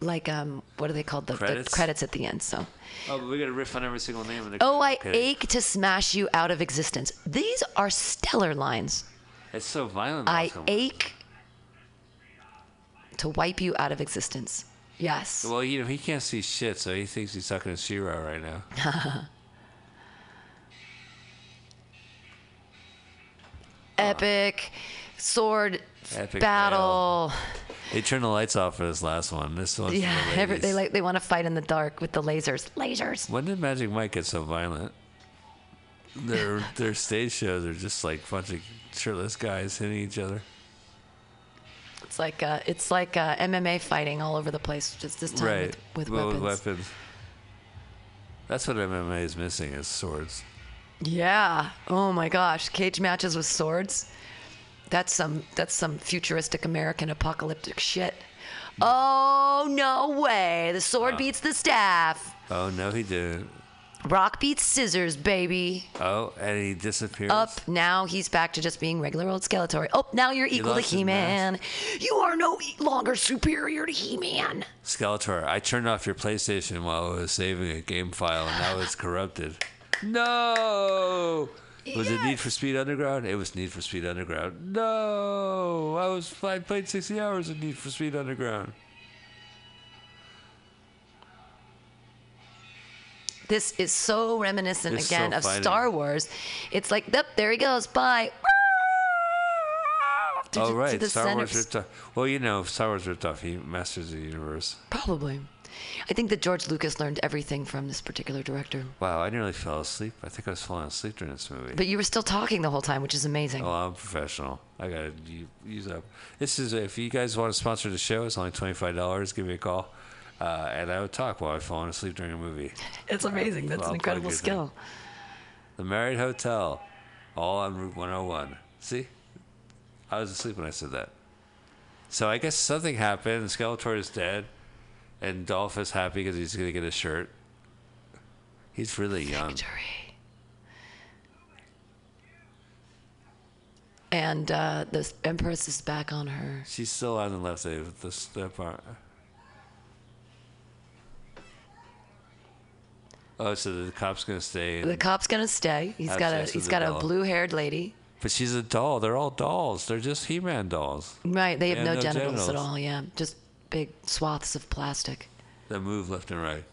like um what are they called the Credits? the credits at the end so Oh, but we got to riff on every single name in the oh i Okay. ache to smash you out of existence these are stellar lines It's Oh, so violent. i also. ache to wipe you out of existence yes Well, you know, he can't see shit, so he thinks he's talking to Shiro right now. epic sword Epic battle They turned the lights off for this last one. This one's Yeah, for the every, they ladies. like they want to fight in the dark with the lasers. Lasers. When did Magic Mike get so violent? Their their stage shows are just like bunch of shirtless guys hitting each other. It's like uh, it's like uh, MMA fighting all over the place. Just this time right. with, with Well, weapons. weapons. That's what MMA is missing is swords. Yeah. Oh my gosh, cage matches with swords. That's some that's some futuristic American apocalyptic shit. Oh no way! The sword beats the staff. Oh no, he didn't. Rock beats scissors, baby. Oh, and he disappears. Up now, he's back to just being regular old Skeletor. Oh, now you're equal to lost his He-Man. You are no e, longer superior to He-Man. Skeletor, I turned off your PlayStation while I was saving a game file, and now it's corrupted. No. Was it Need for Speed Underground? It was Need for Speed Underground. No, I was I played sixty hours of Need for Speed Underground. This is so reminiscent It's again so of fighting. Star Wars. It's like, yep, there he goes. Bye. To- oh to right, the Star center- Wars ripped off. Well, you know, Star Wars ripped off. He masters of the universe. Probably. I think that George Lucas learned everything from this particular director. Wow, I nearly fell asleep. I think I was falling asleep during this movie. But you were still talking the whole time, which is amazing. Oh, I'm professional. I gotta u- use up. This is if you guys want to sponsor the show, it's only twenty five dollars. Give me a call, uh, and I would talk while I've fallen asleep during a movie. It's amazing. That's Well, an quite a incredible good skill. The Marriott Hotel, all on Route 101. See, I was asleep when I said that. So I guess something happened. and Skeletor is dead, and Dolph is happy because he's gonna get a shirt. He's really young. Victory. And uh, the Empress is back on her. She's still on the left side with the step on. Oh, so the cop's gonna stay. in- The cop's gonna stay. He's Have got a sex with he's the got a doll. blue-haired lady. but she's a doll. They're all dolls. They're just He-Man dolls. Right. They have And no, no genitals, at genitals. all. Yeah. Just big swaths of plastic. They move left and right.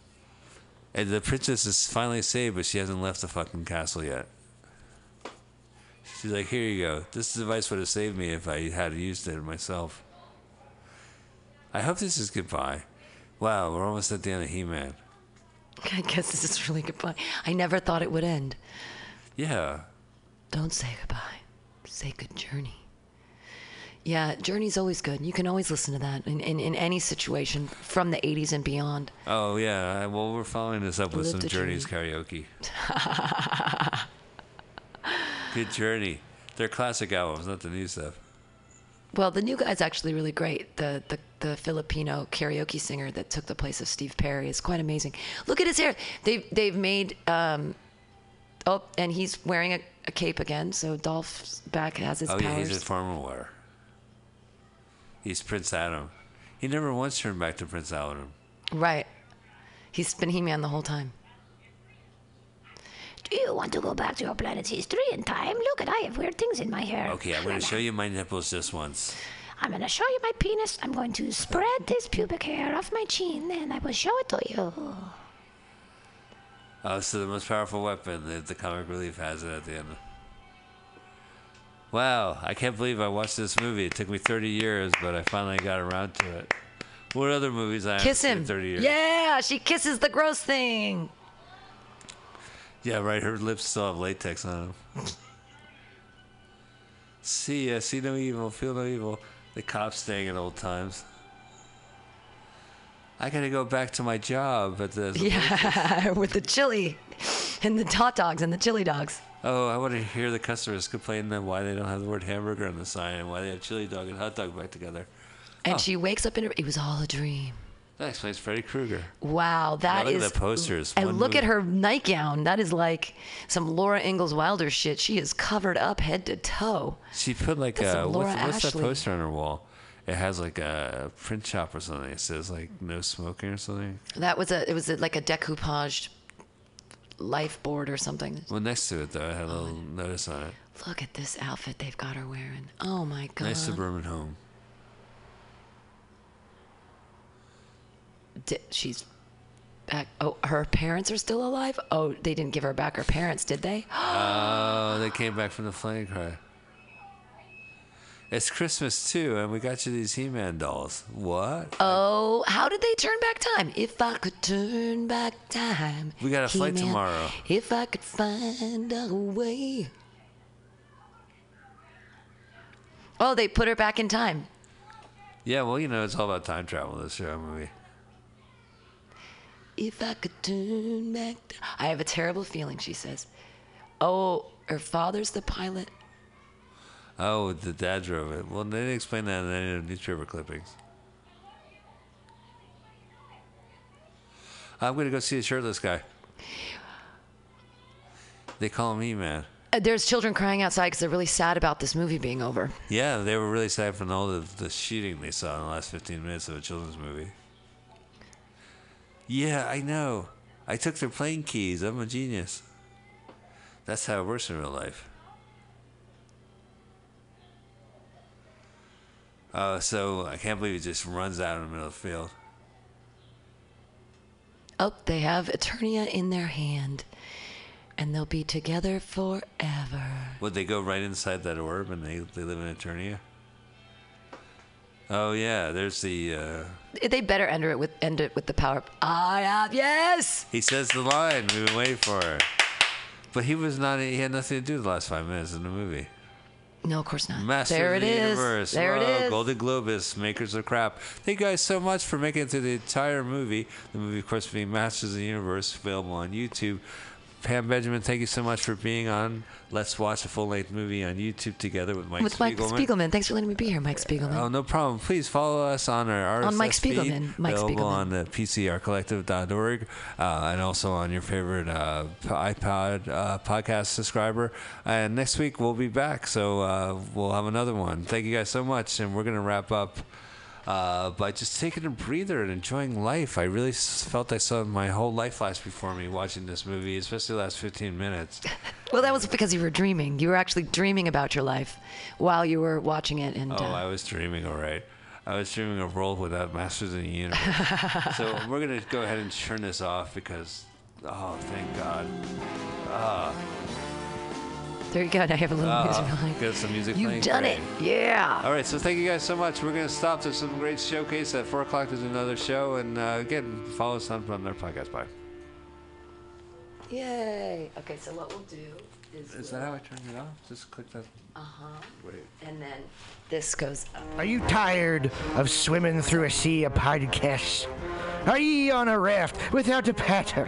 And the princess is finally saved, but she hasn't left the fucking castle yet. She's like, "Here you go. This device would have saved me if I had used it myself." I hope this is goodbye. Wow, we're almost at the end of He-Man. I guess this is really goodbye. I never thought it would end. Yeah, Don't say goodbye. Say good journey. Yeah, journey's always good. You can always listen to that in, in, in any situation from the 80s and beyond. Oh yeah. I- Well, we're following this up with Live some the Journeys karaoke. Good Journey. They're classic albums, not the new stuff. Well, the new guy's actually really great. The, the the Filipino karaoke singer that took the place of Steve Perry is quite amazing. Look at his hair. They've they've made um, oh, and he's wearing a, a cape again. So Dolph's back has his oh yeah, powers. he's a former war. He's Prince Adam. He never once turned back to Prince Adam. right. He's been He-Man the whole time. Do you want to go back to your planet's history in time? Look at I have weird things in my hair. Okay, I'm gonna show you my nipples just once. I'm gonna show you my penis. I'm going to spread this pubic hair off my chin and I will show it to you. Oh, so the most powerful weapon that the comic relief has it at the end. Wow, I can't believe I watched this movie. It took me 30 years, but I finally got around to it. What other movies I haven't Kiss seen in him. 30 years? Yeah, she kisses the gross thing. Yeah, right. Her lips still have latex on them. see, uh, see no evil, feel no evil. The cops staying at old times. I gotta go back to my job at this. Yeah, with the chili and the hot dogs and the chili dogs. Oh, I want to hear the customers complain then why they don't have the word hamburger on the sign and why they have chili dog and hot dog back together. And she wakes up in her. It was all a dream. That explains Freddy Krueger. Wow, that look is. at the posters. And One look at movie- her nightgown. That is like some Laura Ingalls Wilder shit. She is covered up head to toe. She put like That's a some Laura what's, what's that Ashley. poster on her wall? It has like a print shop or something. It says like no smoking or something. That was a. It was a, like a decoupaged life board or something. Well, next to it though, it had a Oh little notice on it. Look at this outfit they've got her wearing. Oh my god. Nice suburban home. Di- she's back. Oh, her parents are still alive. Oh, they didn't give her back her parents, did they? Oh, they came back from the flying cry. It's Christmas too, and we got you these He-Man dolls. What? Oh, how did they turn back time? If I could turn back time. We got a flight He-Man, tomorrow. If I could find a way. Oh, they put her back in time. Yeah, well, you know, it's all about time travel. This show movie. If I could turn back. T- I have a terrible feeling, she says. Oh, her father's the pilot. Oh, the dad drove it. Well, they didn't explain that in any of the newspaper clippings. I'm gonna go see a shirtless guy. They call him He-Man. Uh, There's children crying outside because they're really sad about this movie being over. Yeah, they were really sad from all the, the shooting they saw in the last 15 minutes of a children's movie. Yeah, I know. I took their plane keys. I'm a genius. That's how it works in real life. Uh, so I can't believe he just runs out in the middle of the field. Oh, they have Eternia in their hand, and they'll be together forever. Would they go right inside that orb and they, they live in Eternia? Oh, yeah, there's the. Uh, They better end it with end it with the power. I have yes. He says the line we've been waiting for. But he was not. He had nothing to do the last five minutes in the movie. No, of course not. Master there of it the is. Universe. There Whoa, it is. Golden Globus, makers of crap. Thank you guys so much for making it through the entire movie. The movie, of course, being Masters of the Universe, available on YouTube. Pam Benjamin, thank you so much for being on. Let's watch a full-length movie on YouTube together with Mike With Mike Spiegelman. Spiegelman. Thanks for letting me be here, Mike Spiegelman. Oh, no problem. Please follow us on our RSS On Mike Spiegelman, Feed, Mike available Spiegelman. on the PCRcollective.org uh, and also on your favorite uh, iPod uh, podcast subscriber. And next week we'll be back, so uh, we'll have another one. Thank you guys so much, and we're gonna wrap up. Uh, by just taking a breather and enjoying life, I really s- felt I saw my whole life flash before me watching this movie, especially the last 15 minutes. well, that was because you were dreaming. You were actually dreaming about your life while you were watching it. And Oh, uh, I was dreaming, all right. I was dreaming of world without Masters in the Universe. so we're going to go ahead and turn this off because, oh, thank God. Ah, there you go. Now you have a little music Oh, behind. got some music You've playing. done Great. it. Yeah. All right, so thank you guys so much. We're going to stop. There's some great showcase at 4 o'clock. There's another show. And uh, again, follow us on from their podcast. Bye. Yay. Okay, so what we'll do is, uh-huh. Is that how I turned it off? Just click that. and then this goes up. Are you tired of swimming through a sea of podcasts? Are ye on a raft without a paddle?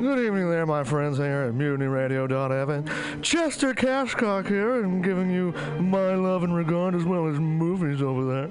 Good evening there, my friends here at MutinyRadio.fm. Chester Cashcock here, and giving you my love and regard as well as movies over there.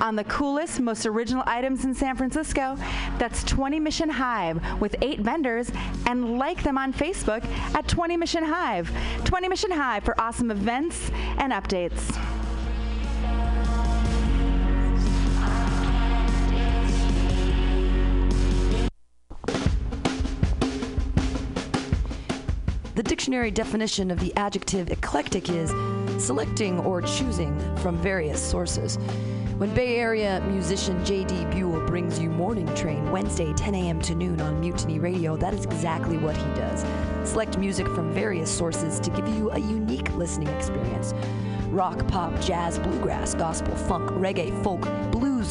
on the coolest, most original items in San Francisco. That's 20 Mission Hive with eight vendors and like them on Facebook at 20 Mission Hive. 20 Mission Hive for awesome events and updates. The dictionary definition of the adjective eclectic is selecting or choosing from various sources. When Bay Area musician J.D. Buell brings you Morning Train Wednesday, 10 a.m. to noon on Mutiny Radio, that is exactly what he does. Select music from various sources to give you a unique listening experience. Rock, pop, jazz, bluegrass, gospel, funk, reggae, folk, blues,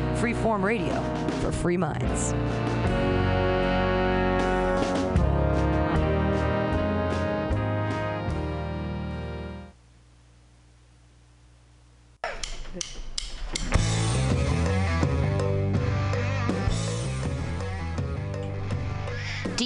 Freeform radio for free minds. Do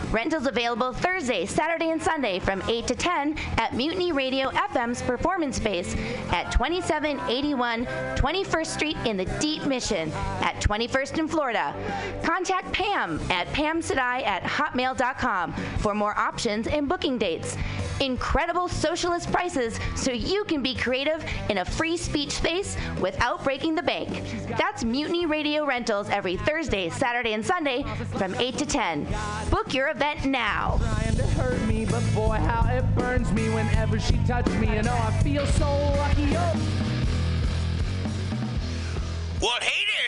Rentals available Thursday, Saturday, and Sunday from 8 to 10 at Mutiny Radio FM's performance space at 2781 21st Street in the Deep Mission at 21st in Florida. Contact Pam at pamsadai at hotmail.com for more options and booking dates. Incredible socialist prices so you can be creative in a free speech space without breaking the bank. That's Mutiny Radio Rentals every Thursday, Saturday, and Sunday from 8 to 10. Book your event now. trying to hurt me, but boy, how it burns me whenever she touched me. And oh, I feel so lucky. Oh. Well, hey there,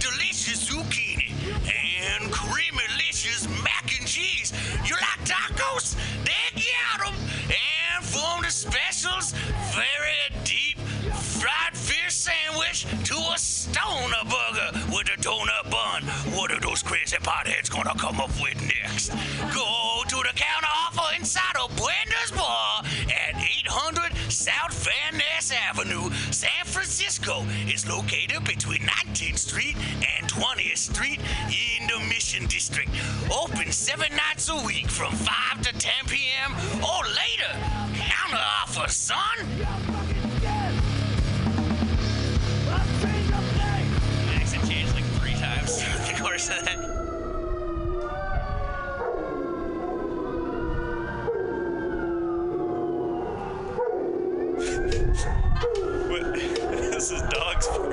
delicious zucchini and creamy licious mac and cheese. You like tacos? They got 'em. And from the specials, very deep fried fish sandwich to a stoner burger with a donut bun. What are those crazy potheads gonna come up with next? Go to the counter offer inside of Blender's Bar at 800 South Van Ness Avenue, San Francisco. It's located between 19th Street and 20th Street in the Mission District. Open seven nights a week from 5 to 10 p.m. or later. Counter offer, son. Accent changed like three times throughout the course of that. Wait, this is dumb. Oh.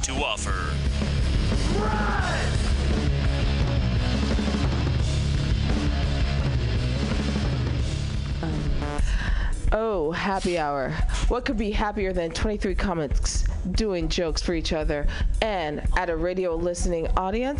to offer. Oh, happy hour. What could be happier than 23 comics doing jokes for each other and at a radio listening audience?